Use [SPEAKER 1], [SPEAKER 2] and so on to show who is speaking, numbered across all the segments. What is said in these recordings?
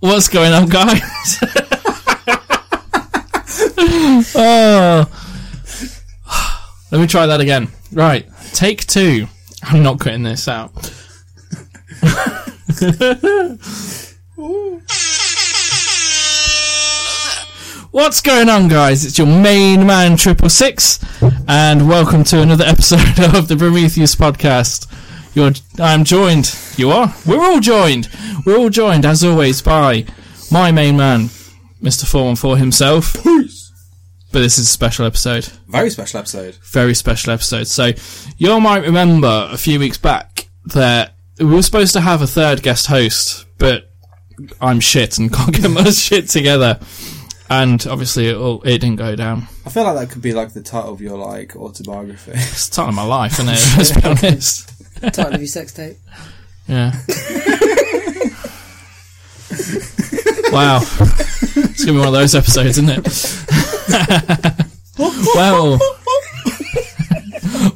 [SPEAKER 1] What's going on, guys? oh. Let me try that again. Right, take two. I'm not cutting this out. What's going on, guys? It's your main man, Triple Six, and welcome to another episode of the Prometheus podcast. You're, I'm joined. You are. We're all joined. We're all joined, as always, by my main man, Mister Four One Four himself. But this is a special episode
[SPEAKER 2] Very special episode.
[SPEAKER 1] very special episode. So you might remember a few weeks back that we were supposed to have a third guest host, but I'm shit and can't get my shit together. And obviously, it, all, it didn't go down.
[SPEAKER 2] I feel like that could be like the title of your like autobiography.
[SPEAKER 1] It's the time of my life, isn't it? Let's be honest.
[SPEAKER 3] title of your sex tape.
[SPEAKER 1] Yeah. wow. It's going to be one of those episodes, isn't it? well,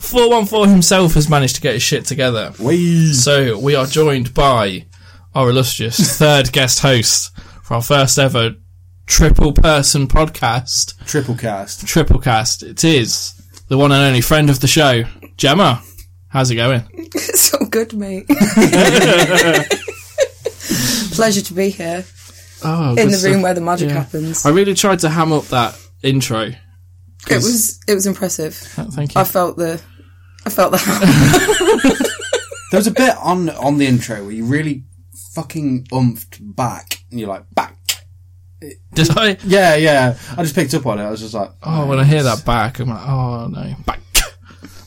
[SPEAKER 1] 414 himself has managed to get his shit together.
[SPEAKER 2] Wee.
[SPEAKER 1] So we are joined by our illustrious third guest host for our first ever triple person podcast,
[SPEAKER 2] Triple cast.
[SPEAKER 1] triple cast. It is the one and only friend of the show, Gemma. How's it going?
[SPEAKER 3] It's all good, mate. Pleasure to be here
[SPEAKER 1] Oh,
[SPEAKER 3] in the room where the magic happens.
[SPEAKER 1] I really tried to ham up that intro.
[SPEAKER 3] It was it was impressive.
[SPEAKER 1] Oh, Thank you.
[SPEAKER 3] I felt the I felt the
[SPEAKER 2] There was a bit on on the intro where you really fucking umphed back, and you're like back.
[SPEAKER 1] Did I?
[SPEAKER 2] Yeah, yeah. I just picked up on it. I was just like,
[SPEAKER 1] Oh, when I hear that back, I'm like, oh no, back.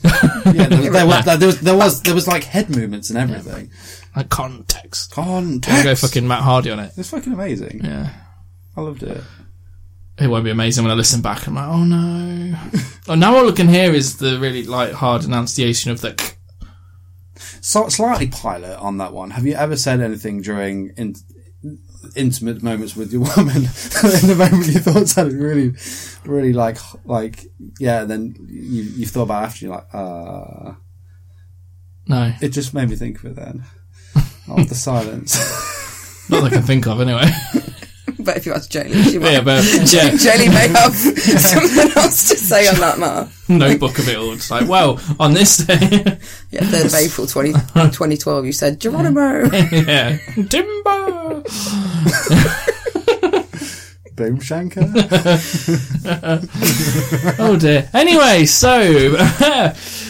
[SPEAKER 2] yeah. There, was- there was, there was there was there was like head movements and everything.
[SPEAKER 1] Like context. I'll
[SPEAKER 2] Context.
[SPEAKER 1] go fucking Matt Hardy on it.
[SPEAKER 2] It's fucking amazing.
[SPEAKER 1] Yeah.
[SPEAKER 2] I loved it.
[SPEAKER 1] it won't be amazing when I listen back. I'm like, oh no. oh, now all I can hear is the really like hard enunciation of the. K.
[SPEAKER 2] So, slightly pilot on that one. Have you ever said anything during in, intimate moments with your woman? in the moment you thought something really, really like, like, yeah, and then you, you thought about it after you're like, uh,
[SPEAKER 1] No,
[SPEAKER 2] it just made me think of it then. Of the silence.
[SPEAKER 1] not that I can think of anyway.
[SPEAKER 3] but if you ask Jolie, she might.
[SPEAKER 1] yeah, but yeah,
[SPEAKER 3] Jolie may have something else to say on that matter.
[SPEAKER 1] notebook of it all. It's like, well, on this day,
[SPEAKER 3] Yeah, 3rd of April 20, 2012, you said, Geronimo!
[SPEAKER 1] yeah, Timber.
[SPEAKER 2] Boom Shanker.
[SPEAKER 1] Oh dear. Anyway, so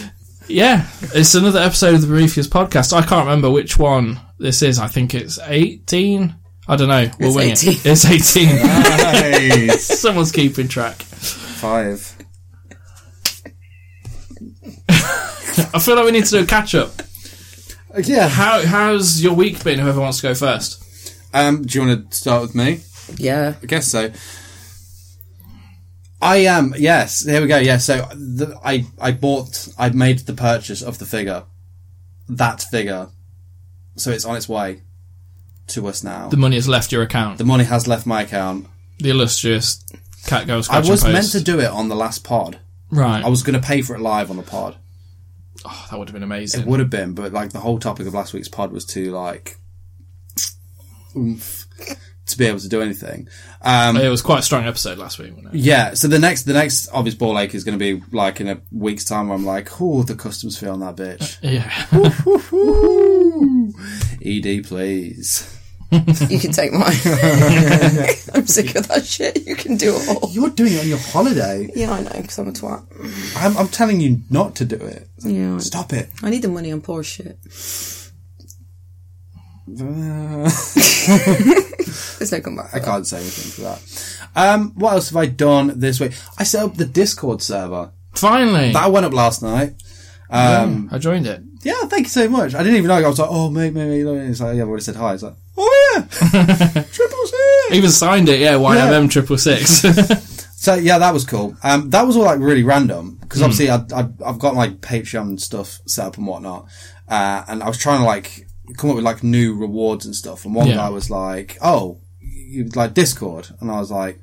[SPEAKER 1] yeah, it's another episode of the Prometheus podcast. I can't remember which one this is. I think it's eighteen. I don't know. We'll
[SPEAKER 3] It's
[SPEAKER 1] wing
[SPEAKER 3] 18.
[SPEAKER 1] it. It's eighteen.
[SPEAKER 2] Nice.
[SPEAKER 1] Someone's keeping track.
[SPEAKER 2] Five.
[SPEAKER 1] I feel like we need to do a catch up.
[SPEAKER 2] Uh, Yeah.
[SPEAKER 1] How how's your week been? Whoever wants to go first.
[SPEAKER 2] Um, do you want to start with me?
[SPEAKER 3] Yeah.
[SPEAKER 2] I guess so. I am yes. Here we go. Yeah. So the, I I bought. I made the purchase of the figure. That figure. So it's on its way to us now.
[SPEAKER 1] The
[SPEAKER 2] The,
[SPEAKER 1] money has left your account. The,
[SPEAKER 2] money has left my account.
[SPEAKER 1] illustrious cat girl.
[SPEAKER 2] I
[SPEAKER 1] Scratch
[SPEAKER 2] was
[SPEAKER 1] and
[SPEAKER 2] meant
[SPEAKER 1] Post.
[SPEAKER 2] to do it on the last pod.
[SPEAKER 1] Right.
[SPEAKER 2] I was going to pay for it live on the pod.
[SPEAKER 1] oh, that would have been amazing.
[SPEAKER 2] Would have been, but like the whole topic of last week's pod was too like, oomph, to be able to do anything. Um,
[SPEAKER 1] it was quite a strong episode last week, wasn't it?
[SPEAKER 2] Yeah, so the next the next obvious ball ache is going to be like in a week's time. Where I'm like, oh, the customs fee on that bitch.
[SPEAKER 1] Yeah.
[SPEAKER 2] Woo-hoo. Ed, E please.
[SPEAKER 3] You can take mine. I'm sick of that shit. You can do it all.
[SPEAKER 2] You're doing it on your holiday.
[SPEAKER 3] Yeah, I know, because I'm a twat.
[SPEAKER 2] I'm, I'm telling you not to do it.
[SPEAKER 3] Yeah.
[SPEAKER 2] Stop it.
[SPEAKER 3] I need the money, I'm poor as shit.
[SPEAKER 2] Uh,
[SPEAKER 3] There's no comeback.
[SPEAKER 2] I can't say anything for that. Um, what else have I done this week? I set up the Discord server.
[SPEAKER 1] Finally,
[SPEAKER 2] That went up last night. Um,
[SPEAKER 1] I joined it.
[SPEAKER 2] yeah, thank you so much. I didn't even know. I was like, oh, mate, mate, mate. And It's like, yeah, I've already said hi. It's like, oh yeah, triple C.
[SPEAKER 1] Even signed it. Yeah. YMM triple six.
[SPEAKER 2] So yeah, that was cool. Um, that was all like really random because obviously I, I, I've got my Patreon stuff set up and whatnot, uh, and I was trying to like come up with like new rewards and stuff. And one
[SPEAKER 1] Yeah.
[SPEAKER 2] guy was like, "Oh, you like Discord?" And I was like,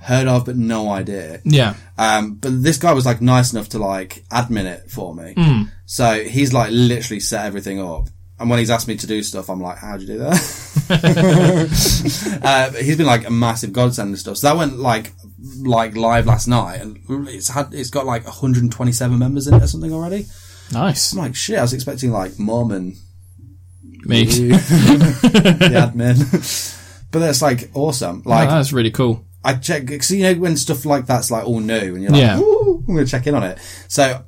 [SPEAKER 2] "Heard of, but no idea."
[SPEAKER 1] Yeah.
[SPEAKER 2] Um, but this guy was like nice enough to like admin it for me. So he's like literally set everything up. and when he's asked me to do stuff, I'm like, "How'd you do that?" uh, but he's been like a massive godsend and stuff. So that went like like live last night, and it's had it's got like 127 members in it or something already.
[SPEAKER 1] Nice.
[SPEAKER 2] I'm like, shit, I was expecting like Mormon
[SPEAKER 1] Me.
[SPEAKER 2] the admin. But that's like awesome. Like
[SPEAKER 1] Oh, that's really cool.
[SPEAKER 2] I check because you know when stuff like that's like all new and you're like,
[SPEAKER 1] Yeah.
[SPEAKER 2] "Ooh, I'm gonna check in on it. So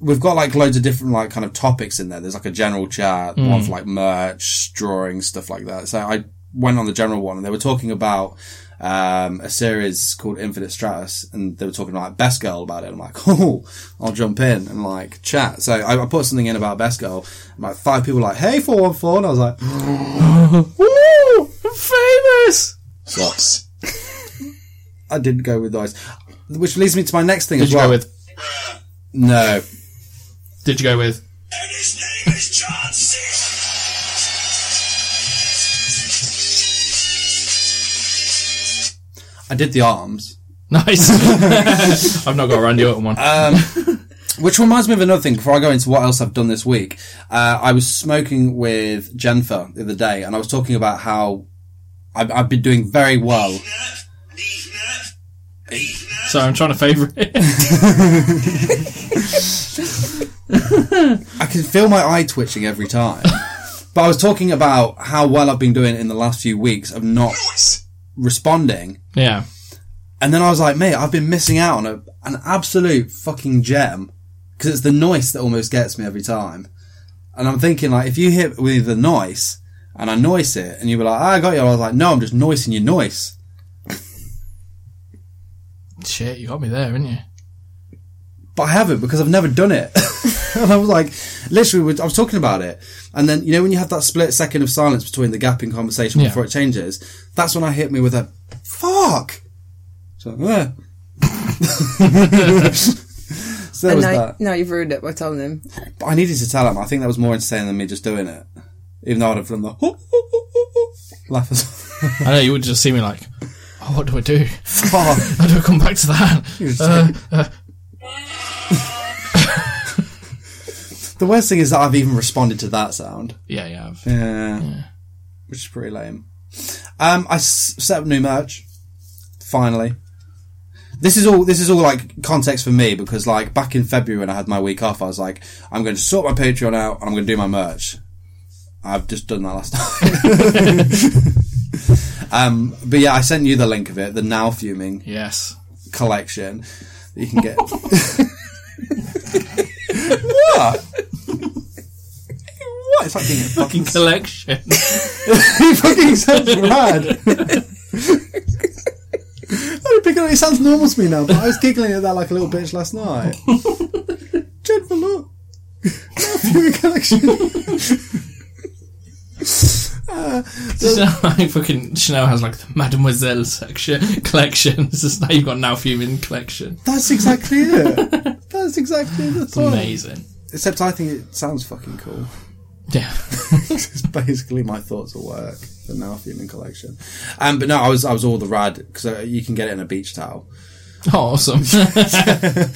[SPEAKER 2] we've got like loads of different like kind of topics in there. There's like a general chat, one for like merch, drawings, stuff like that. So I went on the general one and they were talking about um, a series called Infinite Stratus and they were talking like Best Girl about it. I'm like, oh, I'll jump in and like chat. So I, I put something in about Best Girl. And, like five people were like, hey, 414. And I was like,
[SPEAKER 1] Woo! I'm famous!
[SPEAKER 4] Floss.
[SPEAKER 2] I didn't go with those. Which leads me to my next thing
[SPEAKER 1] Did
[SPEAKER 2] as
[SPEAKER 1] you
[SPEAKER 2] well.
[SPEAKER 1] go with?
[SPEAKER 2] no,
[SPEAKER 1] Did you go with?
[SPEAKER 5] And his name is John C.
[SPEAKER 2] I did the arms.
[SPEAKER 1] Nice. I've not got a Randy Orton one.
[SPEAKER 2] Which reminds me of another thing. Before I go into what else I've done this week, uh, I was smoking with Jennifer the other day, and I was talking about how I've, I've been doing very well.
[SPEAKER 1] so I'm trying to favour it.
[SPEAKER 2] I can feel my eye twitching every time. but I was talking about how well I've been doing in the last few weeks of not responding,
[SPEAKER 1] yeah.
[SPEAKER 2] and then I was like, "Mate, I've been missing out on a, an absolute fucking gem because it's the noise that almost gets me every time." And I'm thinking, like, if you hit with the noise and I noise it, and you were like, "Ah, "I got you," I was like, "No, I'm just noising your noise."
[SPEAKER 1] Shit, you got me there, didn't you?
[SPEAKER 2] but I haven't because I've never done it. and I was like, literally, we- I was talking about it. And then, you know, when you have that split second of silence between the gap in conversation
[SPEAKER 1] Yeah.
[SPEAKER 2] before it changes, that's when I hit me with a fuck. So, eh. so there
[SPEAKER 3] And
[SPEAKER 2] was
[SPEAKER 3] now,
[SPEAKER 2] that.
[SPEAKER 3] now you've ruined it by telling him.
[SPEAKER 2] But I needed to tell him. I think that was more insane than me just doing it. Even though I'd have done the laugh as
[SPEAKER 1] I know you would just see me like, oh, what do I do?
[SPEAKER 2] fuck.
[SPEAKER 1] How do I come back to that? Uh,
[SPEAKER 2] The worst thing is that I've even responded to that sound.
[SPEAKER 1] yeah, yeah. I've,
[SPEAKER 2] Yeah. Which is pretty lame. Um, I s- set up new merch. Finally. This is all. This is all like context for me because, like, back in February when I had my week off, I was like, "I'm going to sort my Patreon out and I'm going to do my merch." I've just done that last night. um, but yeah, I sent you the link of it, the now fuming
[SPEAKER 1] Yes.
[SPEAKER 2] collection that you can get. what? what? It's like being a fucking
[SPEAKER 1] Collection.
[SPEAKER 2] he fucking sounds mad. I didn't pick it up. It sounds normal to me now, but I was giggling at that like a little bitch last night. Dreadful look. Perfume collection.
[SPEAKER 1] like fucking Chanel has like the Mademoiselle section collection. It's just now you've got now fuming collection.
[SPEAKER 2] That's exactly it. That's exactly the
[SPEAKER 1] Oh.
[SPEAKER 2] thought.
[SPEAKER 1] Amazing.
[SPEAKER 2] Except I think it sounds fucking cool.
[SPEAKER 1] Yeah.
[SPEAKER 2] it's basically my thoughts at work. The now fuming collection. Um, but no, I was I was all the rad because uh, you can get it in a beach towel.
[SPEAKER 1] Oh, awesome. there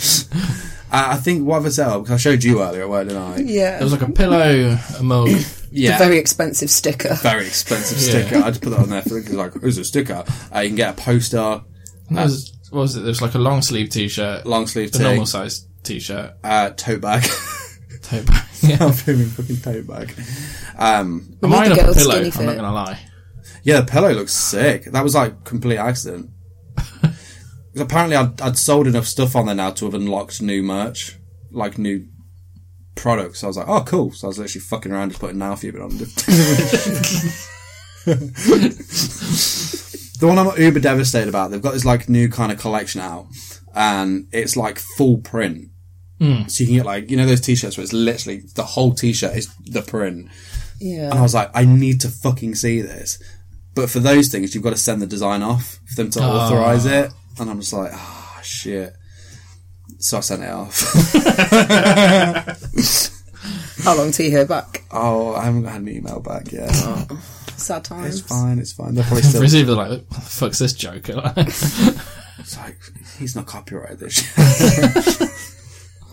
[SPEAKER 2] Uh, I think what have I set up? 'Cause I showed you earlier at work, didn't I?
[SPEAKER 3] Yeah.
[SPEAKER 1] was like a pillow, a mug.
[SPEAKER 2] Yeah.
[SPEAKER 3] Very expensive sticker.
[SPEAKER 2] very expensive
[SPEAKER 1] Yeah.
[SPEAKER 2] sticker. I just put that on there for like, who's a sticker? Uh, you can get a poster,
[SPEAKER 1] And there was, what was it? There was like a long sleeve t shirt,
[SPEAKER 2] long sleeve
[SPEAKER 1] a normal
[SPEAKER 2] tee,
[SPEAKER 1] size t shirt.
[SPEAKER 2] uh, tote bag.
[SPEAKER 1] Tote bag. Yeah.
[SPEAKER 2] I'm filming fucking tote bag. Um,
[SPEAKER 1] Am I
[SPEAKER 3] need
[SPEAKER 1] in
[SPEAKER 3] to
[SPEAKER 1] a
[SPEAKER 3] go
[SPEAKER 1] pillow?
[SPEAKER 3] skinny
[SPEAKER 1] I'm not
[SPEAKER 3] fit.
[SPEAKER 1] going to lie.
[SPEAKER 2] yeah, the pillow looks sick. That was like complete accident. 'Cause apparently, I'd, I'd sold enough stuff on there now to have unlocked new merch, like new products. I was like, oh, cool. So I was literally fucking around just putting now fuming on. the one I'm uber devastated about, they've got this like new kind of collection out, and it's like full print. So you can get like you know those t-shirts where it's literally the whole t-shirt is the print. And I
[SPEAKER 3] Yeah.
[SPEAKER 2] was like, I need to fucking see this. But for those things, you've got to send the design off for them to authorize it. And I'm just like, ah, shit. So I sent it off.
[SPEAKER 3] How long till you hear back?
[SPEAKER 2] oh, I haven't had an email back yet.
[SPEAKER 3] Sad times.
[SPEAKER 2] It's fine, it's fine. They're probably still it's
[SPEAKER 1] Receiver like, what the fuck's this joke?
[SPEAKER 2] like, he's not copyrighted this shit.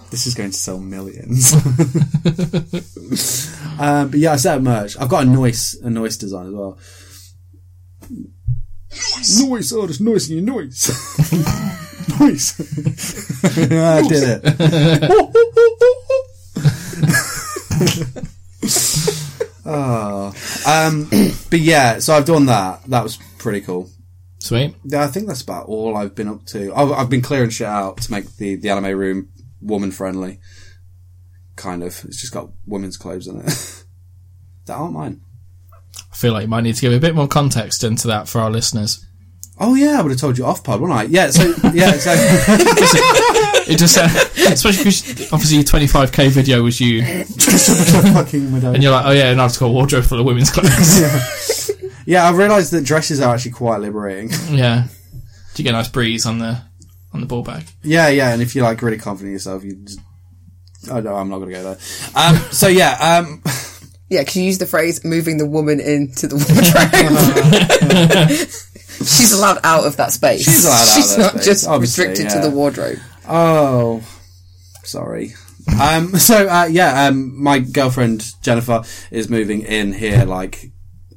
[SPEAKER 2] this is going to sell millions. um, but yeah, I set up merch. I've got a noise, a noise design as well.
[SPEAKER 6] Noise.
[SPEAKER 2] Noise, oh, there's noise in your noise. noise. I did it. oh. um, but yeah, so I've done that. That was pretty cool.
[SPEAKER 1] Sweet.
[SPEAKER 2] Yeah, I think that's about all I've been up to. I've, I've been clearing shit out to make the, the anime room woman friendly. Kind of. It's just got women's clothes in it. that aren't mine.
[SPEAKER 1] I feel like you might need to give a bit more context into that for our listeners.
[SPEAKER 2] Oh yeah, I would have told you off pod, wouldn't I? Yeah, so yeah, so
[SPEAKER 1] It just, uh, especially because obviously your 25k video was you, and
[SPEAKER 2] fucking widow.
[SPEAKER 1] you're like, oh yeah, and I've got a wardrobe full of women's clothes.
[SPEAKER 2] Yeah, I've realised that dresses are actually quite liberating.
[SPEAKER 1] yeah. Do you get a nice breeze on the on the ball bag?
[SPEAKER 2] Yeah, yeah, and if you're like really confident in yourself, you just Oh no, I'm not gonna go there. Um so yeah, um
[SPEAKER 4] Yeah, because you use the phrase moving the woman into the wardrobe. she's allowed out of that space.
[SPEAKER 2] She's allowed out of
[SPEAKER 4] She's
[SPEAKER 2] that
[SPEAKER 4] not
[SPEAKER 2] space,
[SPEAKER 4] just
[SPEAKER 2] obviously,
[SPEAKER 4] restricted
[SPEAKER 2] yeah.
[SPEAKER 4] to the wardrobe.
[SPEAKER 2] Oh, sorry. Um, so uh, yeah, um, my girlfriend Jennifer is moving in here like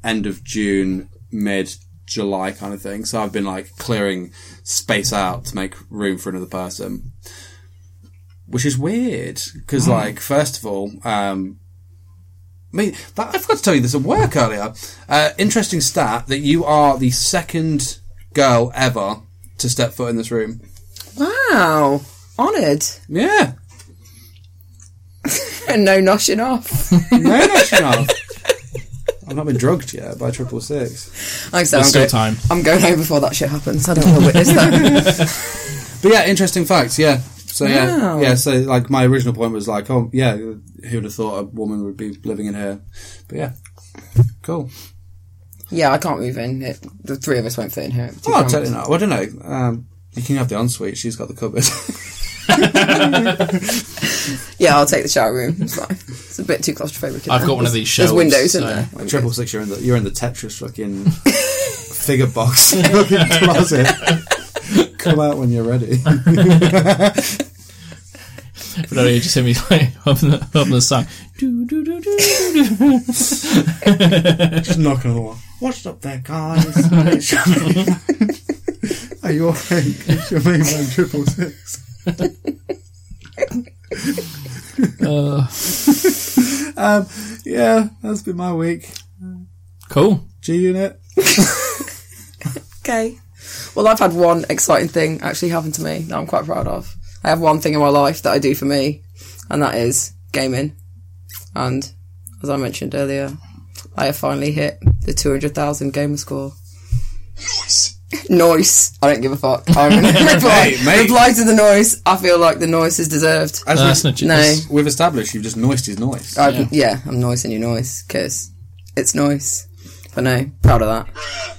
[SPEAKER 2] end of June, mid July kind of thing. So I've been like clearing space out to make room for another person, which is weird because like first of all, um, I mean, that, I forgot to tell you this at work earlier. Uh, interesting stat that you are the second girl ever to step foot in this room.
[SPEAKER 4] Wow. Honoured.
[SPEAKER 2] Yeah,
[SPEAKER 4] And no noshing off.
[SPEAKER 2] No, that's enough. I've not been drugged yet by triple six.
[SPEAKER 4] Like I said,
[SPEAKER 1] There's still
[SPEAKER 4] I'm, go-
[SPEAKER 1] time.
[SPEAKER 4] I'm going home before that shit happens. I don't want to witness that.
[SPEAKER 2] But yeah, interesting facts. Yeah. So yeah,
[SPEAKER 4] Wow.
[SPEAKER 2] yeah. So like my original point was like, oh yeah, who would have thought a woman would be living in here? But yeah, cool.
[SPEAKER 4] yeah, I can't move in. It, the three of us won't fit in here. Too
[SPEAKER 2] Oh,
[SPEAKER 4] cramped.
[SPEAKER 2] totally not. Well, I don't know. Um, you can have the ensuite. She's got the cupboard.
[SPEAKER 4] Yeah, I'll take the shower room. It's fine. It's a bit too claustrophobic. in
[SPEAKER 1] I've
[SPEAKER 4] there.
[SPEAKER 1] got one of these
[SPEAKER 4] There's-
[SPEAKER 1] shelves.
[SPEAKER 4] There's windows
[SPEAKER 1] so-
[SPEAKER 4] in there.
[SPEAKER 2] triple six, you're in the you're in the Tetris fucking figure box fucking closet. Come out when you're ready.
[SPEAKER 1] But no, you just hear me like up in the up in the side. Do, do, do, do, do, do.
[SPEAKER 2] Just knocking on the wall. What's up there, guys? Are you okay? It's your main man triple six.
[SPEAKER 1] Uh,
[SPEAKER 2] Um, yeah, that's been my week.
[SPEAKER 1] cool.
[SPEAKER 2] G Unit.
[SPEAKER 4] Okay. Well, I've had one exciting thing actually happen to me that I'm quite proud of. I have one thing in my life that I do for me, and that is gaming. And as I mentioned earlier, I have finally hit the 200,000 gamer score.
[SPEAKER 6] Noise.
[SPEAKER 4] Noise. I don't give a fuck. I'm going to reply,
[SPEAKER 2] Hey, mate.
[SPEAKER 4] reply to the noise. I feel like the noise is deserved.
[SPEAKER 2] As
[SPEAKER 1] Uh, that's not
[SPEAKER 4] No.
[SPEAKER 1] that's-
[SPEAKER 2] we've established, you've just noised his noise.
[SPEAKER 4] I, yeah. I'm noising your noise because it's noise. But no, proud of that.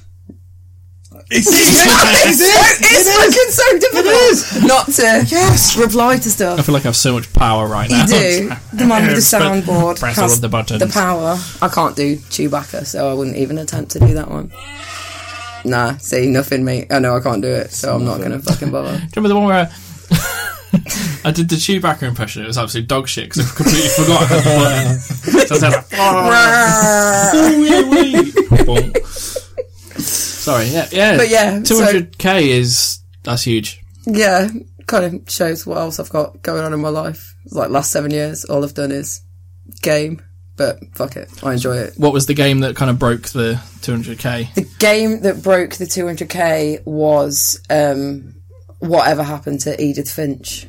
[SPEAKER 4] It's, it's fucking so difficult not to reply to
[SPEAKER 1] I
[SPEAKER 4] stuff.
[SPEAKER 1] feel like I have so much power right now.
[SPEAKER 4] You do. The man with the
[SPEAKER 1] Press-
[SPEAKER 4] soundboard
[SPEAKER 1] press all
[SPEAKER 4] has
[SPEAKER 1] of the buttons.
[SPEAKER 4] power. I can't do Chewbacca, so I wouldn't even attempt to do that one. Nah, see, nothing, mate. I know I can't do it, so I'm not going to fucking bother.
[SPEAKER 1] Do you remember the one where I, I did the Chewbacca impression? It was absolute dog shit because I completely forgot. how to play it. so I said, like, "Oh, wee, wee." Bonk. Sorry, yeah, yeah.
[SPEAKER 4] But yeah, so-
[SPEAKER 1] 200k is that's huge.
[SPEAKER 4] yeah, kind of shows what else I've got going on in my life. Like last seven years, all I've done is game, but fuck it, I enjoy it.
[SPEAKER 1] What was the game that kind of broke the 200k?
[SPEAKER 4] The game that broke the 200k was um, whatever happened to Edith Finch.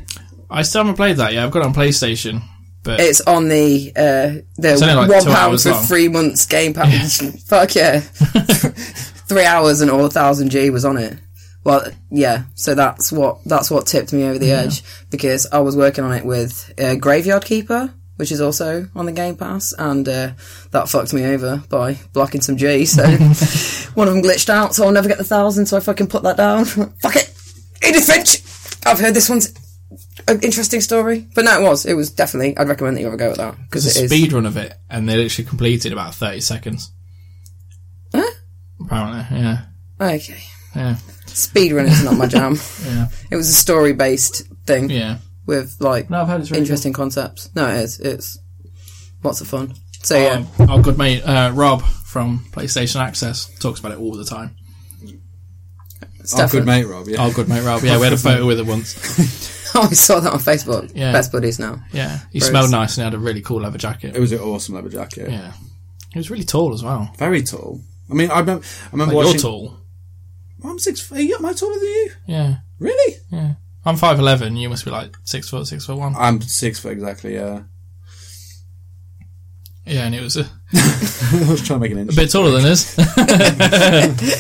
[SPEAKER 1] I still haven't played that yet. I've got it on PlayStation, but
[SPEAKER 4] It's on the uh, the
[SPEAKER 1] only like
[SPEAKER 4] one
[SPEAKER 1] two
[SPEAKER 4] pound
[SPEAKER 1] hours
[SPEAKER 4] for
[SPEAKER 1] long.
[SPEAKER 4] three months game package. fuck yeah, three hours and all a thousand G was on it. Well, yeah, so that's what that's what tipped me over the edge because I was working on it with uh, Graveyard Keeper, which is also on the Game Pass, and uh, that fucked me over by blocking some G. So one of them glitched out, so I'll never get the thousand. So I fucking put that down. Fuck it, Edith Finch. I've heard this one's an interesting story, but no, it was. It was definitely. I'd recommend that you have a go at that because
[SPEAKER 1] it's
[SPEAKER 4] it
[SPEAKER 1] a
[SPEAKER 4] is.
[SPEAKER 1] speed run of it, and they literally completed about 30 seconds.
[SPEAKER 4] Huh?
[SPEAKER 1] Apparently, yeah,
[SPEAKER 4] Okay,
[SPEAKER 1] yeah,
[SPEAKER 4] speedrun is not my jam.
[SPEAKER 1] yeah,
[SPEAKER 4] It was a story based thing.
[SPEAKER 1] yeah.
[SPEAKER 4] with like
[SPEAKER 1] No, I've heard it's really
[SPEAKER 4] interesting concepts. No, it is. It's lots of fun. So
[SPEAKER 1] Good.
[SPEAKER 4] yeah,
[SPEAKER 1] Um, our good mate uh, Rob from PlayStation Access talks about it all the time.
[SPEAKER 4] it's
[SPEAKER 2] Oh, good
[SPEAKER 4] definitely-
[SPEAKER 2] mate, Rob. Yeah.
[SPEAKER 1] Our good mate Rob. Yeah, we had a photo with it once.
[SPEAKER 4] Oh, I saw that on Facebook.
[SPEAKER 1] Yeah.
[SPEAKER 4] Best buddies now.
[SPEAKER 1] Yeah, he
[SPEAKER 4] Bruce.
[SPEAKER 1] smelled nice and he had a really cool leather jacket.
[SPEAKER 2] It was an awesome leather jacket.
[SPEAKER 1] Yeah, he was really tall as well.
[SPEAKER 2] Very tall. I mean, I remember. I remember
[SPEAKER 1] Like,
[SPEAKER 2] watching.
[SPEAKER 1] you're tall.
[SPEAKER 2] I'm six. feet. Am I taller than you?
[SPEAKER 1] Yeah,
[SPEAKER 2] Really?
[SPEAKER 1] yeah. I'm five eleven. You must be like six foot, six foot one.
[SPEAKER 2] I'm six foot exactly. Yeah.
[SPEAKER 1] Yeah, and it was a
[SPEAKER 2] I was trying to make an inch.
[SPEAKER 1] bit taller than us.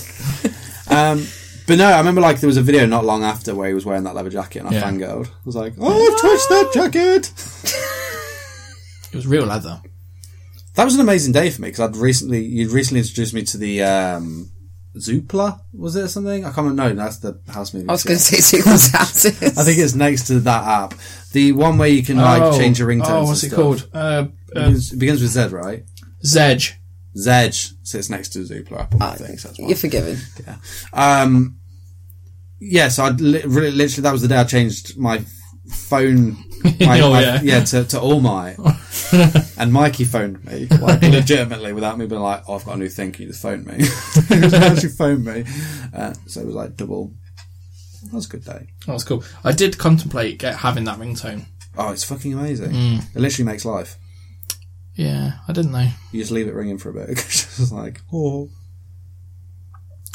[SPEAKER 2] Um, but no, I remember like there was a video not long after where he was wearing that leather jacket, and I
[SPEAKER 1] Yeah.
[SPEAKER 2] fangirled. I was like, "Oh, I've touched that jacket."
[SPEAKER 1] it was real leather.
[SPEAKER 2] That was an amazing day for me because I'd recently you'd recently introduced me to the um, Zoopla, was it or something? I can't remember. No, that's the house movie.
[SPEAKER 4] I was going to say Secret Houses.
[SPEAKER 2] I think it's next to that app, the one where you can like change your ringtones.
[SPEAKER 1] Oh, what's
[SPEAKER 2] and
[SPEAKER 1] it
[SPEAKER 2] stuff.
[SPEAKER 1] called? Uh,
[SPEAKER 2] It
[SPEAKER 1] uh,
[SPEAKER 2] begins, it begins with Z, right?
[SPEAKER 1] Zedge.
[SPEAKER 2] Zedge. So it's next to Zoopla app.
[SPEAKER 4] Ah,
[SPEAKER 2] I think so. That's why.
[SPEAKER 4] You're forgiven.
[SPEAKER 2] Um, yeah, so I li- really, literally, that was the day I changed my phone. My,
[SPEAKER 1] Oh,
[SPEAKER 2] my-
[SPEAKER 1] yeah.
[SPEAKER 2] to, to all my. and Mikey phoned me, like, legitimately, without me being like, oh, I've got a new thing, can you just phone me? he was actually phoned me. Uh, so it was like double. That was a good day.
[SPEAKER 1] That was cool. I did contemplate get, having that ringtone.
[SPEAKER 2] Oh, it's fucking amazing.
[SPEAKER 1] Mm.
[SPEAKER 2] It literally makes life.
[SPEAKER 1] Yeah, I didn't know.
[SPEAKER 2] You just leave it ringing for a bit. It's just like, oh.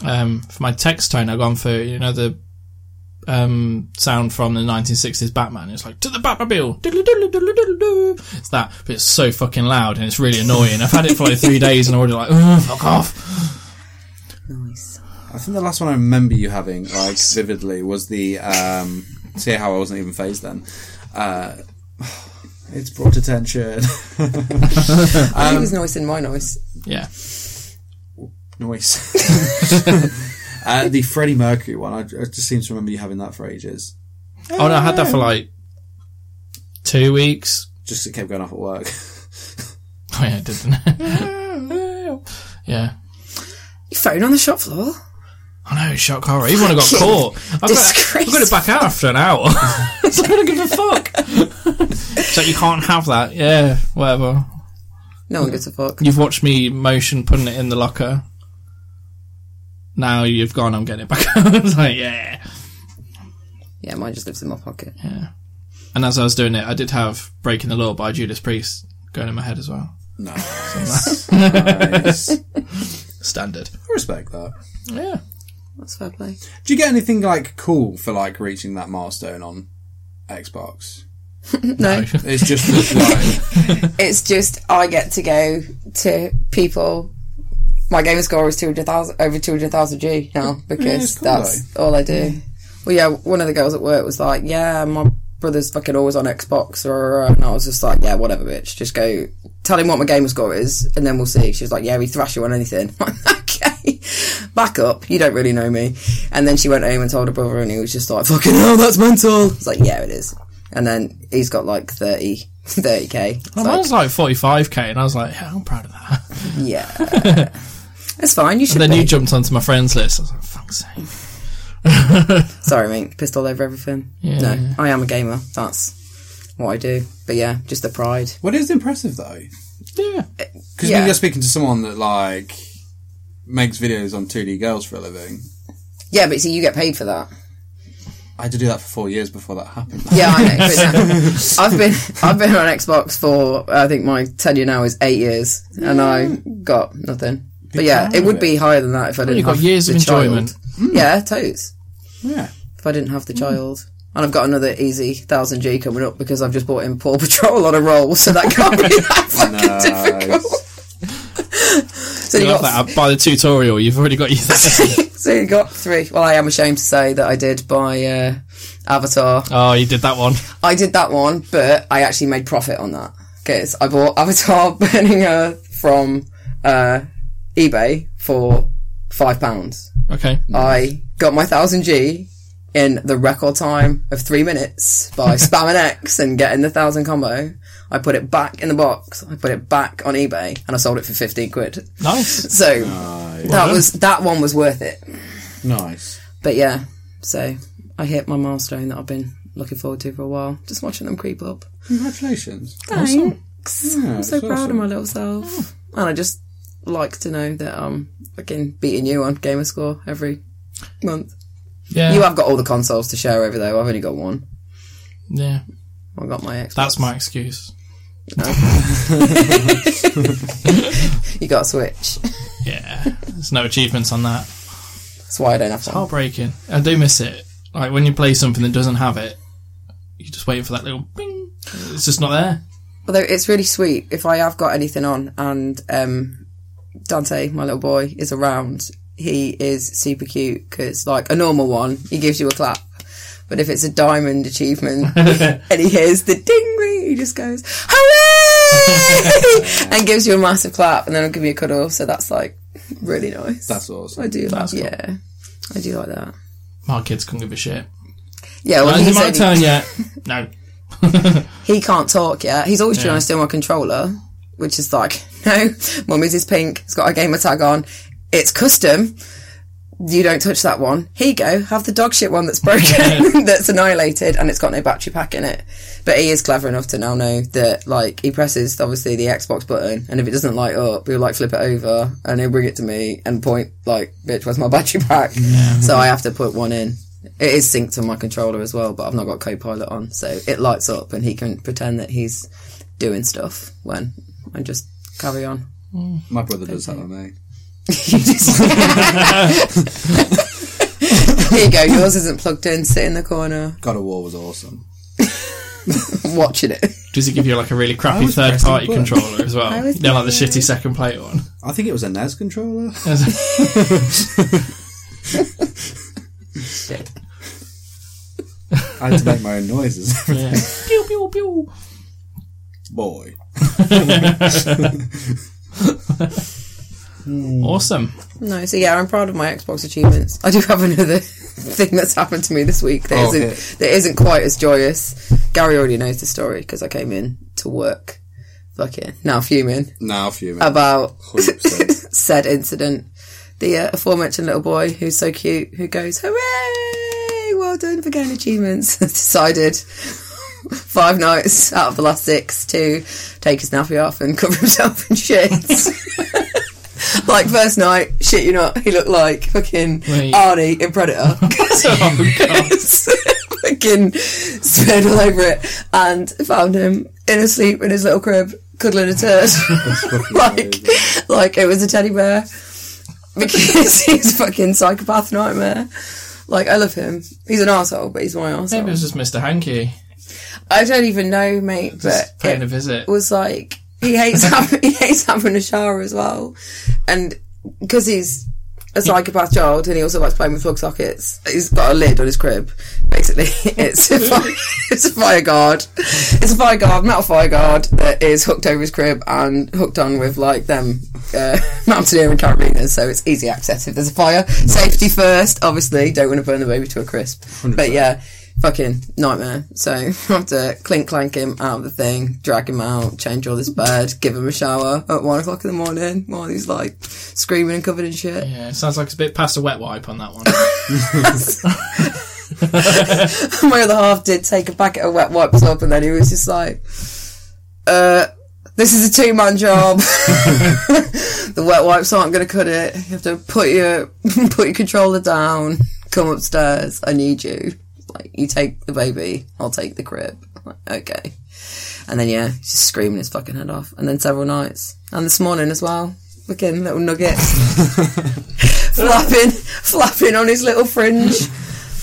[SPEAKER 1] um, for my text tone, I've gone for you know the um, sound from the 1960s Batman. It's like to the Batmobile. Doodle doodle doodle doodle doo. It's that, but it's so fucking loud and it's really annoying. I've had it for like three days and I'm already like, oh fuck off.
[SPEAKER 4] Nice.
[SPEAKER 2] I think the last one I remember you having, like, vividly was the. Um, see how I wasn't even phased then. Uh, it's brought attention.
[SPEAKER 4] I
[SPEAKER 1] Um,
[SPEAKER 4] think it was noise in my noise.
[SPEAKER 1] Yeah,
[SPEAKER 2] Noise. uh, the Freddie Mercury one. I, I just seem to remember you having that for ages.
[SPEAKER 1] oh no, I had that for like two weeks.
[SPEAKER 2] Just it kept going off at work.
[SPEAKER 1] Oh yeah, I didn't. yeah.
[SPEAKER 4] Your phone on the shop floor?
[SPEAKER 1] I know, shock horror. Even when I got
[SPEAKER 4] Fucking
[SPEAKER 1] caught, I've got, to, I've
[SPEAKER 4] disgraceful.
[SPEAKER 1] got to back out after an hour. so I don't give a fuck. so you can't have that. Yeah, whatever.
[SPEAKER 4] No one gives a fuck.
[SPEAKER 1] You've watched me motion putting it in the locker. Now you've gone, I'm getting it back out. I was like, yeah.
[SPEAKER 4] Yeah, mine just lives in my pocket.
[SPEAKER 1] And as I was doing it, I did have Breaking the Law by Judas Priest going in my head as well.
[SPEAKER 2] No. Nice. I
[SPEAKER 1] Standard.
[SPEAKER 2] respect that.
[SPEAKER 1] Yeah.
[SPEAKER 4] That's fair play.
[SPEAKER 2] Do you get anything like cool for like reaching that milestone on Xbox?
[SPEAKER 4] No,
[SPEAKER 2] It's just like
[SPEAKER 4] it's just I get to go to people. My game score is 200,000, over 200,000 G now
[SPEAKER 2] it's
[SPEAKER 4] because
[SPEAKER 2] cool,
[SPEAKER 4] that's all I do. Well, yeah, one of the girls at work was like, yeah, my brother's fucking always on Xbox. Or, and I was just like, yeah, whatever, bitch. Just go tell him what my game score is and then we'll see. She was like, yeah, we thrash you on anything. I'm like, okay, back up. You don't really know me. And then she went home and told her brother and he was just like, fucking hell, that's mental. It's like, yeah, it is. And then he's got like 30, 30k.
[SPEAKER 2] Oh,
[SPEAKER 4] It's
[SPEAKER 1] Mine
[SPEAKER 4] like,
[SPEAKER 1] was like 45k, and I was like, yeah, I'm proud of that.
[SPEAKER 4] yeah. It's fine, you should
[SPEAKER 1] And then
[SPEAKER 4] be.
[SPEAKER 1] you jumped onto my friends list. I was like, fuck's sake.
[SPEAKER 4] Sorry, mate. Pissed all over everything.
[SPEAKER 1] Yeah.
[SPEAKER 4] No, I am a gamer. That's what I do. But yeah, just the pride.
[SPEAKER 2] what is impressive though.
[SPEAKER 1] Yeah.
[SPEAKER 2] Because
[SPEAKER 4] Yeah.
[SPEAKER 2] when you're speaking to someone that like makes videos on 2D girls for a living,
[SPEAKER 4] Yeah, but see, you get paid for that.
[SPEAKER 2] I had to do that for four years before that happened.
[SPEAKER 4] Yeah, I know. But no, I've been I've been on Xbox for I think my tenure now is eight years, and I got nothing. But yeah,
[SPEAKER 2] proud
[SPEAKER 4] it
[SPEAKER 2] of
[SPEAKER 4] would
[SPEAKER 2] it.
[SPEAKER 4] be higher than that if I didn't.
[SPEAKER 1] you've got
[SPEAKER 4] have
[SPEAKER 1] years
[SPEAKER 4] the
[SPEAKER 1] of enjoyment. Mm.
[SPEAKER 4] Child. Mm. Yeah, totes.
[SPEAKER 2] yeah.
[SPEAKER 4] If I didn't have the child. And I've got another easy thousand G coming up because I've just bought in Paw Patrol on a roll, so that can't be that fucking difficult. So
[SPEAKER 1] You
[SPEAKER 4] you
[SPEAKER 1] love
[SPEAKER 4] got
[SPEAKER 1] that. By the tutorial, you've already got you there.
[SPEAKER 4] so you got three. Well, I am ashamed to say that I did by uh, Avatar.
[SPEAKER 1] oh, you did that one.
[SPEAKER 4] I did that one, but I actually made profit on that because I bought Avatar Burning Earth from uh, eBay for five pounds.
[SPEAKER 1] Okay.
[SPEAKER 4] I got my thousand G in the record time of three minutes by spamming X and getting the thousand combo. I put it back in the box. I put it back on eBay and I sold it for fifteen quid.
[SPEAKER 1] Nice.
[SPEAKER 4] So that
[SPEAKER 1] done.
[SPEAKER 4] was that one was worth it.
[SPEAKER 2] Nice.
[SPEAKER 4] But yeah, so I hit my milestone that I've been looking forward to for a while. Just watching them creep up.
[SPEAKER 2] Congratulations.
[SPEAKER 4] Thanks.
[SPEAKER 2] Yeah,
[SPEAKER 4] I'm so
[SPEAKER 2] it's
[SPEAKER 4] proud
[SPEAKER 2] awesome.
[SPEAKER 4] of my little self. And I just like to know that I'm fucking beating you on gamer score every month.
[SPEAKER 1] Yeah.
[SPEAKER 4] You have got all the consoles to share over though. I've only got one.
[SPEAKER 1] yeah.
[SPEAKER 4] I got my Xbox.
[SPEAKER 1] That's my excuse.
[SPEAKER 4] You got a Switch.
[SPEAKER 1] Yeah. There's no achievements on that.
[SPEAKER 4] That's why I don't have one.
[SPEAKER 1] Heartbreaking. I do miss it. Like when you play something that doesn't have it, you just wait for that little bing. It's just not there.
[SPEAKER 4] Although it's really sweet if I have got anything on and um, Dante, my little boy, is around. He is super cute because, like a normal one, he gives you a clap. But if it's a diamond achievement and he hears the ding ring, he just goes, hooray! and gives you a massive clap and then he'll give you a cuddle. So that's like really nice.
[SPEAKER 2] That's
[SPEAKER 4] I
[SPEAKER 2] awesome.
[SPEAKER 4] do,
[SPEAKER 1] That's cool.
[SPEAKER 4] yeah. I do like that.
[SPEAKER 1] My kids couldn't give a shit.
[SPEAKER 4] Yeah, well,
[SPEAKER 1] Is it
[SPEAKER 4] he's
[SPEAKER 1] my
[SPEAKER 4] only-
[SPEAKER 1] turn yet? No.
[SPEAKER 4] he can't talk yet. He's always trying to steal my controller, which is like, no, mummy's is pink. It's got a gamer tag on. It's custom. You don't touch that one. Here you go. Have the dog shit one that's broken, that's annihilated, and it's got no battery pack in it. But he is clever enough to now know that, like, he presses obviously the Xbox button, and if it doesn't light up, he'll like flip it over, and he'll bring it to me and point like, "Bitch, where's my battery pack?" So I have to put one in. It is synced to my controller as well, but I've not got co-pilot on, so it lights up and he can pretend that he's doing stuff when I just carry on.
[SPEAKER 2] My brother does that with me.
[SPEAKER 4] You just- Here you go. Yours isn't plugged in. Sit in the corner,
[SPEAKER 2] God of War was awesome.
[SPEAKER 4] watching it.
[SPEAKER 1] Does it give you like a really crappy
[SPEAKER 2] was
[SPEAKER 1] third party
[SPEAKER 2] pressing buttons.
[SPEAKER 1] controller as well?
[SPEAKER 4] I was
[SPEAKER 1] Yeah, like the shitty second plate one.
[SPEAKER 2] I think it was a NES controller. I had to make my own noises.
[SPEAKER 1] yeah. pew pew pew.
[SPEAKER 2] Boy.
[SPEAKER 1] Awesome.
[SPEAKER 4] No, so yeah, I'm proud of my Xbox achievements. I do have another thing that's happened to me this week that
[SPEAKER 2] Oh,
[SPEAKER 4] not
[SPEAKER 2] okay.
[SPEAKER 4] that isn't quite as joyous. Gary already knows the story because I came in to work, fucking now fuming
[SPEAKER 2] Now fuming.
[SPEAKER 4] about
[SPEAKER 2] 100%.
[SPEAKER 4] said incident. The uh, aforementioned little boy who's so cute, who goes, "Hooray! Well done for getting achievements." Decided five nights out of the last six to take his nappy off and cover himself in shit. like first night, shit, you not, he looked like fucking
[SPEAKER 1] Wait.
[SPEAKER 4] Arnie in Predator. fucking smeared all over it and found him in his sleep in his little crib cuddling a turd like like it was a teddy bear because he's a fucking psychopath nightmare like I love him he's an asshole but he's my
[SPEAKER 1] Maybe it
[SPEAKER 4] asshole
[SPEAKER 1] was just Mr. Hanky
[SPEAKER 4] I don't even know mate but
[SPEAKER 1] just paying
[SPEAKER 4] it-
[SPEAKER 1] a visit.
[SPEAKER 4] was like he hates having, he hates having a shower as well, and because he's a psychopath child and he also likes playing with plug sockets, he's got a lid on his crib. Basically, it's a fire, it's a fire guard, it's a fire guard, metal fire guard that is hooked over his crib and hooked on with like them uh, mountaineering carabiners, so it's easy access if there's a fire. Safety first, obviously. Don't want to burn the baby to a crisp, but yeah fucking nightmare. So I have to clink clank him out of the thing, drag him out, change all this bed, give him a shower at one o'clock in the morning while he's like screaming and covered in shit.
[SPEAKER 1] yeah, it sounds like it's a bit past a wet wipe on that one.
[SPEAKER 4] My other half did take a packet of wet wipes up and then he was just like, uh, this is a two man job. the wet wipes aren't going to cut it. You have to put your, put your controller down, come upstairs. I need you. Like, you take the baby, I'll take the crib. I'm like, okay. And then, yeah, he's just screaming his fucking head off. And then several nights. And this morning as well. Fucking little nuggets. flapping, flapping on his little fringe.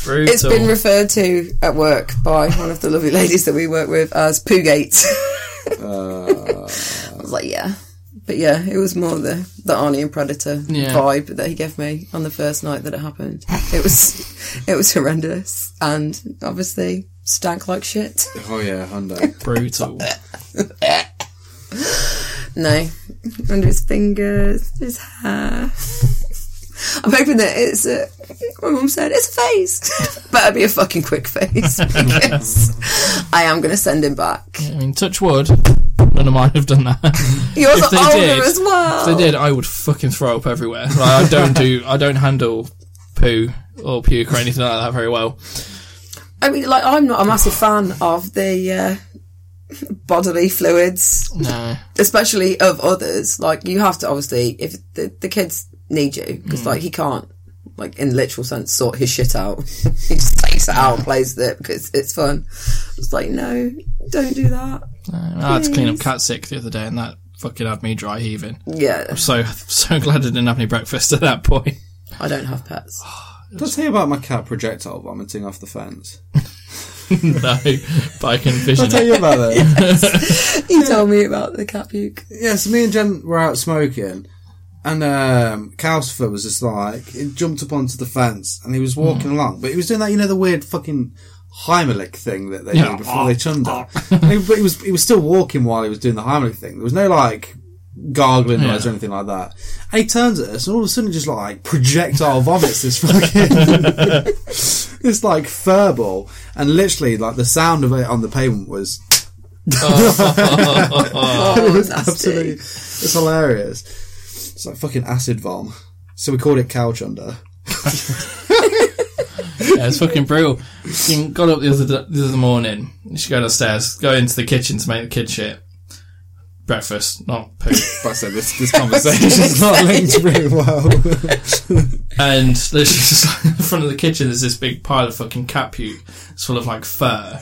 [SPEAKER 1] Brutal.
[SPEAKER 4] It's been referred to at work by one of the lovely ladies that we work with as poo gates. I was like, yeah. But yeah, it was more the, the Arnie and Predator
[SPEAKER 1] Yeah.
[SPEAKER 4] vibe that he gave me on the first night that it happened. It was it was horrendous and obviously stank like shit.
[SPEAKER 2] Oh yeah, Hyundai.
[SPEAKER 1] brutal.
[SPEAKER 4] No. Under his fingers, his hair. I'm hoping that it's a. My mum said it's a face. Better be a fucking quick face because I am going to send him back.
[SPEAKER 1] I mean, touch wood. None of mine have done that.
[SPEAKER 4] Yours
[SPEAKER 1] If
[SPEAKER 4] are
[SPEAKER 1] they
[SPEAKER 4] older
[SPEAKER 1] did-
[SPEAKER 4] as well.
[SPEAKER 1] If they did, I would fucking throw up everywhere. Like, I don't do, I don't handle poo or puke or anything like that very well.
[SPEAKER 4] I mean, like I'm not a massive fan of the uh, bodily fluids,
[SPEAKER 1] No.
[SPEAKER 4] especially of others. Like you have to obviously if the the kids need you
[SPEAKER 1] Mm.
[SPEAKER 4] because like he can't like in literal sense sort his shit out. he just takes it out and plays with it because it's fun. It's like no, don't do that.
[SPEAKER 1] I had to clean up cat sick the other day, and that fucking had me dry heaving.
[SPEAKER 4] Yeah,
[SPEAKER 1] So so glad I didn't have any breakfast at that point.
[SPEAKER 4] I don't have pets.
[SPEAKER 2] Let's hear about my cat projectile vomiting off the fence.
[SPEAKER 1] no, but I can envision
[SPEAKER 2] I'll tell
[SPEAKER 1] it.
[SPEAKER 2] you about it.
[SPEAKER 4] You told me about the cat puke.
[SPEAKER 1] Oh,
[SPEAKER 2] yeah, so me and Jen were out smoking, and um, Calcifer was just like, it jumped up onto the fence, and he was walking along, but he was doing that, you know, the weird fucking Heimlich thing that they
[SPEAKER 1] Yeah.
[SPEAKER 2] do before they chunder. And he, but he was, he was still walking while he was doing the Heimlich thing. There was no like gargling noise or anything like that. And he turns at us, and all of a sudden, just like projectile vomits this fucking this like fur ball, and literally like the sound of it on the pavement was
[SPEAKER 4] Oh,
[SPEAKER 2] it was
[SPEAKER 4] nasty.
[SPEAKER 2] absolutely it's hilarious. It's like fucking acid vom. So we called it cow chunder.
[SPEAKER 1] Yeah, it's fucking brutal. She got up the other the other morning. She go downstairs, go into the kitchen to make the kid shit breakfast, not poo.
[SPEAKER 2] But I said this, this conversation's not linked very well.
[SPEAKER 1] And literally, just in front of the kitchen, there's this big pile of fucking cat puke. It's full of like fur,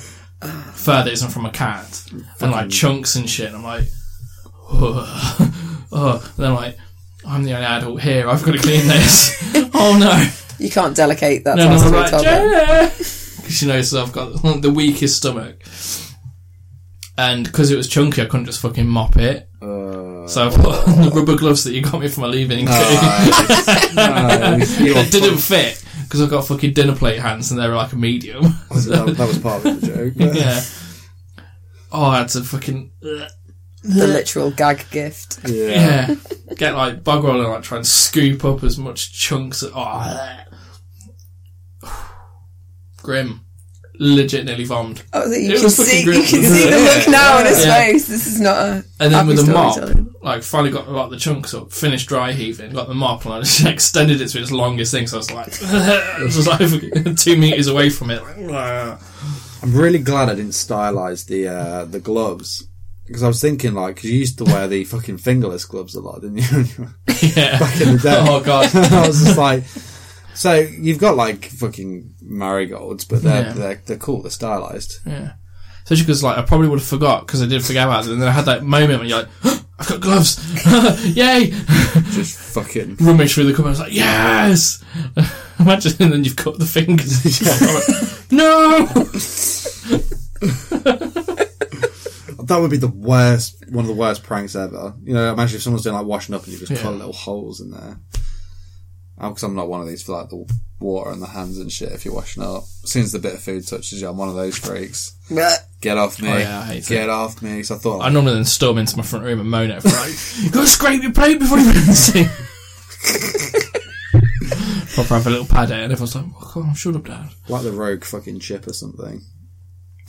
[SPEAKER 1] fur that isn't from a cat, and like chunks and shit. And I'm like, oh, oh. And then I'm like, I'm the only adult here. I've got to clean this. oh no!
[SPEAKER 4] You can't delegate that
[SPEAKER 1] And
[SPEAKER 4] task
[SPEAKER 1] I'm
[SPEAKER 4] to
[SPEAKER 1] like,
[SPEAKER 4] a toddler.
[SPEAKER 1] because she knows that I've got the weakest stomach. And because it was chunky, I couldn't just fucking mop it. so I put on the rubber gloves that you got me for my leaving.
[SPEAKER 2] Oh, Nice. You are
[SPEAKER 1] It didn't fit because I've got fucking dinner plate hands and they're like a medium.
[SPEAKER 2] fucked. that, that was part of the joke. but-
[SPEAKER 1] yeah. Oh, I had to fucking
[SPEAKER 4] The literal gag gift.
[SPEAKER 2] yeah.
[SPEAKER 1] yeah get like bug roll and like try and scoop up as much chunks. Of, oh, grim, legit nearly vomed.
[SPEAKER 4] Oh, so you,
[SPEAKER 1] It
[SPEAKER 4] can
[SPEAKER 1] was
[SPEAKER 4] see,
[SPEAKER 1] fucking
[SPEAKER 4] you
[SPEAKER 1] grim,
[SPEAKER 4] can
[SPEAKER 1] wasn't
[SPEAKER 4] see
[SPEAKER 1] it?
[SPEAKER 4] the look now in his
[SPEAKER 1] Yeah.
[SPEAKER 4] face. This is not a.
[SPEAKER 1] And then
[SPEAKER 4] happy
[SPEAKER 1] with a mop,
[SPEAKER 4] storytelling.
[SPEAKER 1] like finally got like the chunks up, finished dry heaving, got the mop, and I just extended it to its longest thing. So I was like, it was like fucking two meters away from it. Like, "Ugh."
[SPEAKER 2] I'm really glad I didn't stylise the uh, the gloves. Because I was thinking, like, 'cause you used to wear the fucking fingerless gloves a lot, didn't you? when you were
[SPEAKER 1] yeah.
[SPEAKER 2] Back in the day.
[SPEAKER 1] Oh god.
[SPEAKER 2] I was just like, so you've got like fucking marigolds, but they're
[SPEAKER 1] Yeah.
[SPEAKER 2] they're, they're cool. They're stylized.
[SPEAKER 1] Yeah. Especially because like I probably would have forgot because I did forget about it, and then I had that moment when you're like, I've got gloves, yay!
[SPEAKER 2] Just fucking.
[SPEAKER 1] Rummage through the cupboard, I was like, yes. Imagine, and then you've cut the fingers. no.
[SPEAKER 2] That would be the worst, one of the worst pranks ever. You know, imagine if someone's doing like washing up and you just
[SPEAKER 1] Yeah.
[SPEAKER 2] cut little holes in there. Because I'm not one of these for like the water and the hands and shit. If you're washing up, as soon as the bit of food touches you, I'm one of those freaks.
[SPEAKER 4] Blech.
[SPEAKER 2] Get off me!
[SPEAKER 1] Oh, yeah, I hate
[SPEAKER 2] Get off me! So I thought,
[SPEAKER 1] I normally then storm into my front room and moan at her, like, you gotta scrape your plate before you rinse it. Proper have a little pad at it, and everyone's like, oh, God, shut up, Dad.
[SPEAKER 2] like the rogue fucking chip or something,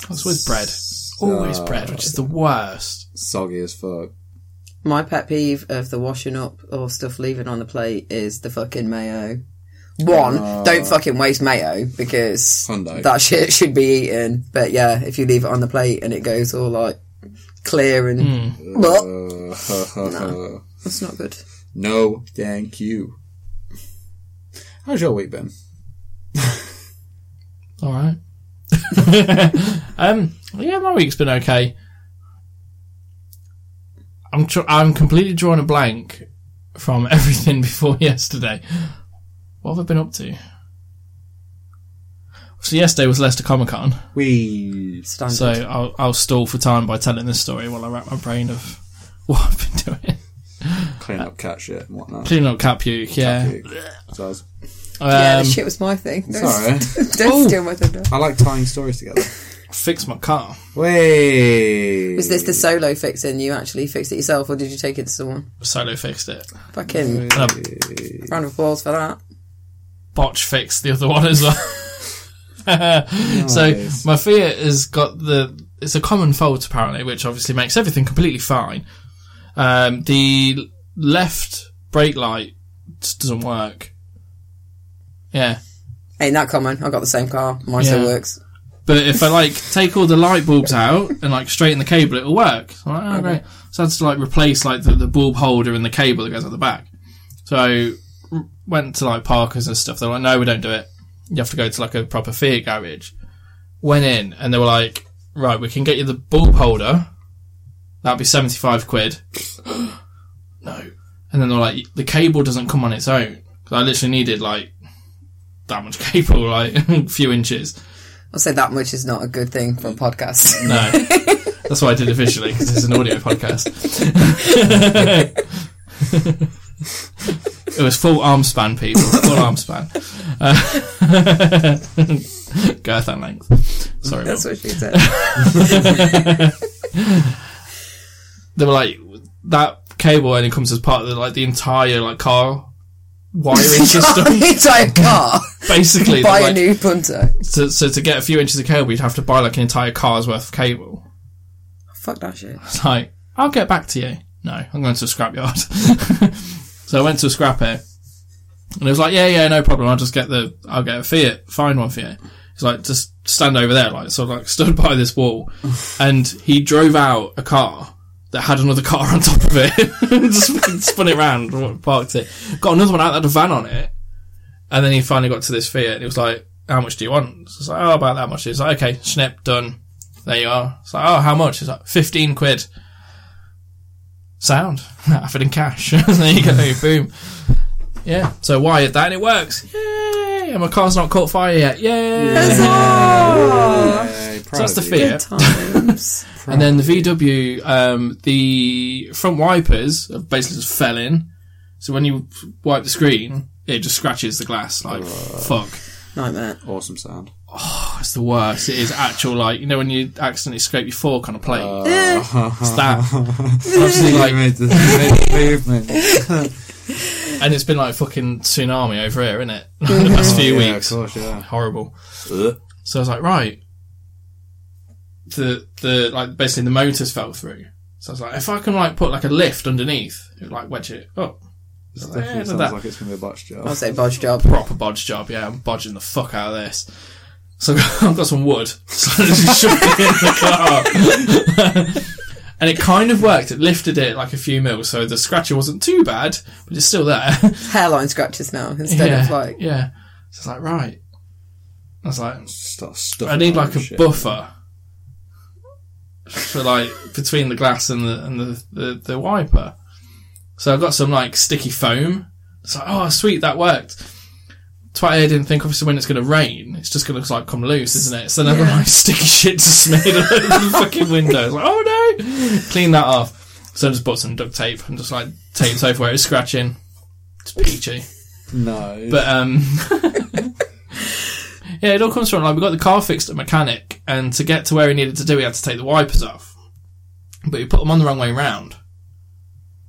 [SPEAKER 1] That's with bread. Always bread, which is the worst.
[SPEAKER 2] soggy as fuck.
[SPEAKER 4] My pet peeve of the washing up or stuff leaving on the plate is the fucking mayo. One, don't fucking waste mayo because
[SPEAKER 2] Hundo.
[SPEAKER 4] that shit should be eaten. But yeah, if you leave it on the plate and it goes all like clear and
[SPEAKER 1] Hmm.
[SPEAKER 4] Blech,
[SPEAKER 2] Uh,
[SPEAKER 4] that's not good.
[SPEAKER 2] no, thank you. How's your week been?
[SPEAKER 1] All right. um, yeah, my week's been okay. I'm tr- I'm completely drawing a blank from everything before yesterday. What have I been up to? So yesterday was Leicester Comic Con,
[SPEAKER 2] We
[SPEAKER 4] Standard.
[SPEAKER 1] so I'll I'll stall for time by telling this story while I wrap my brain of what I've been doing.
[SPEAKER 2] clean up cat shit and whatnot.
[SPEAKER 1] Cleaning up cat puke, yeah.
[SPEAKER 2] So I was-
[SPEAKER 4] yeah,
[SPEAKER 1] Um,
[SPEAKER 4] the shit was my thing. Don't,
[SPEAKER 2] Sorry.
[SPEAKER 4] don't
[SPEAKER 1] Oh.
[SPEAKER 4] steal my thunder.
[SPEAKER 2] I like tying stories together.
[SPEAKER 1] fix my car.
[SPEAKER 2] Way.
[SPEAKER 4] Was this the solo fixing? You actually fixed it yourself, or did you take it to someone?
[SPEAKER 1] Solo fixed it.
[SPEAKER 4] Fucking
[SPEAKER 1] And I
[SPEAKER 4] round of applause for that.
[SPEAKER 1] botch fixed the other one as well. so
[SPEAKER 2] Nice.
[SPEAKER 1] my Fiat has got the it's a common fault apparently, which obviously makes everything completely fine. Um, the left brake light just doesn't work. Yeah,
[SPEAKER 4] Ain't that common? I got the same car. Mine still
[SPEAKER 1] Yeah.
[SPEAKER 4] works.
[SPEAKER 1] But if I like take all the light bulbs out and like straighten the cable, it'll work. So I'm like, oh great. So I had to like replace like the, the bulb holder and the cable that goes at the back. So I r- went to like Parkers and stuff. They're like, no, we don't do it. You have to go to like a proper Fiat garage. Went in and they were like, right, we can get you the bulb holder. That'd be seventy five quid. no. And then they're like, the cable doesn't come on its own. 'Cause I literally needed like that much cable, like a few inches.
[SPEAKER 4] I'll say that much is not a good thing for a podcast.
[SPEAKER 1] No. That's why I did it visually, because it's an audio podcast. it was full arm span, people. Full arm span. Uh, girth and length. Sorry.
[SPEAKER 4] That's what she said.
[SPEAKER 1] they were like that cable only comes as part of the, like the entire like car wiring system.
[SPEAKER 4] entire car.
[SPEAKER 1] Basically, they're
[SPEAKER 4] Buy a
[SPEAKER 1] like-
[SPEAKER 4] new punter.
[SPEAKER 1] so, so to get a few inches of cable, you'd have to buy like an entire car's worth of cable.
[SPEAKER 4] Fuck that shit.
[SPEAKER 1] It's like, I'll get back to you. No, I'm going to a scrapyard. so I went to a scrap it. And it was like, yeah, yeah, no problem. I'll just get the, I'll get a Fiat, find one for you. He's like, just stand over there. Like, so I like stood by this wall and he drove out a car that had another car on top of it. just spun it round, parked it. Got another one out that had a van on it. And then he finally got to this Fiat and it was like, how much do you want? So it's like, oh, about that much. He's like, okay, snip, done. There you are. It's like, oh, how much? It's like, 15 quid. Sound. Offered in cash. there you go. Boom. Yeah. So wired that and it works. Yay. And my car's not caught fire yet. Yay.
[SPEAKER 2] Yay,
[SPEAKER 1] So
[SPEAKER 2] proud
[SPEAKER 1] that's the
[SPEAKER 2] of you.
[SPEAKER 1] fear.
[SPEAKER 4] Times.
[SPEAKER 1] And then the VW, um, the front wipers have basically just fell in. So when you wipe the screen, it just scratches the glass. Like, fuck.
[SPEAKER 4] Nightmare.
[SPEAKER 2] Awesome sound.
[SPEAKER 1] That's the worst. It is actual, like, you know, when you accidentally scrape your fork on a plate.
[SPEAKER 2] Uh.
[SPEAKER 4] Eh.
[SPEAKER 1] it's that. Absolutely, like,
[SPEAKER 2] Made the- made the movement.
[SPEAKER 1] And it's been like fucking tsunami over here, isn't it? the past few
[SPEAKER 2] Oh, Yeah,
[SPEAKER 1] weeks.
[SPEAKER 2] of course, yeah.
[SPEAKER 1] Horrible. So I was like, right. The the like basically the motors fell through. So I was like, if I can like put like a lift underneath, it would like wedge it up. It's like,
[SPEAKER 2] Definitely
[SPEAKER 1] yeah,
[SPEAKER 2] sounds
[SPEAKER 1] Eh, that
[SPEAKER 2] like it's gonna be a botch job.
[SPEAKER 4] I'll say bodge job.
[SPEAKER 1] proper bodge job. Yeah, I'm bodging the fuck out of this. So I've got- I've got some wood. So I just shoved it in the car. and it kind of worked. It lifted it like a few mils, so the scratcher wasn't too bad, but it's still there.
[SPEAKER 4] Hairline scratches now instead
[SPEAKER 1] yeah,
[SPEAKER 4] of like.
[SPEAKER 1] yeah. So it's like right. I was like,
[SPEAKER 2] Start stuffing
[SPEAKER 1] I need
[SPEAKER 2] all
[SPEAKER 1] like
[SPEAKER 2] this
[SPEAKER 1] a
[SPEAKER 2] shit.
[SPEAKER 1] buffer for like between the glass and the and the, the, the wiper. So I got some like sticky foam. It's like, oh sweet, that worked. Twat here didn't think obviously when it's going to rain, it's just going to like come loose, isn't it? So then I've got like sticky shit just smeared all over the fucking window. It's like, oh no, clean that off. So I just bought some duct tape and just like taped over where it was scratching. It's peachy.
[SPEAKER 2] No.
[SPEAKER 1] But um, yeah, it all comes from like we got the car fixed at mechanic, and to get to where he needed to do, he had to take the wipers off. But he put them on the wrong way round.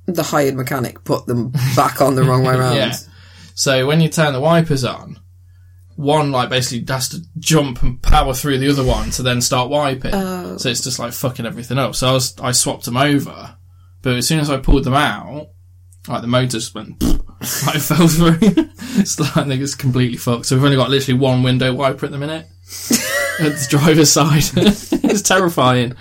[SPEAKER 4] The hired mechanic put them back on the wrong way round.
[SPEAKER 1] Yeah. So when you turn the wipers on, one like basically has to jump and power through the other one to then start wiping. So it's just like fucking everything up. So I was I swapped them over, but as soon as I pulled them out, like the motors went, like fell through. it's like I think it's completely fucked. So we've only got literally one window wiper at the minute at the driver's side. it's terrifying,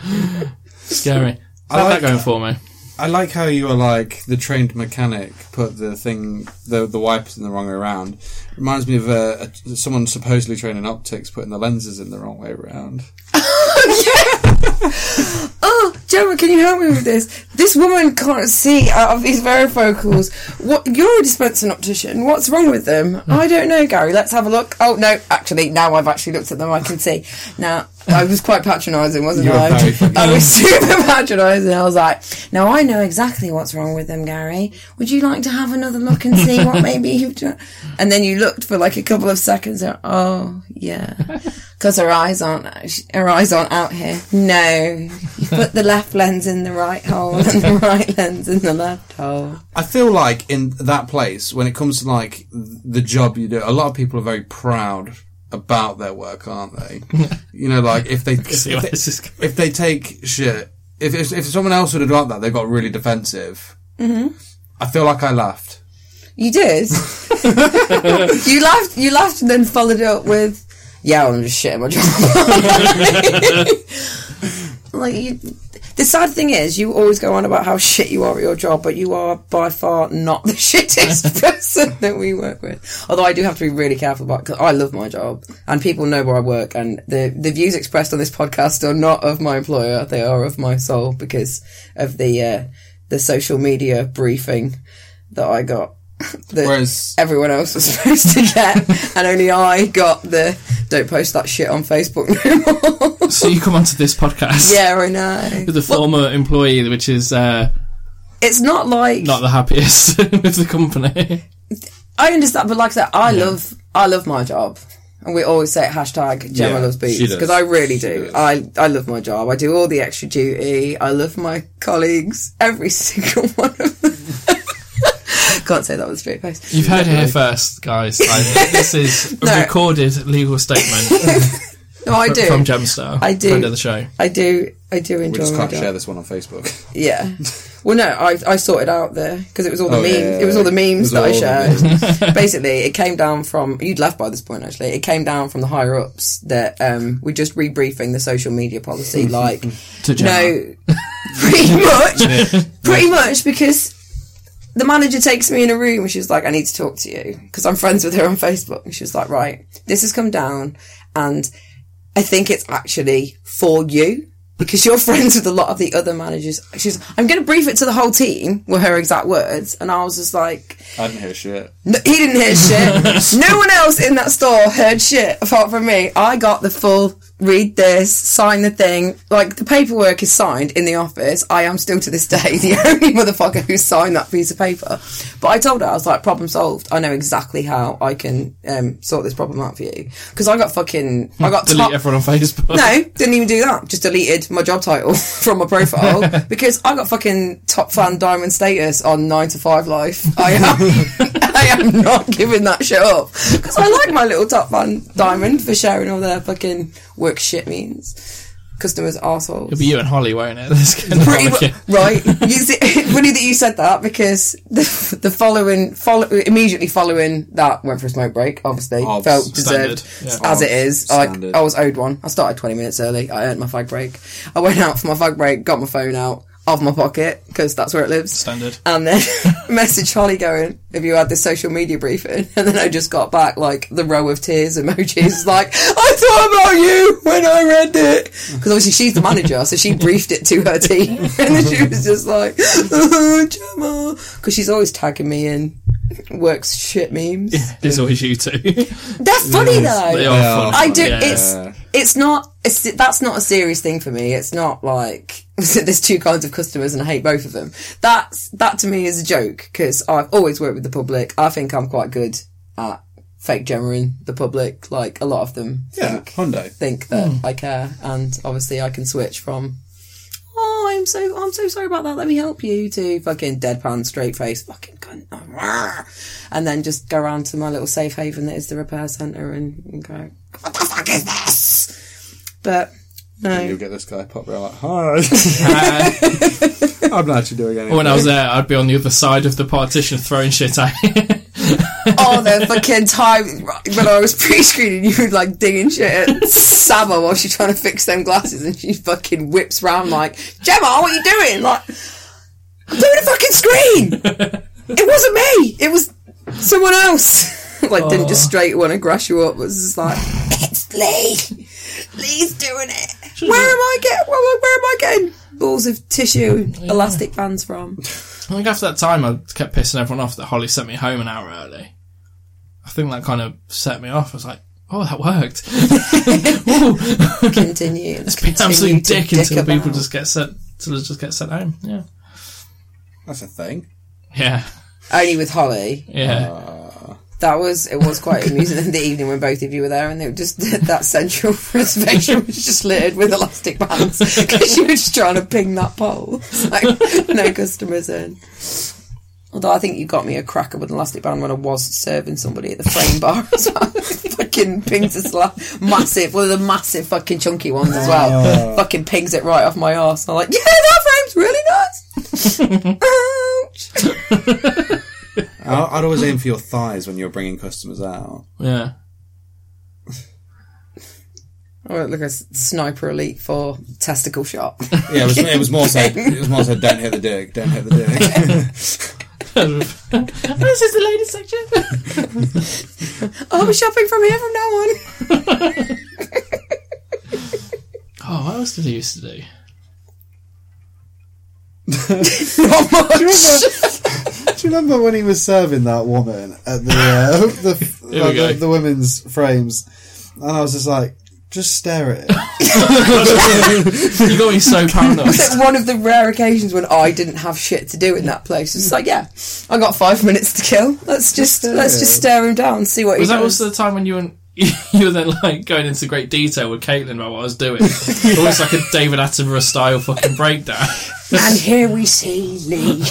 [SPEAKER 1] scary. So
[SPEAKER 2] I
[SPEAKER 1] I
[SPEAKER 2] like-
[SPEAKER 1] that going for me.
[SPEAKER 2] I like how you were like the trained mechanic put the thing the the wipers in the wrong way around. Reminds me of uh, a, someone supposedly trained in optics putting the lenses in the wrong way around.
[SPEAKER 4] Oh, Gemma, can you help me with this? This woman can't see out of these varifocals. What? You're a dispensing optician. What's wrong with them?
[SPEAKER 2] Hmm.
[SPEAKER 4] I don't know, Gary. Let's have a look. Oh no, actually, now I've actually looked at them, I can see. Now I was quite patronising, wasn't
[SPEAKER 2] You were
[SPEAKER 4] I?
[SPEAKER 2] very fucking-
[SPEAKER 4] I was super patronising. I was like, now I know exactly what's wrong with them, Gary. Would you like to have another look and see what maybe you've done? And then you looked for like a couple of seconds. And, oh yeah, because her eyes aren't her eyes aren't out here. No, you put the left lens in the right hole and the right lens in the left hole.
[SPEAKER 2] I feel like in that place, when it comes to like the job you do, a lot of people are very proud about their work, aren't they? you know, like if they if,
[SPEAKER 1] See where
[SPEAKER 2] they,
[SPEAKER 1] this is going.
[SPEAKER 2] if they take shit, if if, if someone else would have done that, they got really defensive. Mm-hmm. I feel like I laughed.
[SPEAKER 4] You did. you laughed. You laughed and then followed it up with, yeah, I'm just shitting my job. like you, the sad thing is, you always go on about how shit you are at your job, but you are by far not the shittest person that we work with. Although I do have to be really careful about because I love my job and people know where I work, and the the views expressed on this podcast are not of my employer; they are of my soul because of the uh, the social media briefing that I got. that
[SPEAKER 2] Whereas
[SPEAKER 4] everyone else was supposed to get, and only I got the don't post that shit on Facebook no more.
[SPEAKER 1] So you come onto this podcast
[SPEAKER 4] yeah, I know.
[SPEAKER 1] with a former employee, which is uh,
[SPEAKER 4] It's not like
[SPEAKER 1] not the happiest with the company.
[SPEAKER 4] I understand, but like I said, I love I love my job, and we always say hashtag Gemma
[SPEAKER 2] Yeah,
[SPEAKER 4] loves beats
[SPEAKER 2] she does.
[SPEAKER 4] because I really
[SPEAKER 2] She
[SPEAKER 4] do.
[SPEAKER 2] does.
[SPEAKER 4] I I love my job. I do all the extra duty. I love my colleagues, every single one of them. Can't say that with a straight face.
[SPEAKER 1] You've heard it here first, guys. Like, this is a
[SPEAKER 4] No.
[SPEAKER 1] recorded legal statement
[SPEAKER 4] No, I do.
[SPEAKER 1] from Gemstar,
[SPEAKER 4] I do.
[SPEAKER 1] friend of the show.
[SPEAKER 4] I do. I do enjoy
[SPEAKER 2] we just
[SPEAKER 4] my
[SPEAKER 2] can't
[SPEAKER 4] job.
[SPEAKER 2] share this one on Facebook.
[SPEAKER 4] Yeah. Well, no, I, I sorted out there because it was all the
[SPEAKER 2] Oh,
[SPEAKER 4] memes.
[SPEAKER 2] yeah, yeah,
[SPEAKER 4] it was all the
[SPEAKER 2] yeah. It
[SPEAKER 4] memes
[SPEAKER 2] was
[SPEAKER 4] that I
[SPEAKER 2] all the
[SPEAKER 4] shared. Basically, it came down from you'd left by this point. Actually, it came down from the higher ups that um, we're just rebriefing the social media policy. Like,
[SPEAKER 1] To Gemma.
[SPEAKER 4] no, pretty much, pretty much because. The manager takes me in a room and she's like, I need to talk to you because I'm friends with her on Facebook. And she was like, right, this has come down and I think it's actually for you because you're friends with a lot of the other managers. She's, I'm going to brief it to the whole team were her exact words. And I was just like,
[SPEAKER 2] I didn't hear shit.
[SPEAKER 4] no, he didn't hear shit. no one else in that store heard shit apart from me. I got the full read this, sign the thing. Like the paperwork is signed in the office. I am still to this day the only motherfucker who signed that piece of paper. But I told her I was like, problem solved. I know exactly how I can um, sort this problem out for you because I got fucking I got
[SPEAKER 1] Delete
[SPEAKER 4] top-
[SPEAKER 1] everyone on Facebook.
[SPEAKER 4] no, didn't even do that. Just deleted my job title from my profile because I got fucking top fan diamond status on nine to five life. I am, I am not giving that shit up because I like my little top fan diamond for sharing all their fucking work shit means. Customers assholes.
[SPEAKER 1] It'll be you and Holly, won't it? This kind of
[SPEAKER 4] Pretty
[SPEAKER 1] holiday.
[SPEAKER 4] mu- right. You see, it's funny that you said that because the, the following, follow, immediately following that went for a smoke break. Obviously,
[SPEAKER 2] Obs.
[SPEAKER 4] felt deserved
[SPEAKER 1] Standard.
[SPEAKER 2] Yeah.
[SPEAKER 4] as it is. I,
[SPEAKER 2] Standard.
[SPEAKER 4] I was owed one. I started twenty minutes early. I earned my fag break. I went out for my fag break, got my phone out of my pocket because that's where it lives.
[SPEAKER 1] Standard.
[SPEAKER 4] And Um, then message Holly going, "Have you had this social media briefing?" And then I just got back like the row of tears emojis, like I thought about you when I read it because obviously she's the manager, so she briefed it to her team, and then she was just like, oh, "Gemma," because she's always tagging me in works shit memes.
[SPEAKER 1] It's always you two.
[SPEAKER 4] They're funny though.
[SPEAKER 1] they are
[SPEAKER 2] Yeah.
[SPEAKER 1] fun.
[SPEAKER 4] I do.
[SPEAKER 1] Yeah.
[SPEAKER 4] It's it's not. It's, that's not a serious thing for me. It's not like there's two kinds of customers and I hate both of them. That's that to me is a joke because I've always worked with the public. I think I'm quite good at fake generating the public. Like a lot of them
[SPEAKER 2] Yeah,
[SPEAKER 4] think
[SPEAKER 2] Hyundai.
[SPEAKER 4] think that I care, and obviously I can switch from. Oh, I'm so I'm so sorry about that. Let me help you. To fucking deadpan, straight face, fucking cunt, and then just go around to my little safe haven that is the repair centre and, and go. What the fuck is this? But
[SPEAKER 2] You'll
[SPEAKER 4] no,
[SPEAKER 2] get this guy pop around like, hi.
[SPEAKER 1] Uh,
[SPEAKER 2] I'm not actually doing anything.
[SPEAKER 1] when I was there, I'd be on the other side of the partition throwing shit at you.
[SPEAKER 4] all the fucking time when I was pre-screening, you were like digging shit at Saba while she's trying to fix them glasses, and she fucking whips round like, Gemma, what are you doing? Like, I'm doing a fucking screen. it wasn't me. It was someone else. like, didn't just straight want to grass you up. Was just like, it's Lee. Lee's doing it. Where am I get? Where, where, where am I getting balls of tissue and elastic bands from?
[SPEAKER 1] I think after that time, I kept pissing everyone off that Holly sent me home an hour early. I think that kind of set me off. I was like, oh, that worked.
[SPEAKER 4] Continue. It's
[SPEAKER 1] Be an absolute dick until people just get sent, until they just get sent home. Yeah.
[SPEAKER 2] That's a thing.
[SPEAKER 1] Yeah.
[SPEAKER 4] only with Holly.
[SPEAKER 1] Yeah.
[SPEAKER 4] That was it was quite amusing in the evening when both of you were there, and it was just that central reservation was just littered with elastic bands because you were just trying to ping that pole. It's Like no customers in. Although I think you got me a cracker with an elastic band when I was serving somebody at the frame bar as well. fucking pings this la- massive, one of the massive fucking chunky ones as well. fucking pings it right off my arse. I'm like, yeah, that frame's really nice. Ouch.
[SPEAKER 2] I- I'd always aim for your thighs when you were bringing customers out.
[SPEAKER 1] Yeah.
[SPEAKER 4] Or like a s- sniper elite for testicle shot.
[SPEAKER 2] Yeah, it was, it was more so. It was more so. Don't hit the dick. Don't hit the dick.
[SPEAKER 1] this is the ladies section.
[SPEAKER 4] I'll be shopping from here from now on.
[SPEAKER 1] Oh, what else did I used to do?
[SPEAKER 4] Not much.
[SPEAKER 2] do, you remember, do you remember when he was serving that woman at the uh, the,
[SPEAKER 1] Here we
[SPEAKER 2] the,
[SPEAKER 1] go.
[SPEAKER 2] the women's frames? And I was just like, just stare at it.
[SPEAKER 1] You got me so paranoid.
[SPEAKER 4] It's one of the rare occasions when I didn't have shit to do in that place. It's like, yeah, I got five minutes to kill. Let's just uh,
[SPEAKER 2] stare
[SPEAKER 4] let's
[SPEAKER 2] at
[SPEAKER 4] just
[SPEAKER 2] him.
[SPEAKER 4] stare him down, and see what
[SPEAKER 1] Was
[SPEAKER 4] he
[SPEAKER 1] that
[SPEAKER 4] does.
[SPEAKER 1] also the time when you and you were then like going into great detail with Caitlin about what I was doing? Almost like a David Attenborough style fucking breakdown.
[SPEAKER 4] and here we see Lee.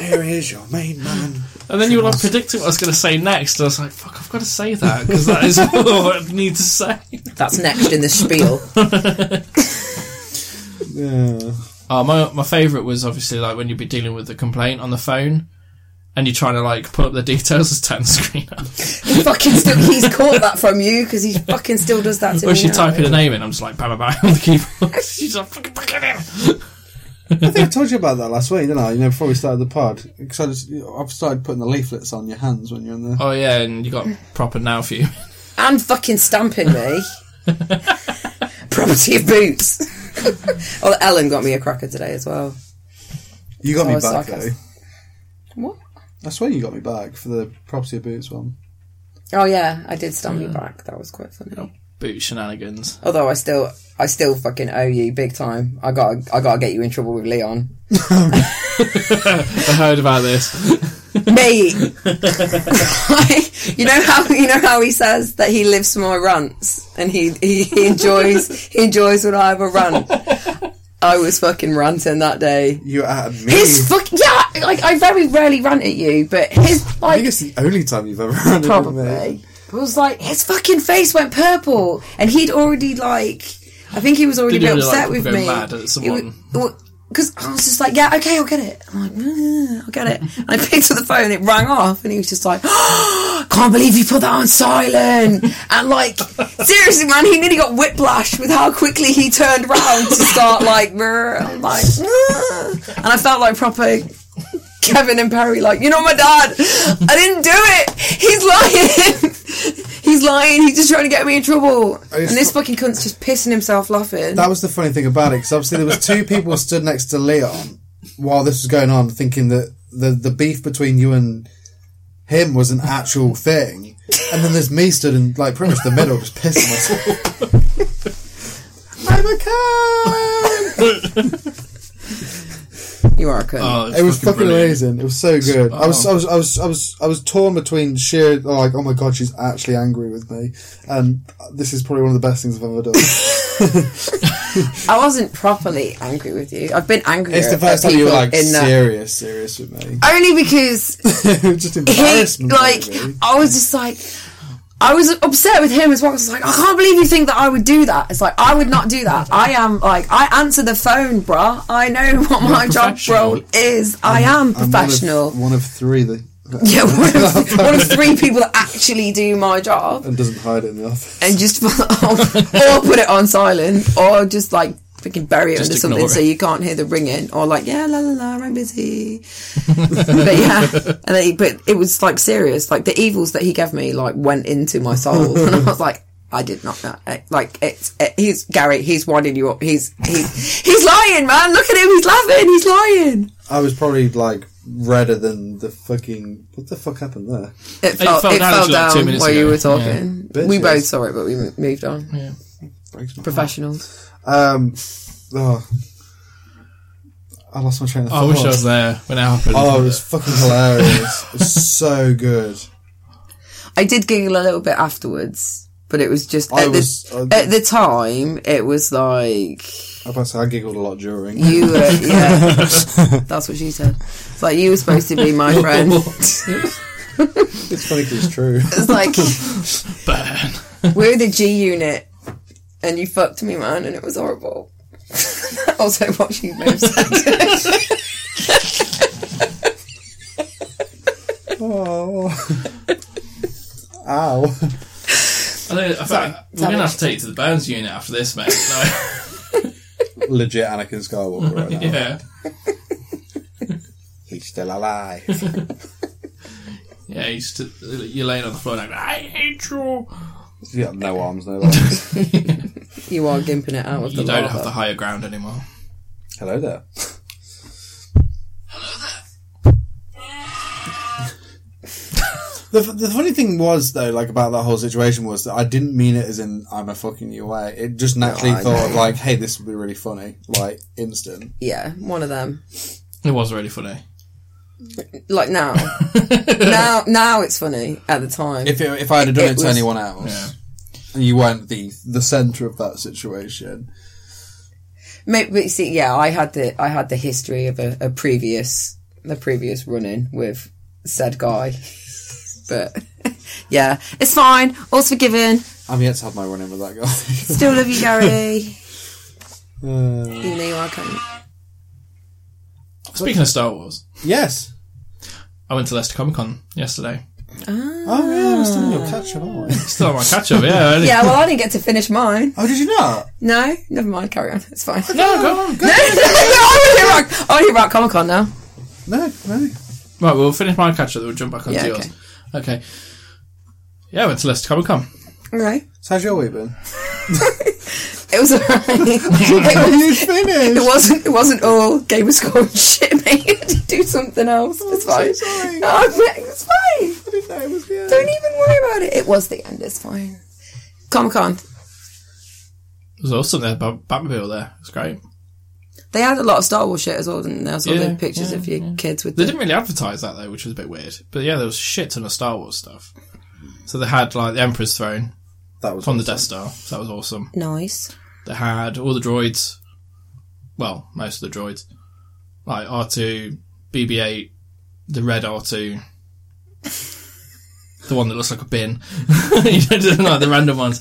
[SPEAKER 2] Here is your main man.
[SPEAKER 1] And then you were like predicting what I was going to say next. And I was like, fuck, I've got to say that because that is what I need to say.
[SPEAKER 4] That's next in the spiel.
[SPEAKER 2] Yeah.
[SPEAKER 1] Uh, my my favourite was obviously like when you'd be dealing with the complaint on the phone and you're trying to like pull up the details as turn the screen up.
[SPEAKER 4] He fucking still he's caught that from you because he fucking still does that to
[SPEAKER 1] Or
[SPEAKER 4] me.
[SPEAKER 1] she
[SPEAKER 4] now.
[SPEAKER 1] typing a name in, I'm just like, bam, bam, bam, on the keyboard. She's like, fucking, fucking, fucking.
[SPEAKER 2] I think I told you about that last week, didn't I? You know, before we started the pod, because I just I've started putting the leaflets on your hands when you're in the.
[SPEAKER 1] Oh, yeah, and you got proper now for you.
[SPEAKER 4] and fucking stamping me. Property of boots. well, Ellen got me a cracker today as well.
[SPEAKER 2] You got me
[SPEAKER 4] Oh, it's
[SPEAKER 2] back
[SPEAKER 4] sarcasm.
[SPEAKER 2] though.
[SPEAKER 4] What?
[SPEAKER 2] I swear you got me back for the property of boots one.
[SPEAKER 4] Oh yeah, I did stamp you back. That was quite funny.
[SPEAKER 1] Boot shenanigans.
[SPEAKER 4] Although I still, I still fucking owe you big time. I got, I got to get you in trouble with Leon.
[SPEAKER 1] I heard about this.
[SPEAKER 4] Me. you know how you know how he says that he lives for my rants and he, he, he enjoys he enjoys when I have a rant. I was fucking ranting that day.
[SPEAKER 2] You were at me.
[SPEAKER 4] His fuck yeah, like I very rarely rant at you, but his
[SPEAKER 2] I
[SPEAKER 4] like
[SPEAKER 2] think it's the only time you've ever run into me.
[SPEAKER 4] probably. But it was like his fucking face went purple, and he'd already like, I think he was already a
[SPEAKER 1] Did
[SPEAKER 4] bit
[SPEAKER 1] you really,
[SPEAKER 4] upset
[SPEAKER 1] like,
[SPEAKER 4] with
[SPEAKER 1] go
[SPEAKER 4] me.
[SPEAKER 1] mad at someone?
[SPEAKER 4] Because I was just like, yeah, okay, I'll get it. I'm like, "Mm, I'll get it. And I picked up the phone, it rang off, and he was just like, can't believe you put that on silent. And like, seriously, man, he nearly got whiplash with how quickly he turned around to start like, "Brr," and I'm like, "Mm." and I felt like proper Kevin and Perry like, you know my dad, I didn't do it. He's lying. He's lying. He's just trying to get me in trouble. And this fucking cunt's just pissing himself laughing.
[SPEAKER 2] That was the funny thing about it, because obviously there was two people stood next to Leon while this was going on, thinking that the the beef between you and him was an actual thing, and then there's me stood in like pretty much the middle, just pissing myself. I'm a cunt!
[SPEAKER 4] you are a cunt.
[SPEAKER 1] Oh,
[SPEAKER 2] It was fucking
[SPEAKER 1] brilliant.
[SPEAKER 2] amazing. It was so good. I was, I was, I was, I was, I was torn between sheer like, oh my god, she's actually angry with me, and this is probably one of the best things I've ever done.
[SPEAKER 4] I wasn't properly angry with you. I've been angry.
[SPEAKER 2] It's the
[SPEAKER 4] at
[SPEAKER 2] first time you were
[SPEAKER 4] people
[SPEAKER 2] like
[SPEAKER 4] in that.
[SPEAKER 2] serious, serious with me.
[SPEAKER 4] Only because
[SPEAKER 2] just
[SPEAKER 4] he
[SPEAKER 2] embarrassment.
[SPEAKER 4] like
[SPEAKER 2] really.
[SPEAKER 4] I was just like I was upset with him as well. I was like, I can't believe you think that I would do that. It's like I would not do that. I am like I answer the phone, bruh. I know what my job
[SPEAKER 1] professional.
[SPEAKER 4] role is. I am
[SPEAKER 2] I'm one of-
[SPEAKER 4] professional.
[SPEAKER 2] One of, three that
[SPEAKER 4] yeah, one of, one of three people that actually do my job
[SPEAKER 2] and doesn't hide it in the office.
[SPEAKER 4] and just or put it on silent or just like fucking bury it
[SPEAKER 1] Just
[SPEAKER 4] under something
[SPEAKER 1] ignore
[SPEAKER 4] so
[SPEAKER 1] it.
[SPEAKER 4] you can't hear the ringing or like yeah la la la I'm busy. but yeah, and then he, but it was like serious. Like the evils that he gave me like went into my soul, and I was like. I did not know. Eh, Like it's eh, he's Gary. He's winding you up. He's he's he's lying, man. Look at him. He's laughing. He's lying.
[SPEAKER 2] I was probably like redder than the fucking. What the fuck happened there?
[SPEAKER 4] It fell,
[SPEAKER 1] fell
[SPEAKER 4] it
[SPEAKER 1] down actually,
[SPEAKER 4] fell
[SPEAKER 1] like, two
[SPEAKER 4] down
[SPEAKER 1] minutes
[SPEAKER 4] while you
[SPEAKER 1] ago.
[SPEAKER 4] were talking.
[SPEAKER 2] Yeah.
[SPEAKER 4] We
[SPEAKER 2] Bitches.
[SPEAKER 4] both saw it, but we m- moved on.
[SPEAKER 2] Breaks my
[SPEAKER 4] Professionals.
[SPEAKER 2] heart. Um. Oh. I lost my train of thought.
[SPEAKER 1] I wish I was there when it happened.
[SPEAKER 2] Oh, it was fucking hilarious. It's so good.
[SPEAKER 4] I did giggle a little bit afterwards, but it was just
[SPEAKER 2] I
[SPEAKER 4] at,
[SPEAKER 2] was-
[SPEAKER 4] the,
[SPEAKER 2] I-
[SPEAKER 4] at the time it was like
[SPEAKER 2] I must say, I giggled a lot during.
[SPEAKER 4] you were yeah. That's what she said. It's like you were supposed to be my friend. It's
[SPEAKER 2] It's funny 'cause it's true.
[SPEAKER 4] like
[SPEAKER 1] Burn.
[SPEAKER 4] we're the G unit, and you fucked me, man, and it was horrible. also, what she may have said.
[SPEAKER 2] oh. Ow.
[SPEAKER 1] I think, I think we're gonna have to take you to the Burns unit after this, mate. Like,
[SPEAKER 2] Legit Anakin Skywalker right now.
[SPEAKER 1] yeah,
[SPEAKER 2] He's still alive.
[SPEAKER 1] yeah. He's t- you're laying on the floor like I hate you.
[SPEAKER 2] He's got no arms, no legs.
[SPEAKER 4] You are gimping it out with
[SPEAKER 1] You
[SPEAKER 4] the
[SPEAKER 1] don't
[SPEAKER 4] lava.
[SPEAKER 1] have the higher ground anymore.
[SPEAKER 2] Hello there. The, f- the funny thing was though, like about that whole situation was that I didn't mean it as in I'm a fucking UA. It just naturally
[SPEAKER 4] I
[SPEAKER 2] thought
[SPEAKER 4] know.
[SPEAKER 2] like, hey, this would be really funny, like instant.
[SPEAKER 4] yeah, one of them.
[SPEAKER 1] It was really funny.
[SPEAKER 4] Like now, now, now it's funny. At the time,
[SPEAKER 2] If it, if I had done it,
[SPEAKER 4] It
[SPEAKER 2] to
[SPEAKER 4] was-
[SPEAKER 2] anyone else,
[SPEAKER 1] Yeah.
[SPEAKER 2] and you weren't the the center of that situation,
[SPEAKER 4] Maybe, but you see, yeah, I had the I had the history of a, a previous the previous run in with said guy, but yeah, it's fine. All's forgiven.
[SPEAKER 2] I'm yet to have my run in with that guy.
[SPEAKER 4] Still love you, Gary.
[SPEAKER 2] Uh,
[SPEAKER 4] Even though you are cunt.
[SPEAKER 1] Speaking of Star Wars,
[SPEAKER 2] yes.
[SPEAKER 1] I went to Leicester Comic Con yesterday.
[SPEAKER 2] Oh yeah, I was still in your catch on.
[SPEAKER 1] Still on my catch up. Yeah. I didn't-
[SPEAKER 4] Yeah, well, I didn't get to finish mine.
[SPEAKER 2] Oh, did you not?
[SPEAKER 4] No, never mind. Carry on. It's fine. no,
[SPEAKER 1] No, go on. Go.
[SPEAKER 4] I want to hear about, I wanna hear about Comic Con now.
[SPEAKER 2] No, no.
[SPEAKER 1] Right, we'll finish my catch up. Then we'll jump back onto
[SPEAKER 4] Yeah,
[SPEAKER 1] yours. Okay. Yeah, I went to Leicester Comic Con.
[SPEAKER 4] All right.
[SPEAKER 2] So how's your week been?
[SPEAKER 4] It was alright. it, was,
[SPEAKER 2] you finished?
[SPEAKER 4] it wasn't. It wasn't all Game of Score shit. Mate, you had to do something else. It's
[SPEAKER 2] I'm
[SPEAKER 4] fine.
[SPEAKER 2] so sorry.
[SPEAKER 4] No, it's fine.
[SPEAKER 2] I didn't know it was good.
[SPEAKER 4] Don't even worry about it. It was the end. It's fine. Comic Con.
[SPEAKER 1] There's also there, Bat- Batmobile there. It's great.
[SPEAKER 4] They had a lot of Star Wars shit as well, didn't they? I saw
[SPEAKER 1] Yeah,
[SPEAKER 4] the pictures
[SPEAKER 1] yeah,
[SPEAKER 4] of your kids with
[SPEAKER 1] They
[SPEAKER 4] the.
[SPEAKER 1] didn't really advertise that though, which was a bit weird. But yeah, there was shit ton of Star Wars stuff. So they had like the Emperor's throne
[SPEAKER 2] That was
[SPEAKER 1] from the Death Star. So that was awesome.
[SPEAKER 4] Nice.
[SPEAKER 1] They had all the droids. Well, most of the droids, like R two, BB eight, the red R two, the one that looks like a bin. you know, like the random ones.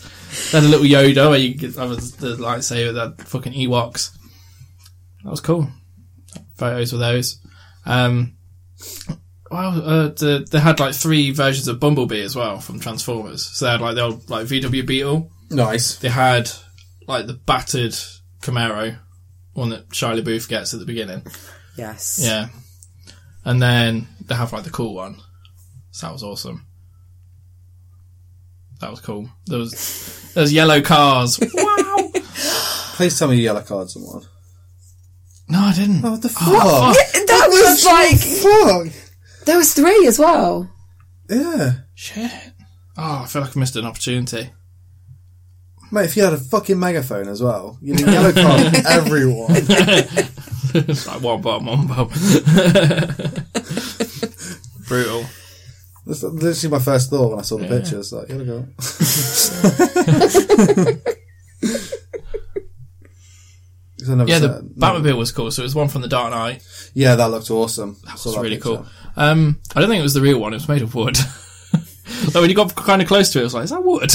[SPEAKER 1] They had a little Yoda where you could have the lightsaber. That fucking Ewoks. That was cool. Photos with those. Um, well, uh, the, they had like three versions of Bumblebee as well from Transformers. So they had like the old like VW Beetle
[SPEAKER 2] nice.
[SPEAKER 1] they had like the battered Camaro, one that Shia LaBeouf gets at the beginning.
[SPEAKER 4] Yes.
[SPEAKER 1] Yeah, and then they have like the cool one. So that was awesome. That was cool. There was there's yellow cars. wow.
[SPEAKER 2] Please tell me you yellow card someone.
[SPEAKER 1] No, I didn't.
[SPEAKER 2] Oh, what the fuck?
[SPEAKER 4] That was like
[SPEAKER 2] Fuck.
[SPEAKER 4] there was three as well.
[SPEAKER 2] Yeah.
[SPEAKER 1] Shit. Oh, I feel like I missed an opportunity.
[SPEAKER 2] Mate, if you had a fucking megaphone as well, you'd yellow card everyone.
[SPEAKER 1] It's like one bomb, one bomb. Brutal.
[SPEAKER 2] That's literally my first thought when I saw the pictures. Like, yellow card. Because I never
[SPEAKER 1] Yeah, the
[SPEAKER 2] said-
[SPEAKER 1] Batmobile was cool. So it was one from the Dark Knight.
[SPEAKER 2] Yeah, that looked awesome. That
[SPEAKER 1] It's really cool. Um, I don't think it was the real one. It was made of wood. like when you got kind of close to it, it was like, "Is that wood?"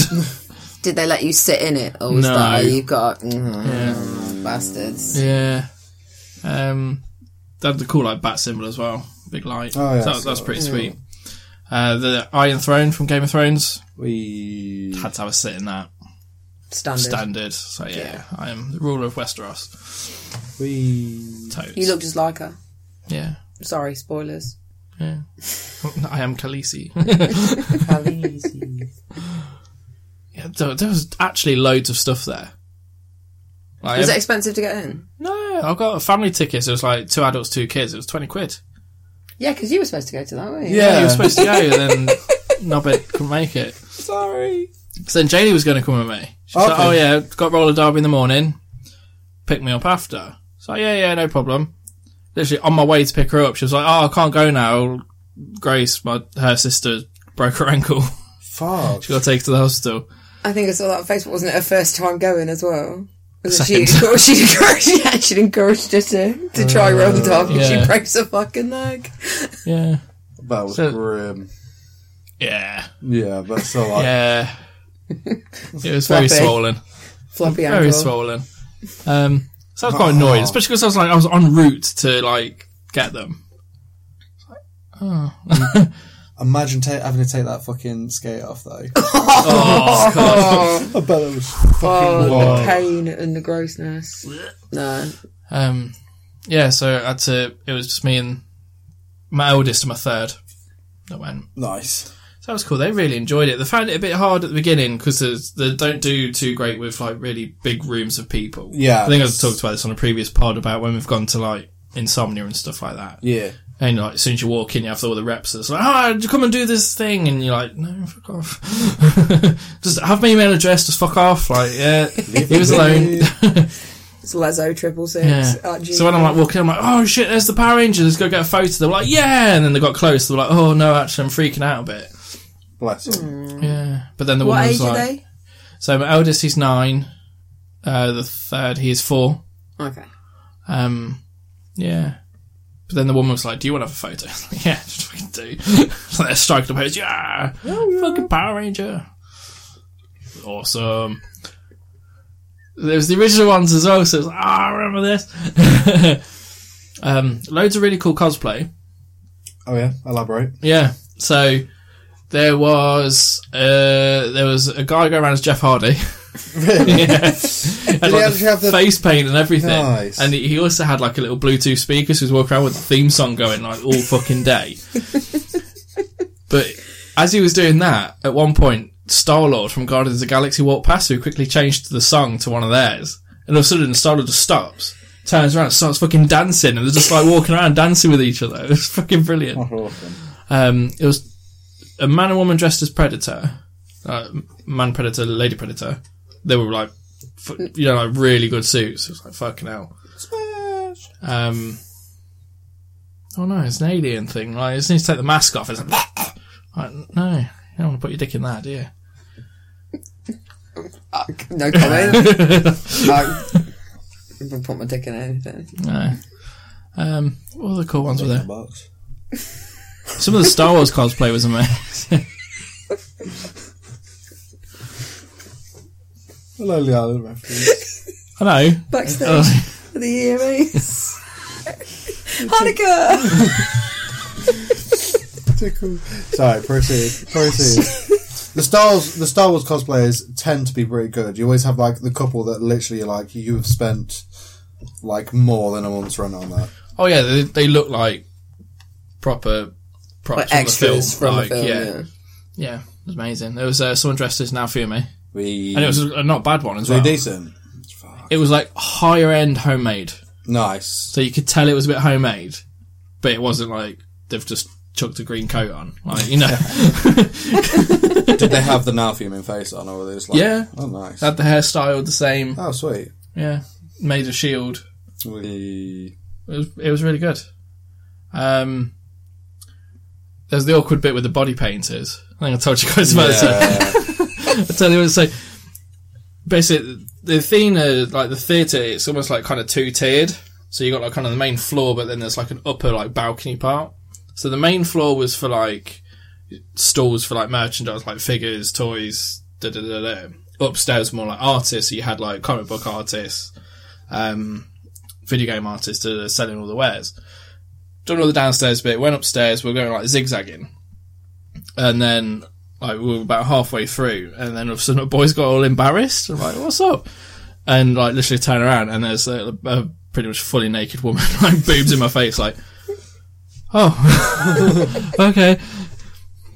[SPEAKER 4] Did they let you sit in it, or was
[SPEAKER 1] No.
[SPEAKER 4] that oh, you got mm, bastards?
[SPEAKER 1] yeah. Um, they had the cool like bat symbol as well, big light.
[SPEAKER 2] Oh, yeah,
[SPEAKER 1] So that,
[SPEAKER 2] I saw
[SPEAKER 1] that's
[SPEAKER 2] that.
[SPEAKER 1] pretty sweet. Uh, the Iron Throne from Game of Thrones
[SPEAKER 2] We.
[SPEAKER 1] had to have a sit in that
[SPEAKER 4] Standard.
[SPEAKER 1] standard. So yeah,
[SPEAKER 4] Yeah.
[SPEAKER 1] I am the ruler of Westeros.
[SPEAKER 2] We.
[SPEAKER 1] Totes.
[SPEAKER 4] You look just like her.
[SPEAKER 1] yeah.
[SPEAKER 4] Sorry, spoilers.
[SPEAKER 1] Yeah. I am Khaleesi. yeah, there, there was actually loads of stuff there. Like,
[SPEAKER 4] Was
[SPEAKER 1] ev-
[SPEAKER 4] it expensive to get in?
[SPEAKER 1] No, I got a family ticket. So it was like two adults, two kids. It was twenty quid.
[SPEAKER 4] Yeah, because you were supposed to go to that, weren't you?
[SPEAKER 1] Yeah, you
[SPEAKER 2] Yeah.
[SPEAKER 1] were supposed to go, and then Nobbit couldn't make it.
[SPEAKER 2] Sorry.
[SPEAKER 1] So then Janie was going to come with me. She was like,
[SPEAKER 2] Okay.
[SPEAKER 1] "Oh yeah, got roller derby in the morning. Pick me up after." So yeah, yeah, no problem. Literally on my way to pick her up, she was like, "Oh, I can't go now. Grace, my her sister broke her ankle.
[SPEAKER 2] Fuck.
[SPEAKER 1] She got to take her to the hospital."
[SPEAKER 4] I think I saw that on Facebook. Wasn't it her first time going as well? Was it she,
[SPEAKER 1] Second.
[SPEAKER 4] or she encouraged, yeah, she encouraged her to, to try roller derby.
[SPEAKER 1] yeah.
[SPEAKER 4] She breaks her fucking leg.
[SPEAKER 1] Yeah,
[SPEAKER 2] That was
[SPEAKER 1] So-
[SPEAKER 2] grim.
[SPEAKER 1] yeah,
[SPEAKER 2] Yeah, but so like,
[SPEAKER 1] yeah. it was very
[SPEAKER 4] Floppy.
[SPEAKER 1] swollen.
[SPEAKER 4] Floppy ankle.
[SPEAKER 1] very swollen. Um, so I was quite annoyed, especially because I was like I was en route to like get them.
[SPEAKER 2] Imagine ta- having to take that fucking skate off though.
[SPEAKER 1] Oh,
[SPEAKER 3] Oh,
[SPEAKER 2] I bet that was fucking
[SPEAKER 3] oh
[SPEAKER 2] wild.
[SPEAKER 3] the pain and the grossness. No.
[SPEAKER 1] Um, yeah, so I had to. It was just me and my oldest and my third that went.
[SPEAKER 2] Nice.
[SPEAKER 1] So that was cool. They really enjoyed it. They found it a bit hard at the beginning because they don't do too great with like really big rooms of people.
[SPEAKER 2] Yeah.
[SPEAKER 1] I think I've talked about this on a previous pod about when we've gone to like insomnia and stuff like that.
[SPEAKER 2] Yeah.
[SPEAKER 1] And like as soon as you walk in, you have all the reps that's like, "Ah, come and do this thing," and you're like, "No, fuck off. just have my email address. Just fuck off." Like, yeah, he was alone.
[SPEAKER 3] It's Lezo triple six.
[SPEAKER 1] Yeah.
[SPEAKER 4] Oh,
[SPEAKER 3] at
[SPEAKER 1] So when I'm like walking, I'm like, "Oh shit, there's the Power Ranger. Let's go get a photo." They were like, "Yeah," and then they got close. They were like, "Oh no, actually, I'm freaking out a bit."
[SPEAKER 2] Bless him.
[SPEAKER 1] Yeah. But then the
[SPEAKER 3] What
[SPEAKER 1] one was
[SPEAKER 3] age
[SPEAKER 1] like,
[SPEAKER 3] are they?
[SPEAKER 1] So my eldest is nine. Uh, the third he is four.
[SPEAKER 3] Okay.
[SPEAKER 1] Um, yeah. But then the woman was like, "Do you want to have a photo?" I was like, yeah, just fucking do. so they're striking the pose. Yeah, fucking Power Ranger. Awesome. There was the original ones as well, so it's like, ah, I remember this. um, loads of really cool cosplay.
[SPEAKER 2] Oh yeah. Elaborate.
[SPEAKER 1] Yeah. So there was uh, there was a guy going around as Jeff Hardy.
[SPEAKER 2] Really?
[SPEAKER 1] yeah. Had,
[SPEAKER 2] he
[SPEAKER 1] like,
[SPEAKER 2] actually have the-
[SPEAKER 1] face paint and everything.
[SPEAKER 2] Nice.
[SPEAKER 1] And he he also had like a little Bluetooth speaker, so he was walking around with the theme song going like all fucking day. but as he was doing that, at one point, Star Lord from Guardians of the Galaxy walked past, who quickly changed the song to one of theirs. And all of a sudden, Star Lord just stops, turns around, and starts fucking dancing, and they're just like walking around dancing with each other. It was fucking brilliant.
[SPEAKER 2] Awesome.
[SPEAKER 1] Um, it was a man and woman dressed as predator, uh, man predator, lady predator. They were like, f- you know, like really good suits. It was like fucking hell.
[SPEAKER 2] Smash.
[SPEAKER 1] Um, oh no, it's an alien thing. Like, it needs to take the mask off. It's like, like, no, you don't want to put your dick in that, do you?
[SPEAKER 3] Uh, no comment. uh, I'm gonna put my dick in anything.
[SPEAKER 1] No. Um, all the cool ones were there.
[SPEAKER 2] Box.
[SPEAKER 1] Some of the Star Wars cosplay was amazing.
[SPEAKER 2] A Lonely Island reference.
[SPEAKER 1] I know.
[SPEAKER 3] Backstage
[SPEAKER 1] Oh,
[SPEAKER 3] for the
[SPEAKER 4] eh?
[SPEAKER 3] EMAs. Hanukkah!
[SPEAKER 2] Tickle. Sorry. Proceed. Proceed. The Star Wars, the Star Wars cosplayers tend to be pretty good. You always have like the couple that literally are like you have spent like more than a month's run on that.
[SPEAKER 1] oh yeah, they, they look like proper props
[SPEAKER 3] Like extras from
[SPEAKER 1] from the film.
[SPEAKER 3] the film.
[SPEAKER 1] Like, yeah.
[SPEAKER 3] Yeah.
[SPEAKER 1] Yeah, it was amazing. There was uh, someone dressed as Naofumi,
[SPEAKER 2] We
[SPEAKER 1] and it was a not bad one as
[SPEAKER 2] pretty
[SPEAKER 1] well.
[SPEAKER 2] decent.
[SPEAKER 1] It was like higher end homemade,
[SPEAKER 2] Nice.
[SPEAKER 1] so you could tell it was a bit homemade, but it wasn't like they've just chucked a green coat on, like you know,
[SPEAKER 2] Did they have the now human face on, or were they just like,
[SPEAKER 1] Yeah.
[SPEAKER 2] oh nice,
[SPEAKER 1] had the hairstyle the same.
[SPEAKER 2] oh sweet.
[SPEAKER 1] Yeah, made a shield.
[SPEAKER 2] We
[SPEAKER 1] It was it was really good. Um, there's the awkward bit with the body painters. I think I told you guys about it.
[SPEAKER 2] yeah,
[SPEAKER 1] I tell you what, so basically the Athena, like the theatre, it's almost like kind of two tiered. So you got like kind of the main floor, but then there's like an upper like balcony part. So the main floor was for like stalls for like merchandise, like figures, toys, da da da da. Upstairs more like artists. So you had like comic book artists, um, video game artists da, da, da, selling all the wares. Done all the downstairs bit. Went upstairs. We we're going like zigzagging, and then like we were about halfway through, and then all of a sudden the boys got all embarrassed. I'm like, "What's up?" And like literally turn around, and there's a, a pretty much fully naked woman, like boobs in my face, like, "Oh, okay."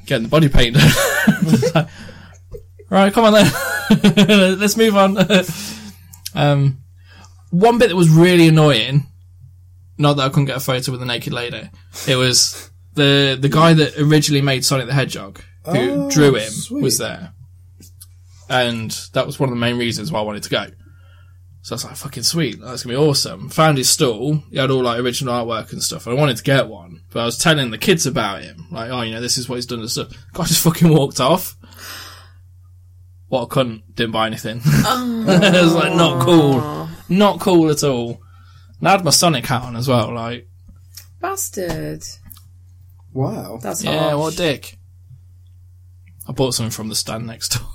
[SPEAKER 1] Getting the body paint. done. It's like, right, come on then. Let's move on. um, one bit that was really annoying. Not that I couldn't get a photo with a naked lady. It was the the guy that originally made Sonic the Hedgehog who
[SPEAKER 2] Oh,
[SPEAKER 1] drew him was
[SPEAKER 2] sweet.
[SPEAKER 1] there. And that was one of the main reasons why I wanted to go. So I was like, fucking sweet, that's gonna be awesome. Found his stall, he had all like original artwork and stuff, and I wanted to get one. But I was telling the kids about him, like, oh, you know, this is what he's done and stuff. God just fucking walked off. What a cunt, didn't buy anything. it was like, not cool. Not cool at all. And I had my Sonic hat on as well, like,
[SPEAKER 3] Bastard.
[SPEAKER 2] wow.
[SPEAKER 4] Oh,
[SPEAKER 3] That's
[SPEAKER 1] yeah,
[SPEAKER 3] harsh.
[SPEAKER 1] what a dick. I bought something from the stand next door.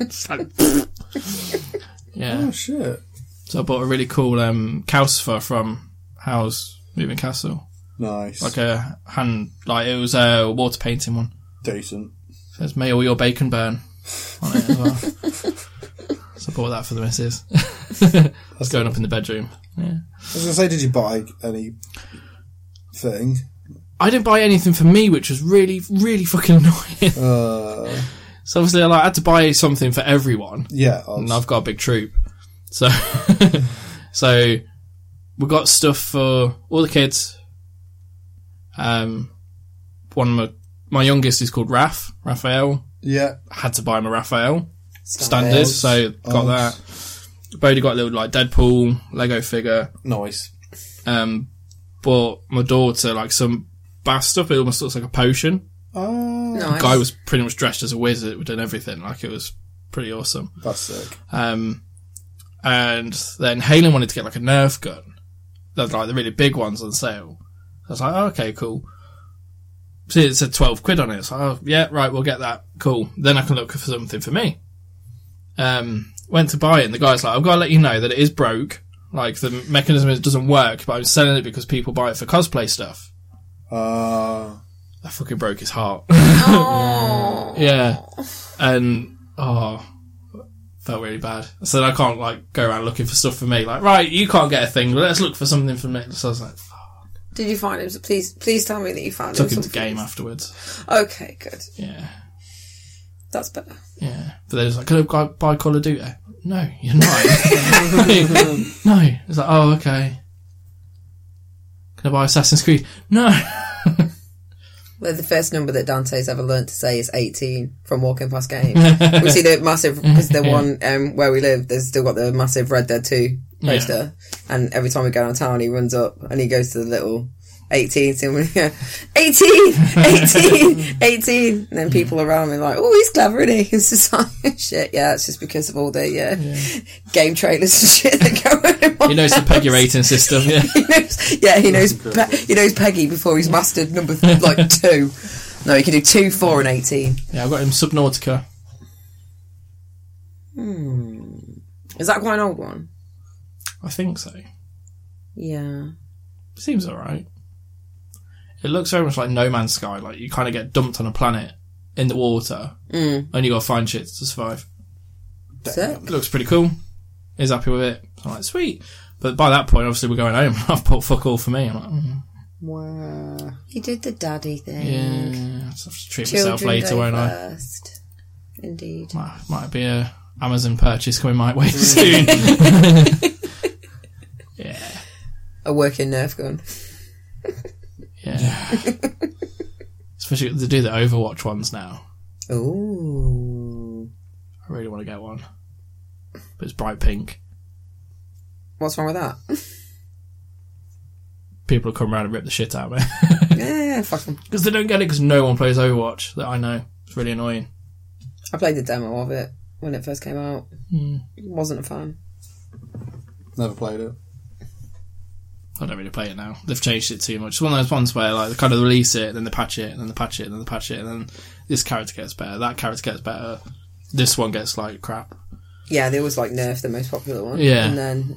[SPEAKER 1] It's like, yeah.
[SPEAKER 2] Oh shit.
[SPEAKER 1] So I bought a really cool um, calcifer from How's Moving Castle.
[SPEAKER 2] Nice.
[SPEAKER 1] like a hand, like it was a water painting one.
[SPEAKER 2] Decent.
[SPEAKER 1] Says may all your bacon burn on it as well. so I bought that for the missus. It's going up in the bedroom. Yeah.
[SPEAKER 2] I was gonna say, did you buy any thing?
[SPEAKER 1] I didn't buy anything for me, which was really, really fucking annoying.
[SPEAKER 2] Uh,
[SPEAKER 1] so obviously, I, like, had to buy something for everyone,
[SPEAKER 2] yeah. I
[SPEAKER 1] and
[SPEAKER 2] was-
[SPEAKER 1] I've got a big troop. So, so we got stuff for all the kids. Um, one of my, my youngest is called Raf Raphael.
[SPEAKER 2] Yeah.
[SPEAKER 1] I had to buy him a Raphael standard,
[SPEAKER 4] Standards.
[SPEAKER 1] so got that. Bodie got a little like Deadpool Lego figure.
[SPEAKER 2] Nice.
[SPEAKER 1] Um, but my daughter like some bath stuff. It almost looks like a potion.
[SPEAKER 2] Oh,
[SPEAKER 4] Nice.
[SPEAKER 1] guy was pretty much dressed as a wizard and everything. Like it was pretty awesome.
[SPEAKER 2] that's sick.
[SPEAKER 1] Um, and then Halen wanted to get like a Nerf gun. That's like the really big ones on sale. I was like, oh, okay, cool. See, it said twelve quid on it. So oh, yeah, right, we'll get that. Cool. Then I can look for something for me. Um, went to buy it, and the guy's like, I've got to let you know that it is broke. Like the mechanism is- doesn't work, but I'm selling it because people buy it for cosplay stuff.
[SPEAKER 2] Uh,
[SPEAKER 1] That fucking broke his heart. yeah. And, oh, felt really bad. So then I can't, like, go around looking for stuff for me. Like, right, you can't get a thing, but let's look for something for me. So I was like, fuck.
[SPEAKER 7] Did you find him? Please, please tell me that you found
[SPEAKER 1] took
[SPEAKER 7] him.
[SPEAKER 1] him to game afterwards.
[SPEAKER 7] Okay, good.
[SPEAKER 1] Yeah.
[SPEAKER 7] That's better.
[SPEAKER 1] Yeah. But they was like, can I buy- buy Call of Duty? No, you're not. no. It's like, oh, okay. Can I buy Assassin's Creed? No.
[SPEAKER 4] Well, the first number that Dante's ever learnt to say is 18 from walking past games. we see the massive, because the one um, where we live, there's still got the massive Red Dead 2 poster. And every time we go downtown, he runs up and he goes to the little 18 symbol. and he goes, 18, 18, 18. And then people around me are like, oh, he's clever, isn't he? It's just like, shit, yeah, it's just because of all the uh, game trailers and shit that go on.
[SPEAKER 1] He knows the Peggy rating system. Yeah.
[SPEAKER 4] He knows, yeah, he knows. Pe- he knows Peggy before he's mastered number like two. No, he can do two, four, and eighteen.
[SPEAKER 1] Yeah, I got him Subnautica.
[SPEAKER 4] Is that quite an old one?
[SPEAKER 1] I think so.
[SPEAKER 4] Yeah.
[SPEAKER 1] seems alright. It looks very much like No Man's Sky. Like you kind of get dumped on a planet in the water, mm. and you got to find shit to survive.
[SPEAKER 4] So,
[SPEAKER 1] It looks pretty cool. Is happy with it. So I'm like, sweet. But by that point, obviously, we're going home. I've put fuck all for me. I'm like, mm,
[SPEAKER 2] wow.
[SPEAKER 7] You did the daddy thing.
[SPEAKER 1] yeah, I'll just have to treat myself later, won't I?
[SPEAKER 7] first. Indeed.
[SPEAKER 1] Might, might be a Amazon purchase coming my way soon. yeah,
[SPEAKER 4] a working Nerf gun.
[SPEAKER 1] yeah. Especially they do the Overwatch ones now.
[SPEAKER 4] Ooh.
[SPEAKER 1] I really want to get one, but it's bright pink.
[SPEAKER 4] What's wrong with that?
[SPEAKER 1] people will come around and rip the shit out of me
[SPEAKER 4] yeah, fuck 'em.
[SPEAKER 1] because they don't get it because no one plays Overwatch that I know. It's really annoying.
[SPEAKER 4] I played the demo of it when it first came out.
[SPEAKER 1] Hmm.
[SPEAKER 4] Wasn't a fan.
[SPEAKER 2] Never played it.
[SPEAKER 1] I don't really play it now. They've changed it too much. It's one of those ones where like they kind of release it, then they patch it, and then they patch it, and then they patch it, and then this character gets better, that character gets better, this one gets like crap.
[SPEAKER 4] Yeah, they always like Nerf, the most popular one.
[SPEAKER 1] Yeah.
[SPEAKER 4] And then.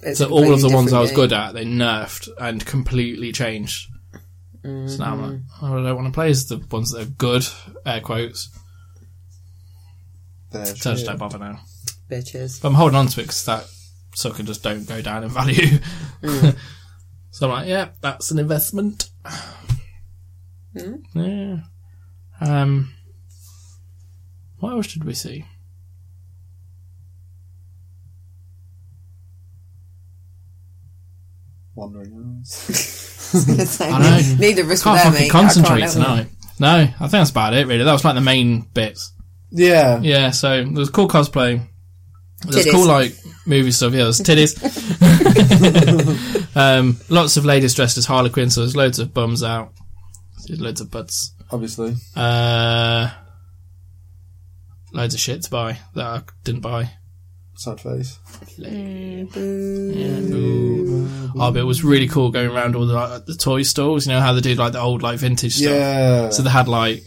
[SPEAKER 4] It's
[SPEAKER 1] So all of the ones I was good at, they nerfed and completely changed. So now I'm like, oh, what I don't want to play is the ones that are good, air quotes.
[SPEAKER 2] There,
[SPEAKER 1] So I just don't bother now.
[SPEAKER 4] Bitches.
[SPEAKER 1] But I'm holding on to it because that sucker just don't go down in value. so I'm like, yeah, that's an investment.
[SPEAKER 4] Hmm?
[SPEAKER 1] Yeah. Um. What else did we see?
[SPEAKER 2] Wandering eyes.
[SPEAKER 1] Mm. I know.
[SPEAKER 4] Neither of us were
[SPEAKER 1] Can't
[SPEAKER 4] there,
[SPEAKER 1] fucking
[SPEAKER 4] mate. I
[SPEAKER 1] concentrate
[SPEAKER 4] can't,
[SPEAKER 1] tonight. No, I think that's about it. Really, that was like the main bits.
[SPEAKER 2] Yeah.
[SPEAKER 1] Yeah. So there was cool cosplay. There's
[SPEAKER 4] Titties.
[SPEAKER 1] cool like movie stuff. Yeah, there's titties. um, lots of ladies dressed as Harlequin. So there's loads of bums out. There's loads of butts.
[SPEAKER 2] Obviously.
[SPEAKER 1] Uh, loads of shit to buy that I didn't buy.
[SPEAKER 2] Sad face.
[SPEAKER 1] Yeah, boo. Oh, but it was really cool going around all the like, the toy stores. You know how they do like the old like vintage stuff.
[SPEAKER 2] Yeah.
[SPEAKER 1] So they had like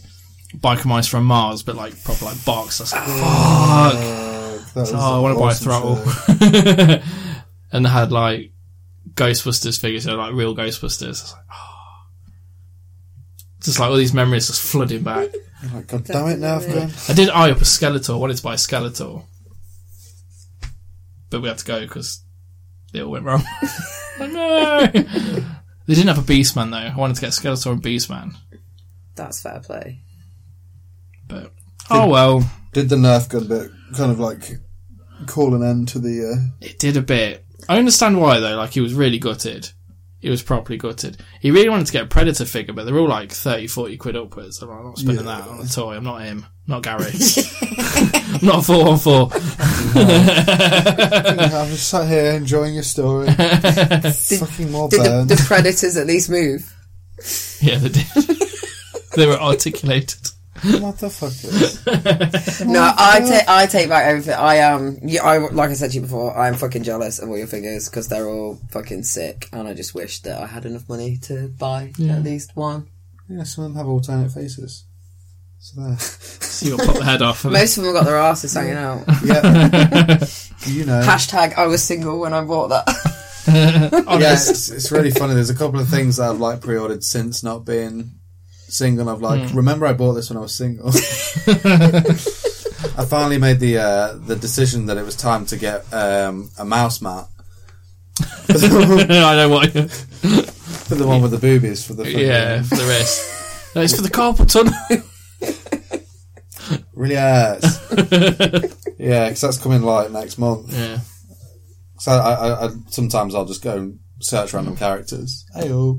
[SPEAKER 1] biker mice from Mars, but like proper like box. I was like, fuck.
[SPEAKER 2] Fuck. Uh, That was
[SPEAKER 1] Oh, I want to buy a
[SPEAKER 2] awesome
[SPEAKER 1] throttle.
[SPEAKER 2] shit.
[SPEAKER 1] and they had like Ghostbusters figures, so like real Ghostbusters. I was like, oh. just like all these memories just flooding back.
[SPEAKER 2] Like, God damn it, now I've gone.
[SPEAKER 1] I did eye up a Skeletor. I wanted to buy a Skeletor, but we had to go because it all went wrong. Like, no, they didn't have a Beastman though. I wanted to get Skeletor and Beastman,
[SPEAKER 8] That's fair play.
[SPEAKER 1] but oh well.
[SPEAKER 2] Did the Nerf gun bit kind of like call an end to the. Uh,
[SPEAKER 1] It did a bit. I understand why though. Like he was really gutted. He was properly gutted. He really wanted to get a Predator figure, but they're all like 30, 40 quid upwards. I'm, like, I'm not spending
[SPEAKER 2] Yeah.
[SPEAKER 1] that on a toy. I'm not him. I'm not Gary. I'm not four on four.
[SPEAKER 2] I'm just sat here enjoying your story. Fucking more
[SPEAKER 4] Did the,
[SPEAKER 2] burn.
[SPEAKER 4] the predators at least move?
[SPEAKER 1] Yeah, they did. they were articulated.
[SPEAKER 2] Motherfuckers.
[SPEAKER 4] No, I take I take back everything. I am um, I like I said to you before. I am fucking jealous of all your figures because they're all fucking sick, and I just wish that I had enough money to buy
[SPEAKER 1] Yeah.
[SPEAKER 4] at least one.
[SPEAKER 2] Yeah, some of them have alternate faces. So there.
[SPEAKER 1] So you got pop the head off. And
[SPEAKER 4] Most of them got their asses hanging out.
[SPEAKER 2] Yeah. you know.
[SPEAKER 4] Hashtag I was single when I bought that.
[SPEAKER 2] Yes, it's, it's really funny. There's a couple of things that I've like pre-ordered since not being single. And I've like,
[SPEAKER 4] Hmm.
[SPEAKER 2] remember I bought this when I was single. I finally made the uh, the decision that it was time to get um, a mouse mat
[SPEAKER 1] I know what.
[SPEAKER 2] for the one with the boobies for the fucking-
[SPEAKER 1] Yeah, for the rest. No, it's for the carpal tunnel.
[SPEAKER 2] really hurts. yeah, because that's coming like next month.
[SPEAKER 1] yeah.
[SPEAKER 2] So I, I, I sometimes I'll just go and search
[SPEAKER 1] Mm.
[SPEAKER 2] random characters.
[SPEAKER 1] oh.
[SPEAKER 2] Heyo,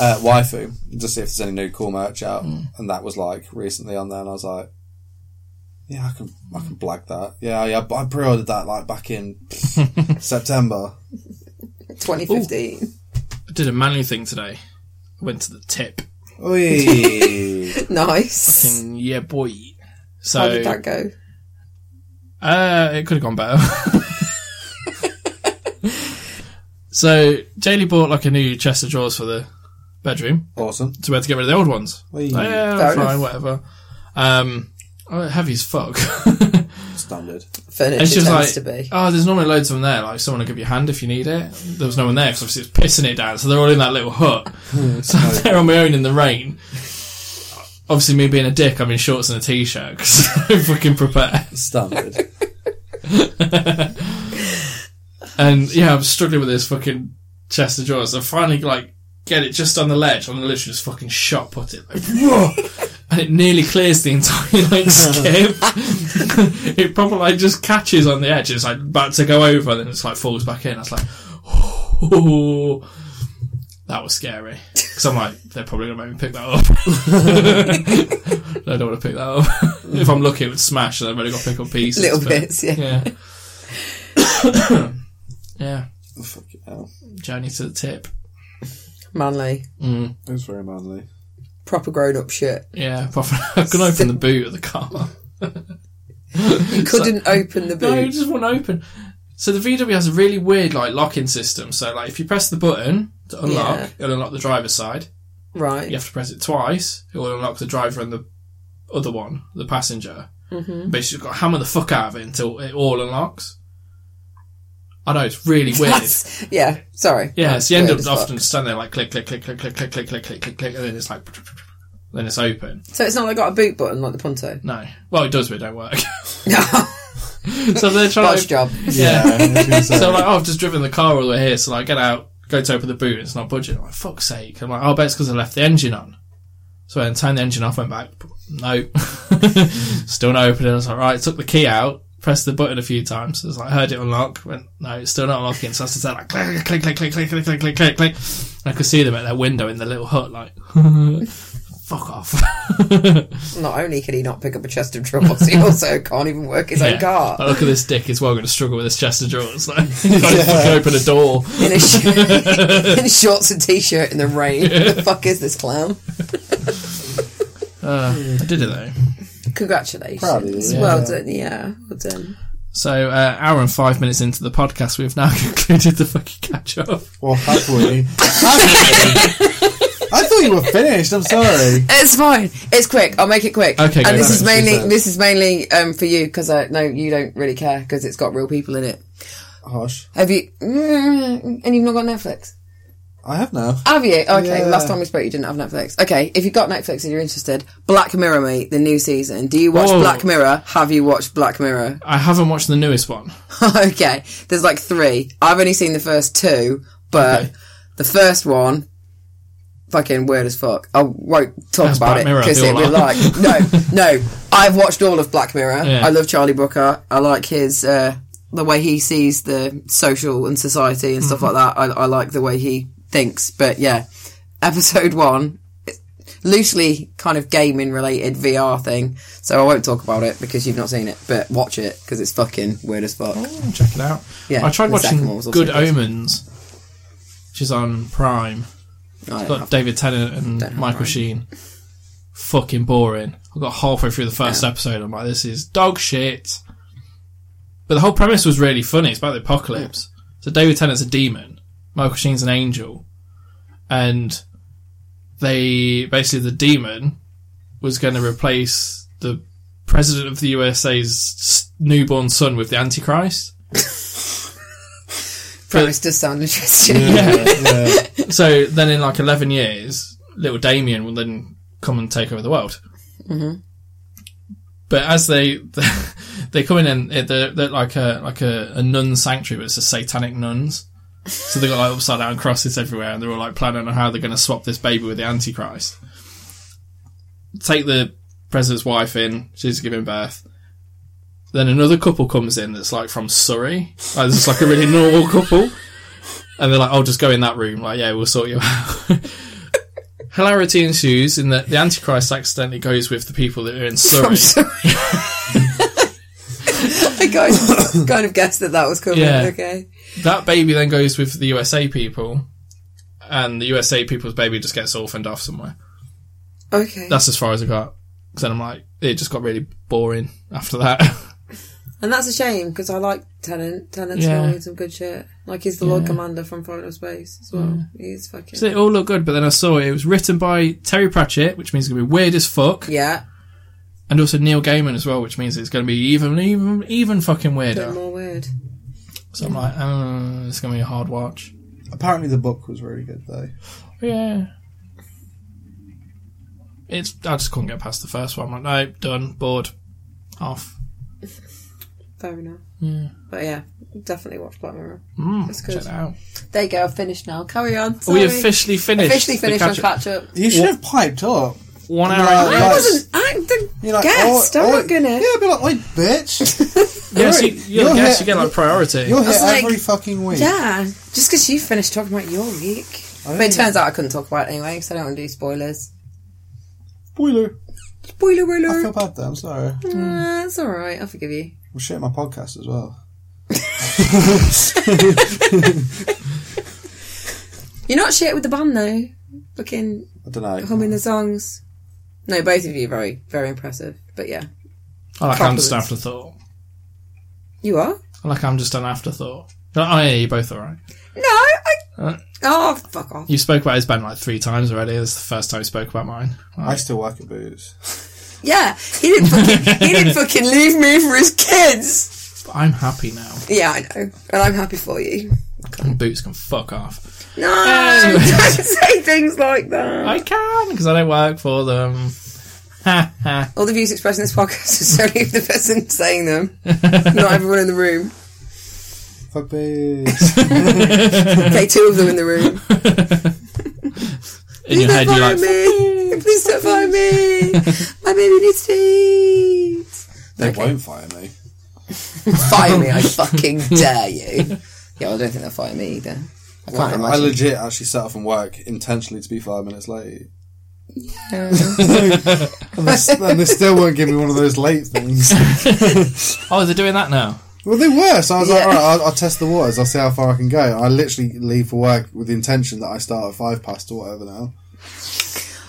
[SPEAKER 2] uh, waifu, just see if there's any new cool merch out.
[SPEAKER 1] Mm.
[SPEAKER 2] And that was like recently on there, and I was like, yeah, I can I can blag that. Yeah, yeah, but I pre-ordered that like back in September.
[SPEAKER 4] 2015.
[SPEAKER 1] I did a manly thing today. I went to the tip.
[SPEAKER 2] Oi,
[SPEAKER 4] Nice.
[SPEAKER 1] And yeah, boy. So
[SPEAKER 4] How did that go?
[SPEAKER 1] Uh, it could have gone better. so Jaylee bought like a new chest of drawers for the bedroom,
[SPEAKER 2] awesome.
[SPEAKER 1] so we had to get rid of the old ones.
[SPEAKER 2] Wee.
[SPEAKER 1] Like, Oh, yeah,
[SPEAKER 4] Mm, Fair
[SPEAKER 1] fine,
[SPEAKER 4] enough.
[SPEAKER 1] whatever. Um, oh, heavy as fuck.
[SPEAKER 2] Standard.
[SPEAKER 4] Furniture
[SPEAKER 1] and she
[SPEAKER 4] tends
[SPEAKER 1] was like,
[SPEAKER 4] to be.
[SPEAKER 1] "Oh, there's normally loads of them there. Like, someone will give you a hand if you need it." There was no one there because obviously it's pissing it down, so they're all in that little hut.
[SPEAKER 4] Hmm,
[SPEAKER 1] so I'm there on my own in the rain. Obviously, me being a dick, I'm in shorts and a t-shirt because I'm fucking prepared.
[SPEAKER 2] Standard.
[SPEAKER 1] And yeah, I'm struggling with this fucking chest of drawers. I finally like get it just on the ledge. I'm literally just fucking shot put it, like, whoa! and it nearly clears the entire like skip. it probably like just catches on the edge. It's like about to go over, and then it's like falls back in. I was like, oh, that was scary. Because I'm like, they're probably gonna make me pick that up. I don't want to pick that up. if I'm lucky, it would smash, and I've only got to pick up pieces.
[SPEAKER 4] Little
[SPEAKER 1] but-
[SPEAKER 4] bits, yeah.
[SPEAKER 1] yeah. yeah.
[SPEAKER 2] Fucking Oh, hell.
[SPEAKER 1] Journey to the tip.
[SPEAKER 4] Manly.
[SPEAKER 2] It was very manly.
[SPEAKER 4] Proper grown up shit.
[SPEAKER 1] Yeah. Apart from, I couldn't open the boot of the car.
[SPEAKER 4] You couldn't open the boot.
[SPEAKER 1] No, it just won't open. So the VW has a really weird like locking system. So like if you press the button to unlock,
[SPEAKER 4] Yeah.
[SPEAKER 1] it'll unlock the driver's side.
[SPEAKER 4] right.
[SPEAKER 1] You have to press it twice. It will unlock the driver and the other one, the passenger. Mm-hmm. But you've got to hammer the fuck out of it until it all unlocks. I know it's really weird.
[SPEAKER 4] That's, yeah, sorry.
[SPEAKER 1] Yeah,
[SPEAKER 4] That's
[SPEAKER 1] so you end
[SPEAKER 4] weird
[SPEAKER 1] up
[SPEAKER 4] as fuck.
[SPEAKER 1] often standing there like click, click, click, click, click, click, click, click, click, click, click, and then it's like, then it's open.
[SPEAKER 4] So it's not like got a boot button like the Punto.
[SPEAKER 1] No, well it does, but it don't work.
[SPEAKER 4] No,
[SPEAKER 1] so they're trying.
[SPEAKER 4] bodge
[SPEAKER 1] To,
[SPEAKER 4] job.
[SPEAKER 1] yeah. So
[SPEAKER 2] so
[SPEAKER 1] I'm like, oh, I've just driven the car all the way here, so like, get out, go to open the boot, and it's not budging. I'm like, fuck's sake! I'm like, oh, I bet it's because I left the engine on. So I then turned the engine off, went back. No, still not opening. I was like, right, took the key out. Pressed the button a few times. I was like, heard it unlock. Went, no, it's still not unlocking. So I just said like, click, click, click, click, click, click, click, click, click, click. And I could see them at their window in the little hut, like, fuck off.
[SPEAKER 4] Not only can he not pick up a chest of drawers, he also can't even work his own
[SPEAKER 1] Yeah.
[SPEAKER 4] car.
[SPEAKER 1] Like, look at this dick as well. Going to struggle with this chest of drawers. Like, can't even fucking open a door.
[SPEAKER 4] In, a sh- in shorts and t-shirt in the rain. Who the fuck is this clown?
[SPEAKER 1] Uh, I did it though.
[SPEAKER 4] Congratulations.
[SPEAKER 2] Proud of you,
[SPEAKER 4] Well
[SPEAKER 2] yeah.
[SPEAKER 4] done, yeah. Well done.
[SPEAKER 1] So, uh, hour and five minutes into the podcast, we have now concluded the fucking catch up.
[SPEAKER 2] well, have we? Have we? I thought you were finished. I'm sorry.
[SPEAKER 4] It's fine. It's quick. I'll make it quick.
[SPEAKER 1] Okay, go
[SPEAKER 4] And this
[SPEAKER 1] for
[SPEAKER 4] is
[SPEAKER 1] it.
[SPEAKER 2] Just, uh,
[SPEAKER 4] mainly this is mainly um, for you because I no you don't really care because it's got real people in it.
[SPEAKER 2] Harsh.
[SPEAKER 4] Have you? Mm, and you've not got Netflix.
[SPEAKER 2] I have now.
[SPEAKER 4] Have you? Okay,
[SPEAKER 2] Yeah.
[SPEAKER 4] last time we spoke, you didn't have Netflix. Okay, if you've got Netflix and you're interested, Black Mirror, mate, the new season. Do you watch
[SPEAKER 1] Whoa.
[SPEAKER 4] Black Mirror? Have you watched Black Mirror?
[SPEAKER 1] I haven't watched the newest one.
[SPEAKER 4] okay, there's like three. I've only seen the first two, but
[SPEAKER 1] Okay.
[SPEAKER 4] the first one, fucking weird as fuck. I won't talk
[SPEAKER 1] That's Black
[SPEAKER 4] about it
[SPEAKER 1] Mirror, I
[SPEAKER 4] because
[SPEAKER 1] feel
[SPEAKER 4] it would like
[SPEAKER 1] like.
[SPEAKER 4] no, no. I've watched all of Black Mirror.
[SPEAKER 1] Yeah.
[SPEAKER 4] I love Charlie Brooker. I like his uh, the way he sees the social and society and
[SPEAKER 1] Mm-hmm.
[SPEAKER 4] stuff like that. I, I like the way he thinks. But yeah, episode one. it's Loosely kind of gaming related VR thing, so I won't talk about it because you've not seen it. But watch it because it's fucking weird as fuck.
[SPEAKER 1] Check it out.
[SPEAKER 4] Yeah,
[SPEAKER 1] I tried
[SPEAKER 4] the second
[SPEAKER 1] watching
[SPEAKER 4] one was also
[SPEAKER 1] Good
[SPEAKER 4] good.
[SPEAKER 1] Omens, which is on Prime.
[SPEAKER 4] I don't
[SPEAKER 1] Got David Tennant and Michael Sheen. Fucking boring. I got halfway through the first episode. I'm like, this is dog shit. But the whole premise was really funny. It's about the apocalypse. So David Tennant's a demon. Michael Sheen's an angel, and they basically the demon was going to replace the president of the USA's s- newborn son with the Antichrist.
[SPEAKER 4] premise does sound interesting.
[SPEAKER 1] so then in like 11 years little damien will then come and take over the world mm-hmm. but as they they come in and it- they're, they're like a like a, a nun sanctuary but it's a satanic nuns so they've got like upside down crosses everywhere and they're all like planning on how they're going to swap this baby with the antichrist take the president's wife in she's giving birth then another couple comes in that's like from surrey like, it's like a really normal couple and they're like, "I'll just go in that room." Like, yeah, we'll sort you out. Hilarity ensues in that the Antichrist accidentally goes with the people that are in Surrey.
[SPEAKER 4] I'm sorry. I kind of, kind of guessed that that was coming.
[SPEAKER 1] Yeah.
[SPEAKER 4] Okay.
[SPEAKER 1] that baby then goes with the USA people, and the USA people's baby just gets orphaned off somewhere.
[SPEAKER 4] Okay.
[SPEAKER 1] That's as far as I got. 'Cause then I'm like, it just got really boring after that.
[SPEAKER 9] And that's a shame because I like Tennant. Tennant's
[SPEAKER 1] Yeah.
[SPEAKER 9] yeah. some good shit. Like he's the Lord Commander from Final Space as well.
[SPEAKER 1] Mm.
[SPEAKER 9] He's fucking.
[SPEAKER 1] so it all looked good, but then I saw it. It was written by Terry Pratchett, which means it's gonna be weird as fuck,
[SPEAKER 4] yeah.
[SPEAKER 1] and also Neil Gaiman as well, which means it's gonna be even, even, even fucking
[SPEAKER 9] bit
[SPEAKER 1] weirder.
[SPEAKER 9] more weird.
[SPEAKER 1] So I'm like, oh, it's gonna be a hard watch.
[SPEAKER 2] Apparently, the book was really good though.
[SPEAKER 1] Yeah. It's I just couldn't get past the first one. I'm like, no, done, bored, off.
[SPEAKER 9] Fair enough.
[SPEAKER 1] Yeah.
[SPEAKER 9] But yeah, definitely watch Black Mirror.
[SPEAKER 1] Mm,
[SPEAKER 9] That's
[SPEAKER 1] check
[SPEAKER 9] good.
[SPEAKER 1] that out.
[SPEAKER 9] There you go. I've finished now. Carry on.
[SPEAKER 1] We
[SPEAKER 9] Sorry.
[SPEAKER 1] officially Oh, finished.
[SPEAKER 9] officially
[SPEAKER 1] the
[SPEAKER 9] finished on
[SPEAKER 1] catch-up.
[SPEAKER 9] catch up.
[SPEAKER 2] You should have piped up.
[SPEAKER 1] One hour. and
[SPEAKER 2] No, no.
[SPEAKER 1] eight.
[SPEAKER 9] I
[SPEAKER 2] Nice.
[SPEAKER 9] wasn't. I'm the
[SPEAKER 2] You're like,
[SPEAKER 9] guest.
[SPEAKER 2] oh,
[SPEAKER 9] I'm
[SPEAKER 2] oh,
[SPEAKER 9] not gonna.
[SPEAKER 2] Yeah, be like, wait, bitch.
[SPEAKER 1] Yeah, so
[SPEAKER 2] You're-
[SPEAKER 1] you you're the
[SPEAKER 2] you're
[SPEAKER 1] guest, you
[SPEAKER 2] here-
[SPEAKER 1] get like priority.
[SPEAKER 2] You're here
[SPEAKER 9] was like-
[SPEAKER 2] every fucking week.
[SPEAKER 9] Yeah, just because you finished talking about your week.
[SPEAKER 4] But it turns out I couldn't talk about it anyway, so I don't want to do spoilers.
[SPEAKER 2] Spoiler.
[SPEAKER 9] Spoiler
[SPEAKER 2] I
[SPEAKER 9] alert.
[SPEAKER 2] feel bad though. I'm sorry.
[SPEAKER 9] Nah, it's all right. I'll forgive you.
[SPEAKER 2] I'm shitting my podcast as well.
[SPEAKER 9] You're not shit with the band though. Fucking
[SPEAKER 2] I don't know.
[SPEAKER 9] humming the songs.
[SPEAKER 4] No, both of you very, very impressive. But yeah,
[SPEAKER 1] I like I'm just an
[SPEAKER 4] compliments.
[SPEAKER 1] afterthought.
[SPEAKER 9] You are?
[SPEAKER 1] I like I'm just an afterthought. You're like, oh yeah, you're both alright.
[SPEAKER 9] No, I.
[SPEAKER 1] Uh.
[SPEAKER 9] oh, fuck off.
[SPEAKER 1] You spoke about his band like three times already. This is the first time you spoke about mine.
[SPEAKER 2] I still work at Boots.
[SPEAKER 9] Yeah, he didn't fucking he didn't fucking leave me for his kids.
[SPEAKER 1] But I'm happy now.
[SPEAKER 9] Yeah, I know, and I'm happy for you.
[SPEAKER 1] And boots can fuck off.
[SPEAKER 9] No,
[SPEAKER 1] Hey.
[SPEAKER 9] don't say things like that.
[SPEAKER 1] I can because I don't work for them. Ha ha.
[SPEAKER 4] all the views expressed in this podcast is only of the person saying them, not everyone in the room.
[SPEAKER 2] Fuck Boots.
[SPEAKER 4] Okay, two of them in the room.
[SPEAKER 1] In your head, you're like,
[SPEAKER 4] me. Please don't find me. My baby needs feet.
[SPEAKER 2] they won't fire me.
[SPEAKER 4] Fire me! I fucking dare you. Yeah, well, I don't think they'll fire me either. I can't
[SPEAKER 2] I
[SPEAKER 4] imagine.
[SPEAKER 2] legit actually set off from work intentionally to be five minutes late. and, they, s- and they still won't give me one of those late things.
[SPEAKER 1] oh, they're doing that now.
[SPEAKER 2] Well, they were. So I was like,
[SPEAKER 4] Yeah.
[SPEAKER 2] all right, I'll, I'll test the waters. I'll see how far I can go. I literally leave for work with the intention that I start at five past or whatever now.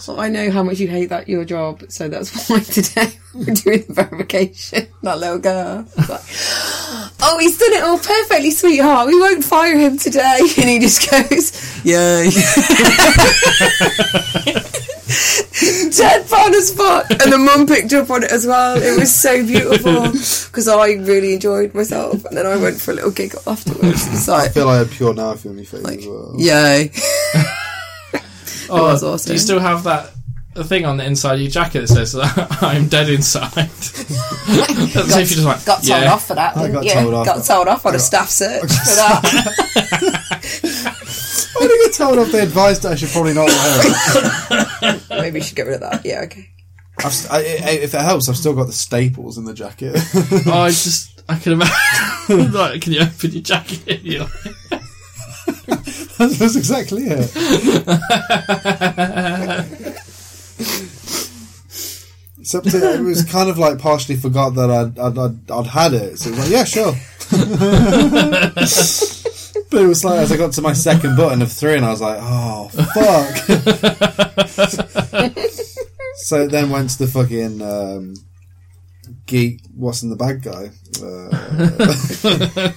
[SPEAKER 4] Well, I know how much you hate that your job, so that's why today we're doing the verification. That little girl. It's like, oh, he's done it all perfectly, sweetheart. We won't fire him today. And he just goes, yay. ten pound a spot, and the mum picked up on it as well. It was so beautiful because I really enjoyed myself, and then I went for a little giggle afterwards. It's
[SPEAKER 2] I
[SPEAKER 4] like,
[SPEAKER 2] feel like a pure knife in my face
[SPEAKER 4] like,
[SPEAKER 2] as well.
[SPEAKER 4] yay!
[SPEAKER 1] Oh,
[SPEAKER 4] was awesome.
[SPEAKER 1] Do you still have that thing on the inside of your jacket that says "I'm dead inside"? That's if you just like
[SPEAKER 10] got told
[SPEAKER 1] yeah.
[SPEAKER 10] off for that.
[SPEAKER 2] I
[SPEAKER 10] didn't
[SPEAKER 2] got
[SPEAKER 10] you?
[SPEAKER 2] told off.
[SPEAKER 10] Got told off on a staff search for that.
[SPEAKER 2] I think I told off the advice that I should probably not wear. it.
[SPEAKER 4] Maybe we should get rid of that. Yeah, okay.
[SPEAKER 2] I've, st- I, I, if it helps, I've still got the staples in the jacket.
[SPEAKER 1] Oh, I just I can imagine. like, can you open your jacket? You're like,
[SPEAKER 2] That's exactly it. Except it was kind of like partially forgot that I'd, I'd, I'd, I'd had it. So it was like, yeah, sure. but it was like, as I got to my second button of three, and I was like, oh, fuck. so it then went to the fucking um, geek, what's in the bag guy. Uh,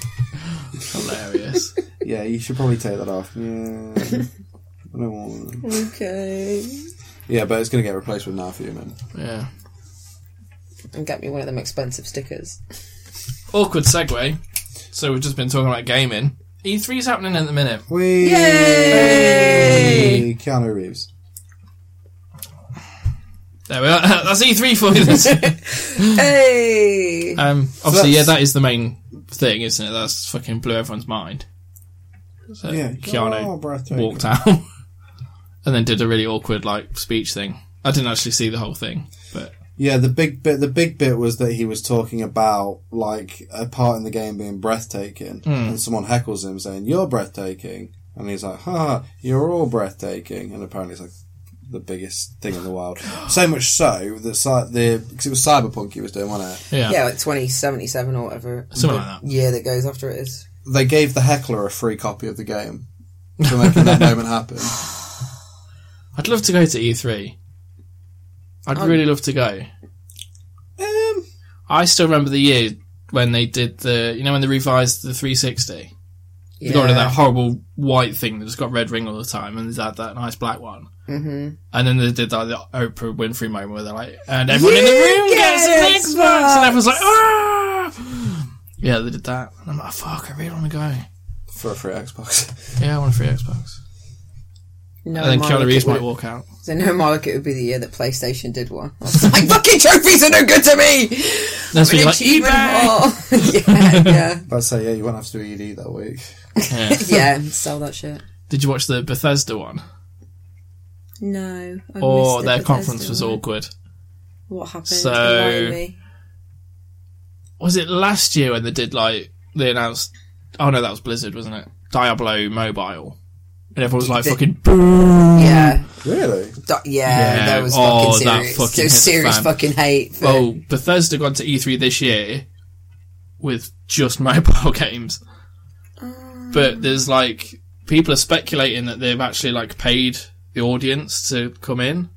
[SPEAKER 1] hilarious.
[SPEAKER 2] yeah, you should probably take that off. Yeah. I don't want it.
[SPEAKER 4] Okay.
[SPEAKER 2] Yeah, but it's going to get replaced with now for you, man.
[SPEAKER 1] Yeah.
[SPEAKER 4] And get me one of them expensive stickers.
[SPEAKER 1] Awkward segue. So we've just been talking about gaming. E3 is happening at the minute.
[SPEAKER 2] We
[SPEAKER 4] Yay!
[SPEAKER 2] Keanu Reeves.
[SPEAKER 1] There we are. That's E3 for you. then.
[SPEAKER 4] Hey!
[SPEAKER 1] um, obviously,
[SPEAKER 2] that's-
[SPEAKER 1] yeah, that is the main thing, isn't it? That's fucking blew everyone's mind. So
[SPEAKER 2] Yeah,
[SPEAKER 1] Keanu
[SPEAKER 2] Oh, breathtaking.
[SPEAKER 1] walked out and then did a really awkward like speech thing. I didn't actually see the whole thing, but
[SPEAKER 2] Yeah, the big bit. The big bit was that he was talking about like a part in the game being breathtaking, and someone heckles him saying, "You're breathtaking," and he's like, "Ha, "Ha, you're all breathtaking," and apparently it's like the biggest thing in the world. so much so that cy- the because it was Cyberpunk he was doing, wasn't it?
[SPEAKER 1] yeah,
[SPEAKER 4] Yeah, like 2077 or whatever.
[SPEAKER 1] something like that.
[SPEAKER 4] Yeah, that goes after it is.
[SPEAKER 2] They gave the heckler a free copy of the game for making that moment happen.
[SPEAKER 1] I'd love to go to E3. I'd
[SPEAKER 4] Oh.
[SPEAKER 1] really love to go.
[SPEAKER 2] Um,
[SPEAKER 1] I still remember the year when they did the, you know, when they revised the 360. They got rid of that horrible white thing that just got red ring all the time, and they had that nice black one.
[SPEAKER 4] Mm-hmm.
[SPEAKER 1] And then they did like the Oprah Winfrey moment where they're like, and everyone in the room gets
[SPEAKER 4] get
[SPEAKER 1] an Xbox, and everyone's like, ah. Yeah, they did that. And I'm like, fuck, I really want to go.
[SPEAKER 2] for a free Xbox.
[SPEAKER 1] Yeah, I want a free Xbox.
[SPEAKER 4] No,
[SPEAKER 1] And then
[SPEAKER 4] my
[SPEAKER 1] Keanu
[SPEAKER 4] luck
[SPEAKER 1] Reeves
[SPEAKER 4] it would-
[SPEAKER 1] might walk out.
[SPEAKER 4] So no, my luck, it would be the year that PlayStation did one. I was like, fucking trophies are no good to me.
[SPEAKER 1] That's
[SPEAKER 4] An
[SPEAKER 1] when you're like,
[SPEAKER 4] achievement
[SPEAKER 1] eBay!
[SPEAKER 4] hall. yeah, yeah,
[SPEAKER 2] But I'd say, yeah, you won't have to do ED that week.
[SPEAKER 1] Yeah.
[SPEAKER 4] yeah. Sell that shit.
[SPEAKER 1] Did you watch the Bethesda one?
[SPEAKER 10] No. I
[SPEAKER 1] Or
[SPEAKER 10] missed it,
[SPEAKER 1] their
[SPEAKER 10] but
[SPEAKER 1] conference
[SPEAKER 10] there's
[SPEAKER 1] was
[SPEAKER 10] the-
[SPEAKER 1] awkward.
[SPEAKER 10] What happened?
[SPEAKER 1] So-
[SPEAKER 10] Enlighten me.
[SPEAKER 1] Was it last year when they did like they announced? Oh no, that was Blizzard, wasn't it? Diablo Mobile, and everyone was like, "Fucking boo!"
[SPEAKER 4] Yeah,
[SPEAKER 2] Really?
[SPEAKER 4] Do- yeah,
[SPEAKER 1] Yeah,
[SPEAKER 4] There was
[SPEAKER 1] oh,
[SPEAKER 4] fucking
[SPEAKER 1] that fucking
[SPEAKER 4] serious, there was
[SPEAKER 1] hit the
[SPEAKER 4] serious
[SPEAKER 1] fan. Oh.
[SPEAKER 4] fucking hate. For,
[SPEAKER 1] Well, Bethesda got to E3 this year with just mobile games,
[SPEAKER 4] Um,
[SPEAKER 1] but there's like people are speculating that they've actually like paid the audience to come in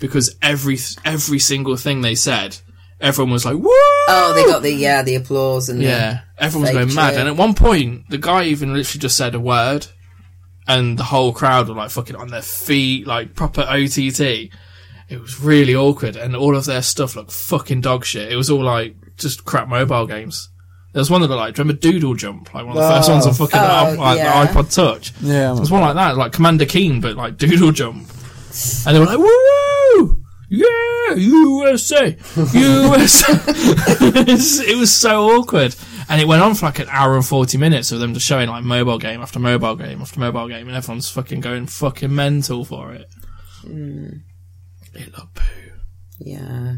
[SPEAKER 1] because every every single thing they said, everyone was like, "Woo!"
[SPEAKER 4] oh, they got the yeah, the applause and
[SPEAKER 1] Yeah, everyone's
[SPEAKER 4] Fake
[SPEAKER 1] going mad.
[SPEAKER 4] shit.
[SPEAKER 1] And at one point, the guy even literally just said a word, and the whole crowd were like fucking on their feet, like proper OTT. It was really awkward, and all of their stuff looked fucking dog shit. It was all like just crap mobile games. There was one that looked like, do you remember Doodle Jump? Like one of the first ones on fucking
[SPEAKER 4] Oh,
[SPEAKER 1] iP- like, the
[SPEAKER 4] yeah.
[SPEAKER 1] iPod Touch.
[SPEAKER 2] Yeah.
[SPEAKER 1] There was one like that, like Commander Keen, but like Doodle Jump. And they were like, woo! Yeah, USA! USA! it was so awkward. And it went on for like an hour and 40 minutes of them just showing like mobile game after mobile game after mobile game, and everyone's fucking going fucking mental for it. Hmm. It looked poo.
[SPEAKER 4] yeah.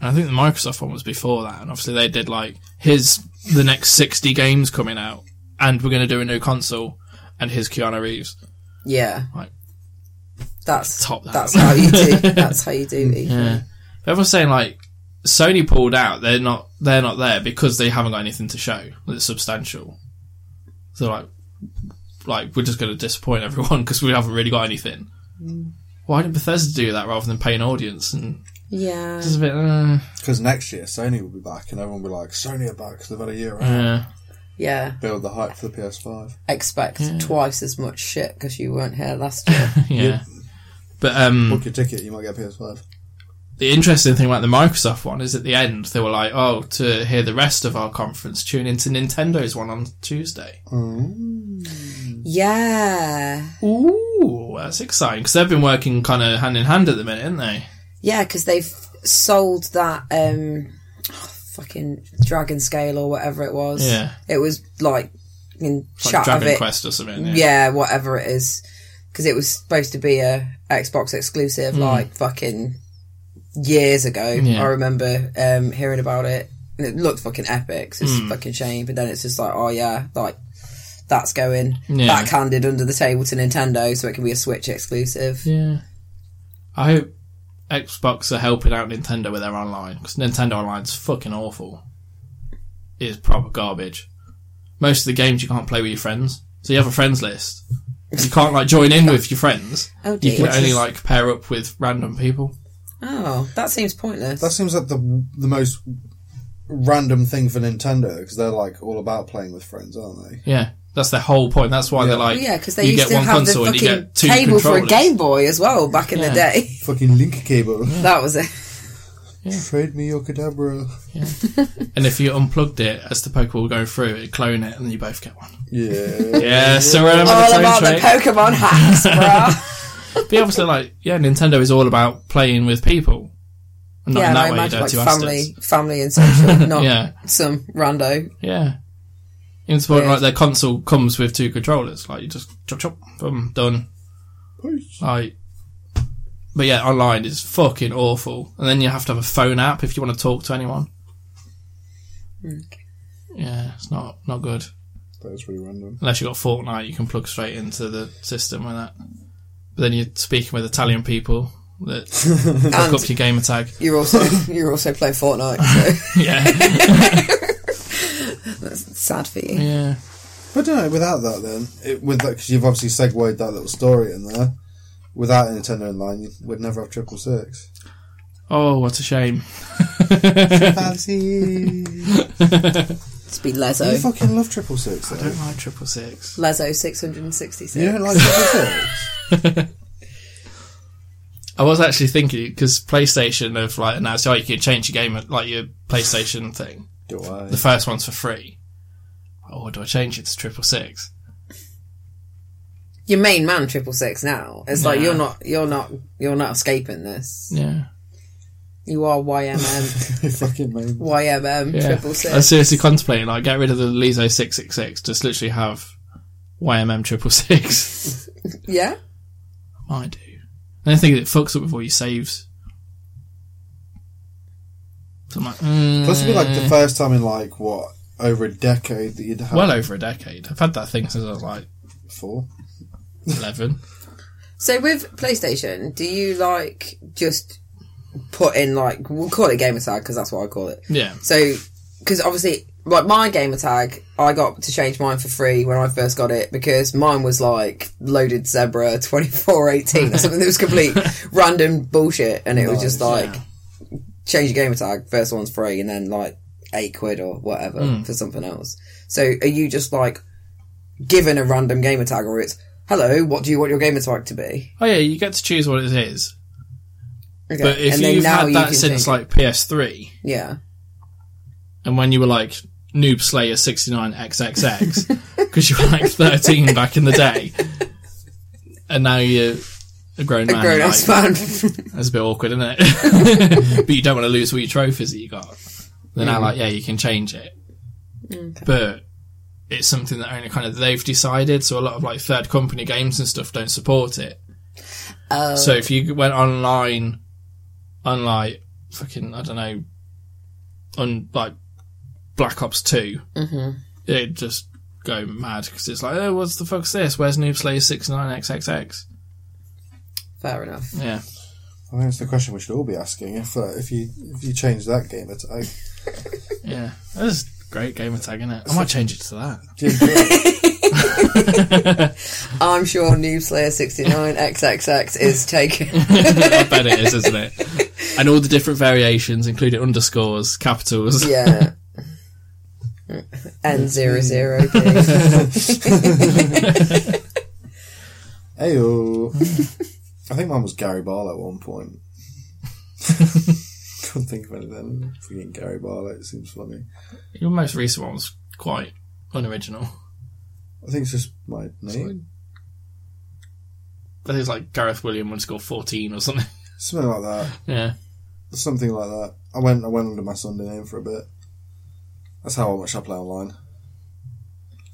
[SPEAKER 1] And I think the Microsoft one was before that, and obviously they did like here's the next sixty games coming out, and we're going to do a new console, and here's Keanu Reeves.
[SPEAKER 4] Yeah.
[SPEAKER 1] Right.
[SPEAKER 4] That's
[SPEAKER 1] Top that.
[SPEAKER 4] that's how you do. That's how you do. it.
[SPEAKER 1] Everyone's saying like Sony pulled out; they're not they're not there because they haven't got anything to show that's substantial. So like like we're just going to disappoint everyone because we haven't really got anything. Why didn't Bethesda do that rather than pay an audience? And
[SPEAKER 10] Yeah.
[SPEAKER 1] it's a bit. Uh,
[SPEAKER 2] Because next year Sony will be back, and everyone will be like, "Sony are back 'cause they've had a year out.
[SPEAKER 1] yeah.
[SPEAKER 4] Yeah.
[SPEAKER 2] Build the hype for the PS5."
[SPEAKER 4] Expect twice as much shit because you weren't here last year.
[SPEAKER 1] Yeah. But um,
[SPEAKER 11] Book your ticket, you might get a PS5.
[SPEAKER 1] the interesting thing about the Microsoft one is at the end they were like, "Oh, to hear the rest of our conference, tune into Nintendo's one on Tuesday."
[SPEAKER 4] Yeah.
[SPEAKER 1] Ooh, that's exciting because they've been working kind of hand in hand at the minute, haven't they?
[SPEAKER 4] Yeah, because they've sold that um, fucking Dragon Scale or whatever it was.
[SPEAKER 1] Yeah.
[SPEAKER 4] It was like in
[SPEAKER 1] Like
[SPEAKER 4] chat of
[SPEAKER 1] Dragon
[SPEAKER 4] it.
[SPEAKER 1] Quest or something.
[SPEAKER 4] Yeah. whatever it is. Because it was supposed to be a Xbox exclusive like fucking years ago.
[SPEAKER 1] Hmm. Yeah.
[SPEAKER 4] I remember um, hearing about it. And it looked fucking epic. So it's
[SPEAKER 1] Hmm.
[SPEAKER 4] a fucking shame. But then it's just like, oh yeah, like that's going
[SPEAKER 1] Yeah.
[SPEAKER 4] backhanded under the table to Nintendo so it can be a Switch exclusive.
[SPEAKER 1] Yeah. I hope Xbox are helping out Nintendo with their online because Nintendo Online's fucking awful. It's proper garbage. Most of the games you can't play with your friends, so you have a friends list. You can't like join in with your friends.
[SPEAKER 4] Oh,
[SPEAKER 1] you
[SPEAKER 4] dear.
[SPEAKER 1] can
[SPEAKER 4] Which
[SPEAKER 1] only
[SPEAKER 4] is-
[SPEAKER 1] like pair up with random people.
[SPEAKER 4] Oh, that seems pointless.
[SPEAKER 11] That seems like the the most random thing for Nintendo because they're like all about playing with friends, aren't they?
[SPEAKER 1] Yeah, that's their whole point. That's why they're like,
[SPEAKER 4] Well, yeah, because they
[SPEAKER 1] you
[SPEAKER 4] used
[SPEAKER 1] get
[SPEAKER 4] to
[SPEAKER 1] one
[SPEAKER 4] have the
[SPEAKER 1] console and you
[SPEAKER 4] fucking
[SPEAKER 1] get two
[SPEAKER 4] cable for a
[SPEAKER 1] controllers.
[SPEAKER 4] Game Boy as well back in
[SPEAKER 1] Yeah.
[SPEAKER 4] the day.
[SPEAKER 11] Fucking link cable.
[SPEAKER 4] that was it.
[SPEAKER 11] Trade me your Kadabra.
[SPEAKER 1] And if you unplugged it as the Pokeball would go through, it clone it, and you both get one.
[SPEAKER 11] Yeah.
[SPEAKER 1] Yeah, so remember
[SPEAKER 4] All
[SPEAKER 1] the
[SPEAKER 4] about
[SPEAKER 1] train
[SPEAKER 4] the Pokemon hacks, bruh.
[SPEAKER 1] But yeah, obviously, like, yeah, Nintendo is all about playing with people. And not
[SPEAKER 4] yeah,
[SPEAKER 1] in
[SPEAKER 4] and
[SPEAKER 1] that
[SPEAKER 4] I
[SPEAKER 1] way, you
[SPEAKER 4] imagine like
[SPEAKER 1] dirty
[SPEAKER 4] family, Oh.
[SPEAKER 1] bastards.
[SPEAKER 4] family and social, not
[SPEAKER 1] Yeah.
[SPEAKER 4] some rando.
[SPEAKER 1] Yeah. Even to the point,
[SPEAKER 4] Yeah.
[SPEAKER 1] like, their console comes with two controllers. Like, you just chop, chop, boom, done. Like, but yeah, online is fucking awful. And then you have to have a phone app if you want to talk to anyone.
[SPEAKER 4] Hmm.
[SPEAKER 1] Yeah, it's not, not good.
[SPEAKER 11] that was really random.
[SPEAKER 1] Unless you've got Fortnite, you can plug straight into the system with that. But then you're speaking with Italian people that hook up your gamer tag.
[SPEAKER 4] You're also you're also playing Fortnite. So
[SPEAKER 1] Yeah.
[SPEAKER 4] sad for you.
[SPEAKER 1] Yeah.
[SPEAKER 11] But I don't know, without that then, it, with that, because you've obviously segued that little story in there, without Nintendo Online, you would never have Triple Six.
[SPEAKER 1] Oh, what a shame.
[SPEAKER 11] Fancy!
[SPEAKER 4] It's been
[SPEAKER 11] you
[SPEAKER 4] Lezo.
[SPEAKER 11] fucking love Triple Six,
[SPEAKER 1] I
[SPEAKER 11] though.
[SPEAKER 1] don't like triple six.
[SPEAKER 4] Lezo six hundred and sixty
[SPEAKER 11] You don't
[SPEAKER 4] six.
[SPEAKER 11] like Triple Six?
[SPEAKER 1] I was actually thinking because PlayStation have like announced, oh, you can change your game like your PlayStation thing.
[SPEAKER 11] Do I?
[SPEAKER 1] The first one's for free. Oh, do I change it to triple six?
[SPEAKER 4] Your main man triple six now. It's like
[SPEAKER 1] Yeah.
[SPEAKER 4] you're not you're not you're not escaping this.
[SPEAKER 1] Yeah.
[SPEAKER 4] You are YMM
[SPEAKER 11] fucking main.
[SPEAKER 4] YMM
[SPEAKER 1] Yeah.
[SPEAKER 4] triple
[SPEAKER 1] I was
[SPEAKER 4] six.
[SPEAKER 1] seriously contemplating like get rid of the Lizo six six six. Just literally have YMM triple six.
[SPEAKER 4] Yeah.
[SPEAKER 1] Might do. And I think it fucks up with all your saves. So I'm like, mm,
[SPEAKER 11] Plus, it'd be like the first time in like, what, over a decade that you'd have
[SPEAKER 1] well over a decade. I've had that thing since I was like
[SPEAKER 11] four?
[SPEAKER 1] eleven.
[SPEAKER 4] So with PlayStation, do you like just put in like we'll call it gamer tag because that's what I call it.
[SPEAKER 1] yeah.
[SPEAKER 4] So because obviously like my gamer tag, I got to change mine for free when I first got it because mine was like loaded zebra twenty four eighteen or something that was complete random bullshit, and it was just like change your gamer tag. First one's free, and then like eight quid or whatever
[SPEAKER 1] Hmm.
[SPEAKER 4] for something else. So are you just like given a random gamer tag, or it's hello, what do you want your gamer tag to be?
[SPEAKER 1] Oh yeah, you get to choose what it is.
[SPEAKER 4] Okay.
[SPEAKER 1] But if
[SPEAKER 4] and then
[SPEAKER 1] you've
[SPEAKER 4] now
[SPEAKER 1] had
[SPEAKER 4] you
[SPEAKER 1] that
[SPEAKER 4] can
[SPEAKER 1] since
[SPEAKER 4] change-
[SPEAKER 1] like PS3,
[SPEAKER 4] yeah,
[SPEAKER 1] and when you were like Noob Slayer 69XXX, because you were like 13 back in the day, and now you're a grown man,
[SPEAKER 4] a grown
[SPEAKER 1] like,
[SPEAKER 4] ass man,
[SPEAKER 1] that's a bit awkward, isn't it? but you don't want to lose all your trophies that you got. They're
[SPEAKER 4] Mm.
[SPEAKER 1] now like, yeah, you can change it, but it's something that only kind of they've decided. So a lot of like third company games and stuff don't support it.
[SPEAKER 4] Oh.
[SPEAKER 1] So if you went online, on like fucking I don't know, on like Black Ops 2 mm-hmm. it'd just go mad because it's like, oh, what's the fuck's this? Where's Noob Slayer 69XXX?
[SPEAKER 4] fair enough.
[SPEAKER 1] Yeah.
[SPEAKER 11] I think it's the question we should all be asking if uh, if you if you change that game at all.
[SPEAKER 1] Yeah, that's a great gamer tag, is it? I might change it to that.
[SPEAKER 4] I'm sure Noobslayer69 XXX is taken.
[SPEAKER 1] I bet it is, isn't it? And all the different variations, including underscores, capitals.
[SPEAKER 4] yeah. N00.
[SPEAKER 11] Ayo. I think mine was Gary Barlow at one point. Couldn't think of anything. Freaking Gary Barlow, it seems funny.
[SPEAKER 1] Your most recent one was quite unoriginal.
[SPEAKER 11] I think it's just my name.
[SPEAKER 1] I think it's like Gareth William would score 14 or something.
[SPEAKER 11] Something like that.
[SPEAKER 1] Yeah.
[SPEAKER 11] Something like that. I went I went under my Sunday name for a bit. That's how much I play online.